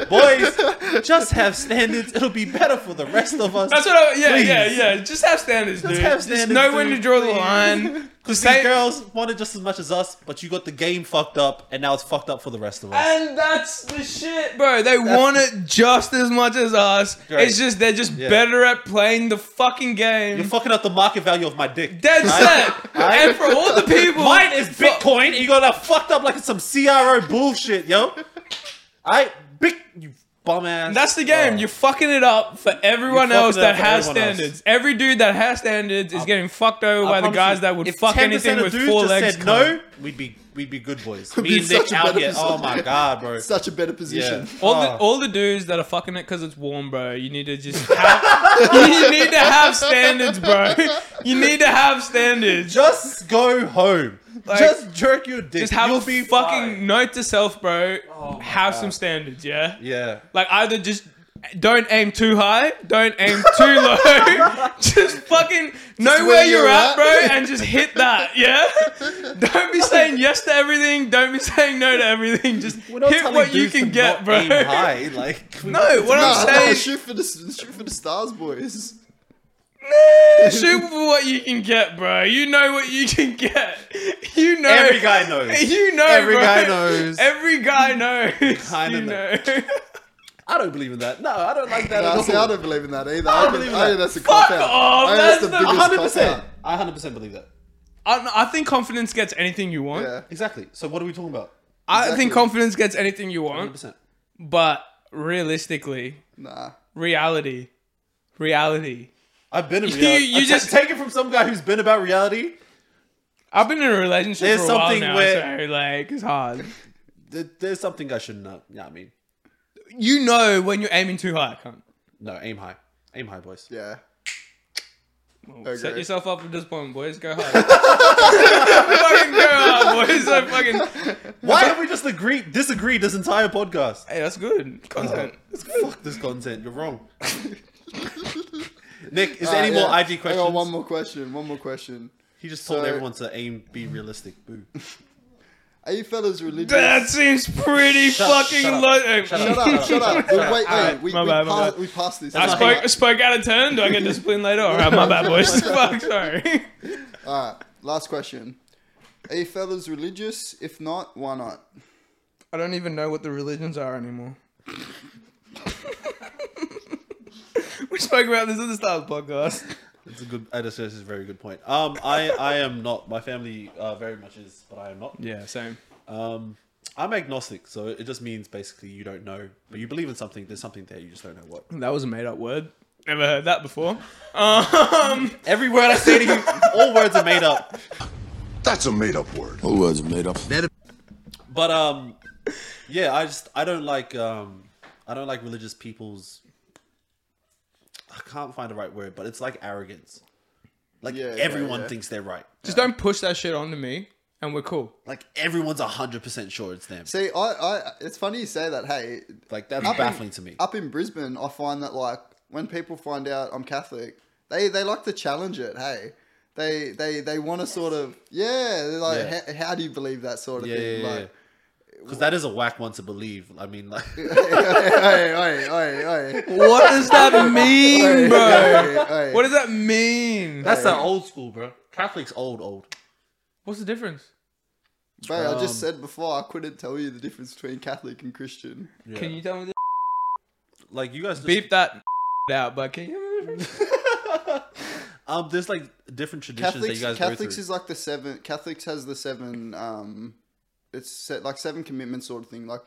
[SPEAKER 3] boys just have standards. It'll be better for the rest of us.
[SPEAKER 2] That's what I, yeah,
[SPEAKER 3] Please.
[SPEAKER 2] yeah, yeah. Just have standards, dude.
[SPEAKER 3] have
[SPEAKER 2] Just
[SPEAKER 3] standards,
[SPEAKER 2] know when
[SPEAKER 3] dude,
[SPEAKER 2] to draw the
[SPEAKER 3] please.
[SPEAKER 2] line.
[SPEAKER 3] Because
[SPEAKER 2] Say-
[SPEAKER 3] these girls wanted just as much as us, but you got the game fucked up and now it's fucked up for the rest of us.
[SPEAKER 2] And that's the shit, bro. They want it just as much as us.
[SPEAKER 3] Great.
[SPEAKER 2] It's just they're just
[SPEAKER 3] Yeah.
[SPEAKER 2] better at playing the fucking game.
[SPEAKER 3] You're fucking up the market value of my dick.
[SPEAKER 2] Dead
[SPEAKER 3] Right?
[SPEAKER 2] set. And for all the people,
[SPEAKER 3] Mine is Bitcoin, and you got that fucked up like it's some CRO bullshit, yo. I big you bum ass.
[SPEAKER 2] That's the game.
[SPEAKER 3] Oh.
[SPEAKER 2] You're fucking it up for everyone
[SPEAKER 3] You're
[SPEAKER 2] else
[SPEAKER 3] fucking it
[SPEAKER 2] that
[SPEAKER 3] up for
[SPEAKER 2] has
[SPEAKER 3] everyone else.
[SPEAKER 2] standards. Every dude that has standards is getting fucked over
[SPEAKER 3] I
[SPEAKER 2] by the
[SPEAKER 3] promise
[SPEAKER 2] guys
[SPEAKER 3] you,
[SPEAKER 2] that would
[SPEAKER 3] if
[SPEAKER 2] fuck
[SPEAKER 3] 10%
[SPEAKER 2] anything
[SPEAKER 3] of
[SPEAKER 2] with
[SPEAKER 3] dudes
[SPEAKER 2] four
[SPEAKER 3] just
[SPEAKER 2] legs.
[SPEAKER 3] Said
[SPEAKER 2] cunt.
[SPEAKER 3] no, we'd be we'd be good boys.
[SPEAKER 1] be
[SPEAKER 3] Me and
[SPEAKER 1] such
[SPEAKER 3] Nick
[SPEAKER 1] a
[SPEAKER 3] out
[SPEAKER 1] better
[SPEAKER 3] here. Oh
[SPEAKER 1] position.
[SPEAKER 3] my god, bro.
[SPEAKER 1] Such a better
[SPEAKER 3] Yeah.
[SPEAKER 1] position.
[SPEAKER 2] All the
[SPEAKER 3] Oh.
[SPEAKER 2] all the dudes that are fucking it because it's warm, bro. You need to just have, you need to have standards, bro. You need to have standards.
[SPEAKER 3] Just go home.
[SPEAKER 2] Like,
[SPEAKER 3] just jerk your dick.
[SPEAKER 2] Just have
[SPEAKER 3] You'll
[SPEAKER 2] a
[SPEAKER 3] be
[SPEAKER 2] fucking
[SPEAKER 3] fine.
[SPEAKER 2] note to self, bro.
[SPEAKER 3] Oh my
[SPEAKER 2] have some
[SPEAKER 3] God.
[SPEAKER 2] standards, yeah.
[SPEAKER 3] Yeah.
[SPEAKER 2] Like either just don't aim too high, don't aim too low. just fucking know where, you're, at, bro, and just hit that, yeah. don't be saying yes to everything. Don't be saying no to everything. Just
[SPEAKER 3] We're not
[SPEAKER 2] hit
[SPEAKER 3] telling
[SPEAKER 2] what you
[SPEAKER 3] dudes to
[SPEAKER 2] can get,
[SPEAKER 3] not
[SPEAKER 2] bro.
[SPEAKER 3] Aim high, like we-
[SPEAKER 2] No, what
[SPEAKER 1] Nah,
[SPEAKER 2] I'm
[SPEAKER 1] nah,
[SPEAKER 2] saying
[SPEAKER 1] shoot for the shoot for the stars, boys.
[SPEAKER 2] Shoot for what you can get, bro. You know what you can get. You know.
[SPEAKER 3] Every guy knows.
[SPEAKER 2] You know.
[SPEAKER 3] Every
[SPEAKER 2] bro.
[SPEAKER 3] guy knows.
[SPEAKER 2] Every guy knows.
[SPEAKER 3] Kinda
[SPEAKER 2] you know.
[SPEAKER 3] I don't believe in that. No, I don't like that at
[SPEAKER 1] Nah,
[SPEAKER 3] all.
[SPEAKER 1] see, I don't believe in that either. I,
[SPEAKER 3] don't
[SPEAKER 1] think-
[SPEAKER 3] believe in
[SPEAKER 1] I think
[SPEAKER 3] that.
[SPEAKER 1] that's a
[SPEAKER 2] Fuck
[SPEAKER 1] cop out.
[SPEAKER 2] off,
[SPEAKER 1] I think
[SPEAKER 2] that's
[SPEAKER 1] that's the
[SPEAKER 2] the-
[SPEAKER 1] biggest
[SPEAKER 3] hundred
[SPEAKER 1] cop out.
[SPEAKER 3] percent. I hundred percent believe that.
[SPEAKER 2] I, I think confidence gets anything you want.
[SPEAKER 1] Yeah.
[SPEAKER 3] Exactly. So what are we talking about?
[SPEAKER 2] I think
[SPEAKER 1] Exactly.
[SPEAKER 2] confidence gets anything you
[SPEAKER 3] Hundred
[SPEAKER 2] want,
[SPEAKER 3] percent.
[SPEAKER 2] but realistically,
[SPEAKER 1] Nah.
[SPEAKER 2] reality, reality.
[SPEAKER 3] I've been in
[SPEAKER 2] You-
[SPEAKER 3] reality.
[SPEAKER 2] you
[SPEAKER 3] I ta-
[SPEAKER 2] just-
[SPEAKER 3] take it from some guy who's been about reality.
[SPEAKER 2] I've been in a relationship
[SPEAKER 3] There's
[SPEAKER 2] for a while
[SPEAKER 3] something
[SPEAKER 2] now,
[SPEAKER 3] where-
[SPEAKER 2] so like it's hard.
[SPEAKER 3] There, there's something I should know. Yeah, I mean,
[SPEAKER 2] You know when you're aiming too high, cunt.
[SPEAKER 3] no, aim high, aim high, boys.
[SPEAKER 1] Yeah.
[SPEAKER 2] Well, Set
[SPEAKER 1] Okay.
[SPEAKER 2] yourself up for disappointment, boys. Go hard. fucking go hard, boys. I fucking.
[SPEAKER 3] Why have we just agreed, disagreed this entire podcast?
[SPEAKER 2] Hey, that's good content.
[SPEAKER 3] Fuck this content. You're wrong. Nick, is
[SPEAKER 1] Uh,
[SPEAKER 3] there any more
[SPEAKER 1] yeah.
[SPEAKER 3] IG
[SPEAKER 1] Hang
[SPEAKER 3] questions?
[SPEAKER 1] on, one more question. One more question.
[SPEAKER 3] He just told
[SPEAKER 1] So-
[SPEAKER 3] everyone to aim, be realistic. Boo.
[SPEAKER 1] Are you fellas religious?
[SPEAKER 2] That seems pretty
[SPEAKER 3] Shut-
[SPEAKER 2] fucking
[SPEAKER 3] shut up.
[SPEAKER 2] low. Hey,
[SPEAKER 3] Shut
[SPEAKER 1] Shut up! Shut up! Wait, wait.
[SPEAKER 2] Alright,
[SPEAKER 1] we,
[SPEAKER 2] my
[SPEAKER 1] we,
[SPEAKER 2] bad, my
[SPEAKER 1] passed,
[SPEAKER 2] bad.
[SPEAKER 1] we passed this.
[SPEAKER 2] I spoke, spoke out of turn. Do I get disciplined later? All right, my bad, boys. Fuck, sorry.
[SPEAKER 1] All right. Last question. Are you fellas religious? If not, why not?
[SPEAKER 2] I don't even know what the religions are anymore. we spoke about this at the start of the podcast.
[SPEAKER 3] It's a good. I just this is a very good point. Um, I I am not. My family uh, very much is, but I am not.
[SPEAKER 2] Yeah, same.
[SPEAKER 3] Um, I'm agnostic, so it just means basically you don't know, but you believe in something. There's something there, you just don't know what.
[SPEAKER 2] That was a made up word. Never heard that before. Um,
[SPEAKER 3] Every word I say to you, all words are made up.
[SPEAKER 5] That's a made up word.
[SPEAKER 6] Who was made up?
[SPEAKER 3] But um, yeah, I just I don't like um, I don't like religious people's. I can't find the right word, but it's like arrogance. Like
[SPEAKER 1] Yeah, yeah,
[SPEAKER 3] everyone
[SPEAKER 1] yeah.
[SPEAKER 3] thinks they're right.
[SPEAKER 2] just don't push that shit onto me, and we're cool.
[SPEAKER 3] Like everyone's hundred percent sure it's them.
[SPEAKER 1] See, I, I, it's funny you say that. Hey,
[SPEAKER 3] Like that's
[SPEAKER 1] Up in-
[SPEAKER 3] baffling to me.
[SPEAKER 1] up in Brisbane, I find that like when people find out I'm Catholic, they they like to challenge it. Hey, they they they want to sort of yeah, they're like
[SPEAKER 3] Yeah.
[SPEAKER 1] "H- how do you believe that sort of
[SPEAKER 3] Yeah,
[SPEAKER 1] thing?
[SPEAKER 3] yeah,
[SPEAKER 1] like,
[SPEAKER 3] Because that is a whack one to believe. I mean, like,
[SPEAKER 1] hey, hey, hey, hey, hey.
[SPEAKER 2] What does that mean,
[SPEAKER 1] Hey, hey, hey.
[SPEAKER 2] What does that mean?
[SPEAKER 3] that's the old school, bro. Catholics old, old.
[SPEAKER 2] What's the difference?
[SPEAKER 1] Bro, I just
[SPEAKER 3] Um,
[SPEAKER 1] said before I couldn't tell you the difference between Catholic and Christian.
[SPEAKER 3] Yeah.
[SPEAKER 2] Can you tell me the
[SPEAKER 3] like you guys just,
[SPEAKER 2] beep that out? But can you tell me the difference?
[SPEAKER 3] Um, there's like different traditions
[SPEAKER 1] Catholics,
[SPEAKER 3] that you guys go
[SPEAKER 1] Catholics
[SPEAKER 3] through.
[SPEAKER 1] is like the seven. Catholics has the seven. Um, it's set like seven commitments sort of thing, like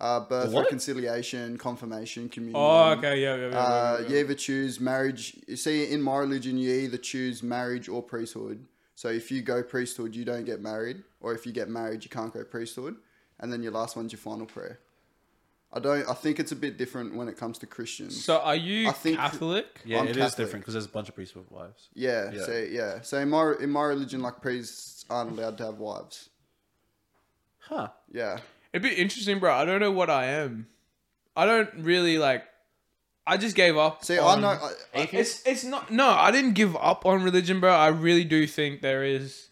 [SPEAKER 1] uh, birth,
[SPEAKER 3] what?
[SPEAKER 1] reconciliation, confirmation, communion.
[SPEAKER 2] Oh, okay, yeah, yeah, yeah.
[SPEAKER 1] Uh,
[SPEAKER 2] yeah,
[SPEAKER 1] you
[SPEAKER 2] yeah.
[SPEAKER 1] either choose marriage. you See, in my religion, you either choose marriage or priesthood. So if you go priesthood, you don't get married, or if you get married, you can't go priesthood. And then your last one's your final prayer. I don't. I think it's a bit different when it comes to Christians.
[SPEAKER 2] So are you
[SPEAKER 1] I think-
[SPEAKER 2] Catholic?
[SPEAKER 3] yeah,
[SPEAKER 1] I'm
[SPEAKER 3] it is
[SPEAKER 1] Catholic.
[SPEAKER 3] different because there's a bunch of priests with wives.
[SPEAKER 1] yeah,
[SPEAKER 3] Yeah.
[SPEAKER 1] So yeah. So in my in my religion, like priests aren't allowed to have wives.
[SPEAKER 3] Huh?
[SPEAKER 1] Yeah.
[SPEAKER 2] It'd be interesting, bro. I don't know what I am. I don't really like. I just gave up.
[SPEAKER 1] See, I
[SPEAKER 2] on-
[SPEAKER 1] know. I, I,
[SPEAKER 2] It's it's not. No, I didn't give up on religion, bro. I really do think there is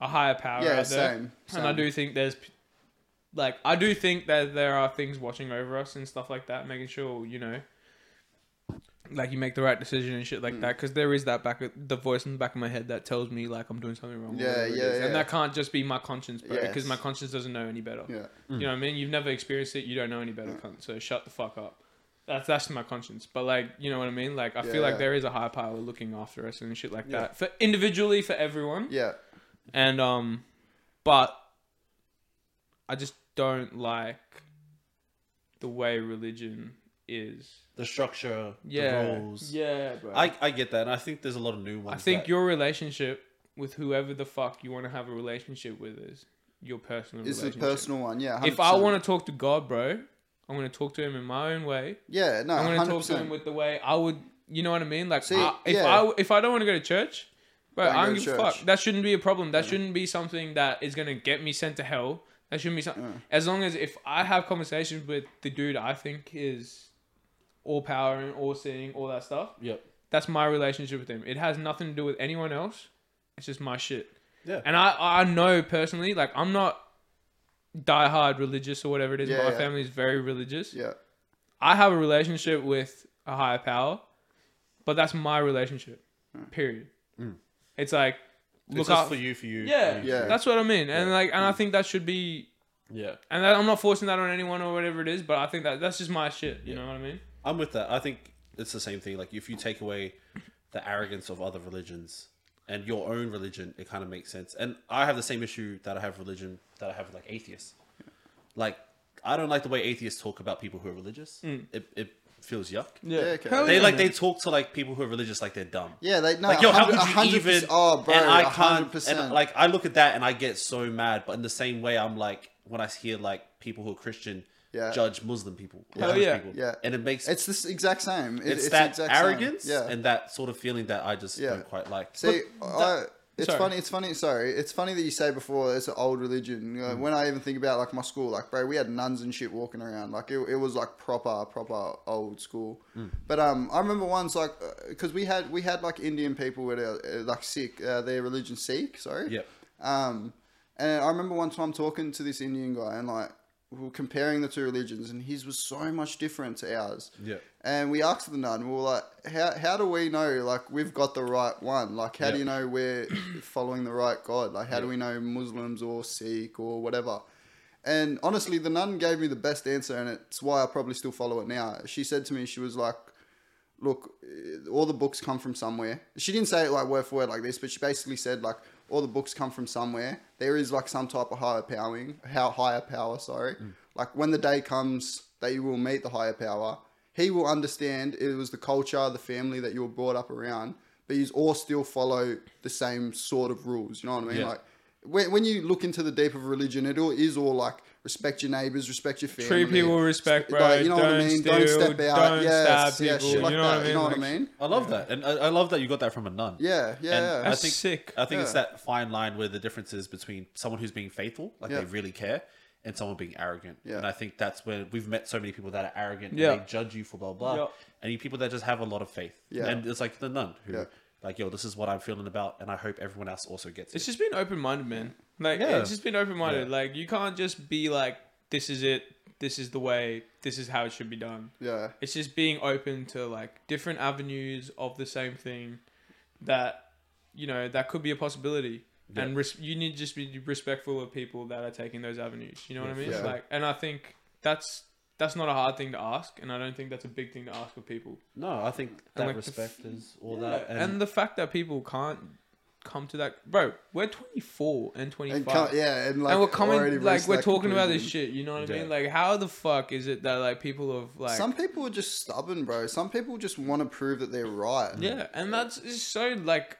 [SPEAKER 2] a higher power
[SPEAKER 1] Yeah,
[SPEAKER 2] out there,
[SPEAKER 1] same,
[SPEAKER 2] and I
[SPEAKER 1] same.
[SPEAKER 2] do think there's, p- like, I do think that there are things watching over us and stuff like that, making sure you know, like you make the right decision and shit
[SPEAKER 1] Mm.
[SPEAKER 2] like that. Because there is that back, of, the voice in the back of my head that tells me like I'm doing something wrong. or
[SPEAKER 1] Yeah,
[SPEAKER 2] whatever it
[SPEAKER 1] yeah,
[SPEAKER 2] is.
[SPEAKER 1] yeah.
[SPEAKER 2] And that can't just be my conscience, bro, because
[SPEAKER 1] Yes.
[SPEAKER 2] my conscience doesn't know any better.
[SPEAKER 1] yeah.
[SPEAKER 2] You
[SPEAKER 1] Mm.
[SPEAKER 2] know what I mean? You've never experienced it. You don't know any better, cunt. So shut the fuck up. That's that's my conscience. But like, you know what I mean? Like, I feel like
[SPEAKER 1] Yeah.
[SPEAKER 2] there is a higher power looking after us and shit like that for individually for everyone.
[SPEAKER 1] Yeah.
[SPEAKER 2] And um, but I just don't like the way religion is.
[SPEAKER 3] The structure,
[SPEAKER 2] Yeah,
[SPEAKER 3] the rules.
[SPEAKER 2] yeah, bro.
[SPEAKER 3] I, I get that, and I think there's a lot of new ones.
[SPEAKER 2] I think
[SPEAKER 3] that-
[SPEAKER 2] your relationship with whoever the fuck you want to have a relationship with is your personal.
[SPEAKER 1] It's a
[SPEAKER 2] relationship.
[SPEAKER 1] personal one. Yeah. 100%.
[SPEAKER 2] If I want to talk to God, bro, I'm gonna talk to him in my own way.
[SPEAKER 1] Yeah. No.
[SPEAKER 2] I'm gonna
[SPEAKER 1] 100%.
[SPEAKER 2] talk to him with the way I would. You know what I mean? Like,
[SPEAKER 1] See,
[SPEAKER 2] I, if
[SPEAKER 1] yeah.
[SPEAKER 2] I if I don't want to go to church, bro,
[SPEAKER 1] Don't
[SPEAKER 2] I don't
[SPEAKER 1] go to
[SPEAKER 2] give a fuck.
[SPEAKER 1] church.
[SPEAKER 2] That shouldn't be a problem. That shouldn't be something that is gonna get me sent to hell. That shouldn't be something. As long as if I have conversations with the dude I think is all power and all seeing, all that stuff,
[SPEAKER 3] Yep.
[SPEAKER 2] that's my relationship with him. It has nothing to do with anyone else. It's just my shit.
[SPEAKER 3] Yeah.
[SPEAKER 2] And I I know personally, like I'm not diehard religious or whatever it is.
[SPEAKER 1] Yeah,
[SPEAKER 2] my
[SPEAKER 1] yeah.
[SPEAKER 2] family is very religious.
[SPEAKER 1] Yeah.
[SPEAKER 2] I have a relationship with a higher power, but that's my relationship. Period. It's like
[SPEAKER 3] Hmm. It's
[SPEAKER 2] look
[SPEAKER 3] just
[SPEAKER 2] out.
[SPEAKER 3] for you, for you.
[SPEAKER 2] Yeah,
[SPEAKER 3] for you.
[SPEAKER 1] Yeah.
[SPEAKER 2] That's what I mean, and like, and I
[SPEAKER 3] Hmm.
[SPEAKER 2] think that should be.
[SPEAKER 3] yeah.
[SPEAKER 2] And that, I'm not forcing that on anyone or whatever it is, but I think that that's just my shit. You know what I mean?
[SPEAKER 3] I'm with that. I think it's the same thing. Like if you take away the arrogance of other religions and your own religion, it kind of makes sense. And I have the same issue that I have religion that I have with like atheists. Like I don't like the way atheists talk about people who are religious. It it feels yuck.
[SPEAKER 1] Yeah. okay.
[SPEAKER 2] Hell
[SPEAKER 3] They
[SPEAKER 2] yeah,
[SPEAKER 3] like
[SPEAKER 2] man.
[SPEAKER 3] they talk to like people who are religious like they're dumb.
[SPEAKER 1] Yeah, they no.
[SPEAKER 3] Like yo, how
[SPEAKER 1] 100
[SPEAKER 3] could you
[SPEAKER 1] 100%,
[SPEAKER 3] even?
[SPEAKER 1] Oh, bro,
[SPEAKER 3] and I
[SPEAKER 1] hundred
[SPEAKER 3] can't.
[SPEAKER 1] percent.
[SPEAKER 3] And like I look at that and I get so mad. But in the same way, I'm like when I hear like people who are Christian
[SPEAKER 1] Yeah.
[SPEAKER 3] judge Muslim people. or
[SPEAKER 2] Hell
[SPEAKER 3] Jewish
[SPEAKER 2] yeah.
[SPEAKER 3] people.
[SPEAKER 1] Yeah.
[SPEAKER 3] And it makes
[SPEAKER 1] It's the s- exact same. It-
[SPEAKER 3] it's,
[SPEAKER 1] the
[SPEAKER 3] that
[SPEAKER 1] exact same.
[SPEAKER 3] arrogance
[SPEAKER 1] Yeah.
[SPEAKER 3] and that sort of feeling that I just
[SPEAKER 1] Yeah.
[SPEAKER 3] don't quite like.
[SPEAKER 1] See, I, it's
[SPEAKER 2] sorry.
[SPEAKER 1] funny. It's funny. Sorry, it's funny that you say before it's an old religion. You
[SPEAKER 3] Hmm.
[SPEAKER 1] know, When I even think about like my school, like bro, we had nuns and shit walking around. Like it, it was like proper, proper old school.
[SPEAKER 3] Hmm.
[SPEAKER 1] But um, I remember once like because we had we had like Indian people with our, uh, like Sikh, uh, their religion Sikh. Sorry.
[SPEAKER 3] Yep.
[SPEAKER 1] Um, and I remember one time talking to this Indian guy and like we were comparing the two religions, and his was so much different to ours.
[SPEAKER 3] Yeah.
[SPEAKER 1] And we asked the nun, we were like, how, how do we know, like, we've got the right one? Like, how do
[SPEAKER 3] Yeah.
[SPEAKER 1] you know we're following the right God? Like, how do we know Muslims or Sikh or whatever? And honestly, the nun gave me the best answer, and it's why I probably still follow it now. She said to me, she was like, look, eh, all the books come from somewhere. She didn't say it like word for word like this, but she basically said like all the books come from somewhere. There is like some type of higher powering, how higher power, sorry. Like when the day comes that you will meet the higher power, he will understand it was the culture, the family that you were brought up around, but you all still follow the same sort of rules. You know what I mean?
[SPEAKER 3] Yeah.
[SPEAKER 1] Like when, when you look into the deep of religion, it all is all like respect your neighbors, respect your family,
[SPEAKER 2] Treat people with respect, bro.
[SPEAKER 1] Like, you know
[SPEAKER 2] don't
[SPEAKER 1] what I mean?
[SPEAKER 2] Steal,
[SPEAKER 1] don't step out.
[SPEAKER 2] Don't
[SPEAKER 1] yeah,
[SPEAKER 2] stab
[SPEAKER 1] yeah,
[SPEAKER 2] people.
[SPEAKER 1] shit like
[SPEAKER 2] you know
[SPEAKER 1] that.
[SPEAKER 2] what I mean?
[SPEAKER 1] You know what I
[SPEAKER 2] Like,
[SPEAKER 1] mean?
[SPEAKER 3] I love that, and I, I love that you got that from a nun.
[SPEAKER 1] Yeah, yeah,
[SPEAKER 3] And
[SPEAKER 1] yeah.
[SPEAKER 3] I
[SPEAKER 2] That's
[SPEAKER 3] think
[SPEAKER 2] sick.
[SPEAKER 3] I think it's
[SPEAKER 1] Yeah.
[SPEAKER 3] that fine line where the difference is between someone who's being faithful, like
[SPEAKER 1] Yeah.
[SPEAKER 3] they really care, and someone being arrogant.
[SPEAKER 1] Yeah.
[SPEAKER 3] And I think that's where we've met so many people that are arrogant.
[SPEAKER 2] Yeah.
[SPEAKER 3] and they judge you for blah blah,
[SPEAKER 2] Yeah.
[SPEAKER 3] and you people that just have a lot of faith.
[SPEAKER 1] Yeah.
[SPEAKER 3] and it's like the nun who,
[SPEAKER 1] Yeah.
[SPEAKER 3] like, yo, this is what I'm feeling about, and I hope everyone else also gets it.
[SPEAKER 2] It's just been open minded, man. Like
[SPEAKER 3] Yeah.
[SPEAKER 2] it's just been open minded.
[SPEAKER 3] Yeah.
[SPEAKER 2] Like you can't just be like, this is it. This is the way. This is how it should be done.
[SPEAKER 1] yeah,
[SPEAKER 2] It's just being open to like different avenues of the same thing that you know that could be a possibility. And res- you need to just be respectful of people that are taking those avenues. You know what I mean?
[SPEAKER 1] Yeah.
[SPEAKER 2] Like, and I think that's that's not a hard thing to ask, and I don't think that's a big thing to ask of people.
[SPEAKER 3] no, I think that
[SPEAKER 2] like the f-
[SPEAKER 3] respect is all that,
[SPEAKER 2] and, the fact that people can't come to that, bro. We're twenty four and twenty
[SPEAKER 1] and
[SPEAKER 2] five
[SPEAKER 1] co- yeah, and like
[SPEAKER 2] and we're
[SPEAKER 1] already
[SPEAKER 2] coming like
[SPEAKER 1] reached
[SPEAKER 2] we're
[SPEAKER 1] that
[SPEAKER 2] talking about this
[SPEAKER 1] conclusion.
[SPEAKER 2] shit. You know what I
[SPEAKER 3] Yeah.
[SPEAKER 2] mean? Like, how the fuck is it that like people have like
[SPEAKER 1] Some people are just stubborn, bro. Some people just want to prove that they're right.
[SPEAKER 2] yeah, and that's it's so like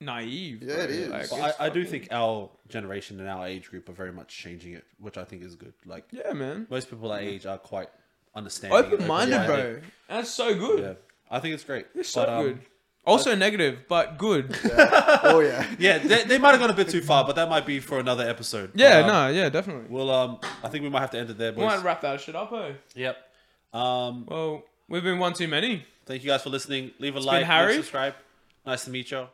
[SPEAKER 2] naive.
[SPEAKER 1] Yeah,
[SPEAKER 2] bro.
[SPEAKER 1] it is.
[SPEAKER 2] Like,
[SPEAKER 3] But
[SPEAKER 2] it's
[SPEAKER 3] I, I do
[SPEAKER 2] fucking-
[SPEAKER 3] think our generation and our age group are very much changing it, which I think is good. Like
[SPEAKER 2] Yeah, man.
[SPEAKER 3] most people that age are quite understanding, and
[SPEAKER 2] Open minded,
[SPEAKER 3] open-minded.
[SPEAKER 2] bro. That's so good.
[SPEAKER 3] Yeah, I think it's great.
[SPEAKER 2] It's so
[SPEAKER 3] But, um,
[SPEAKER 2] good. Also negative, but good. Yeah,
[SPEAKER 1] Oh yeah,
[SPEAKER 3] Yeah, they, they might have gone a bit too far, but that might be for another episode. But, um,
[SPEAKER 2] no, yeah, definitely.
[SPEAKER 3] We'll um, I think we might have to end it there,
[SPEAKER 2] we might
[SPEAKER 3] boys.
[SPEAKER 2] wrap that shit up, oh.
[SPEAKER 3] Yep. Um,
[SPEAKER 2] Well, we've been one too many.
[SPEAKER 3] thank you guys for listening. Leave a like,
[SPEAKER 2] Harry.
[SPEAKER 3] subscribe. Nice to meet you.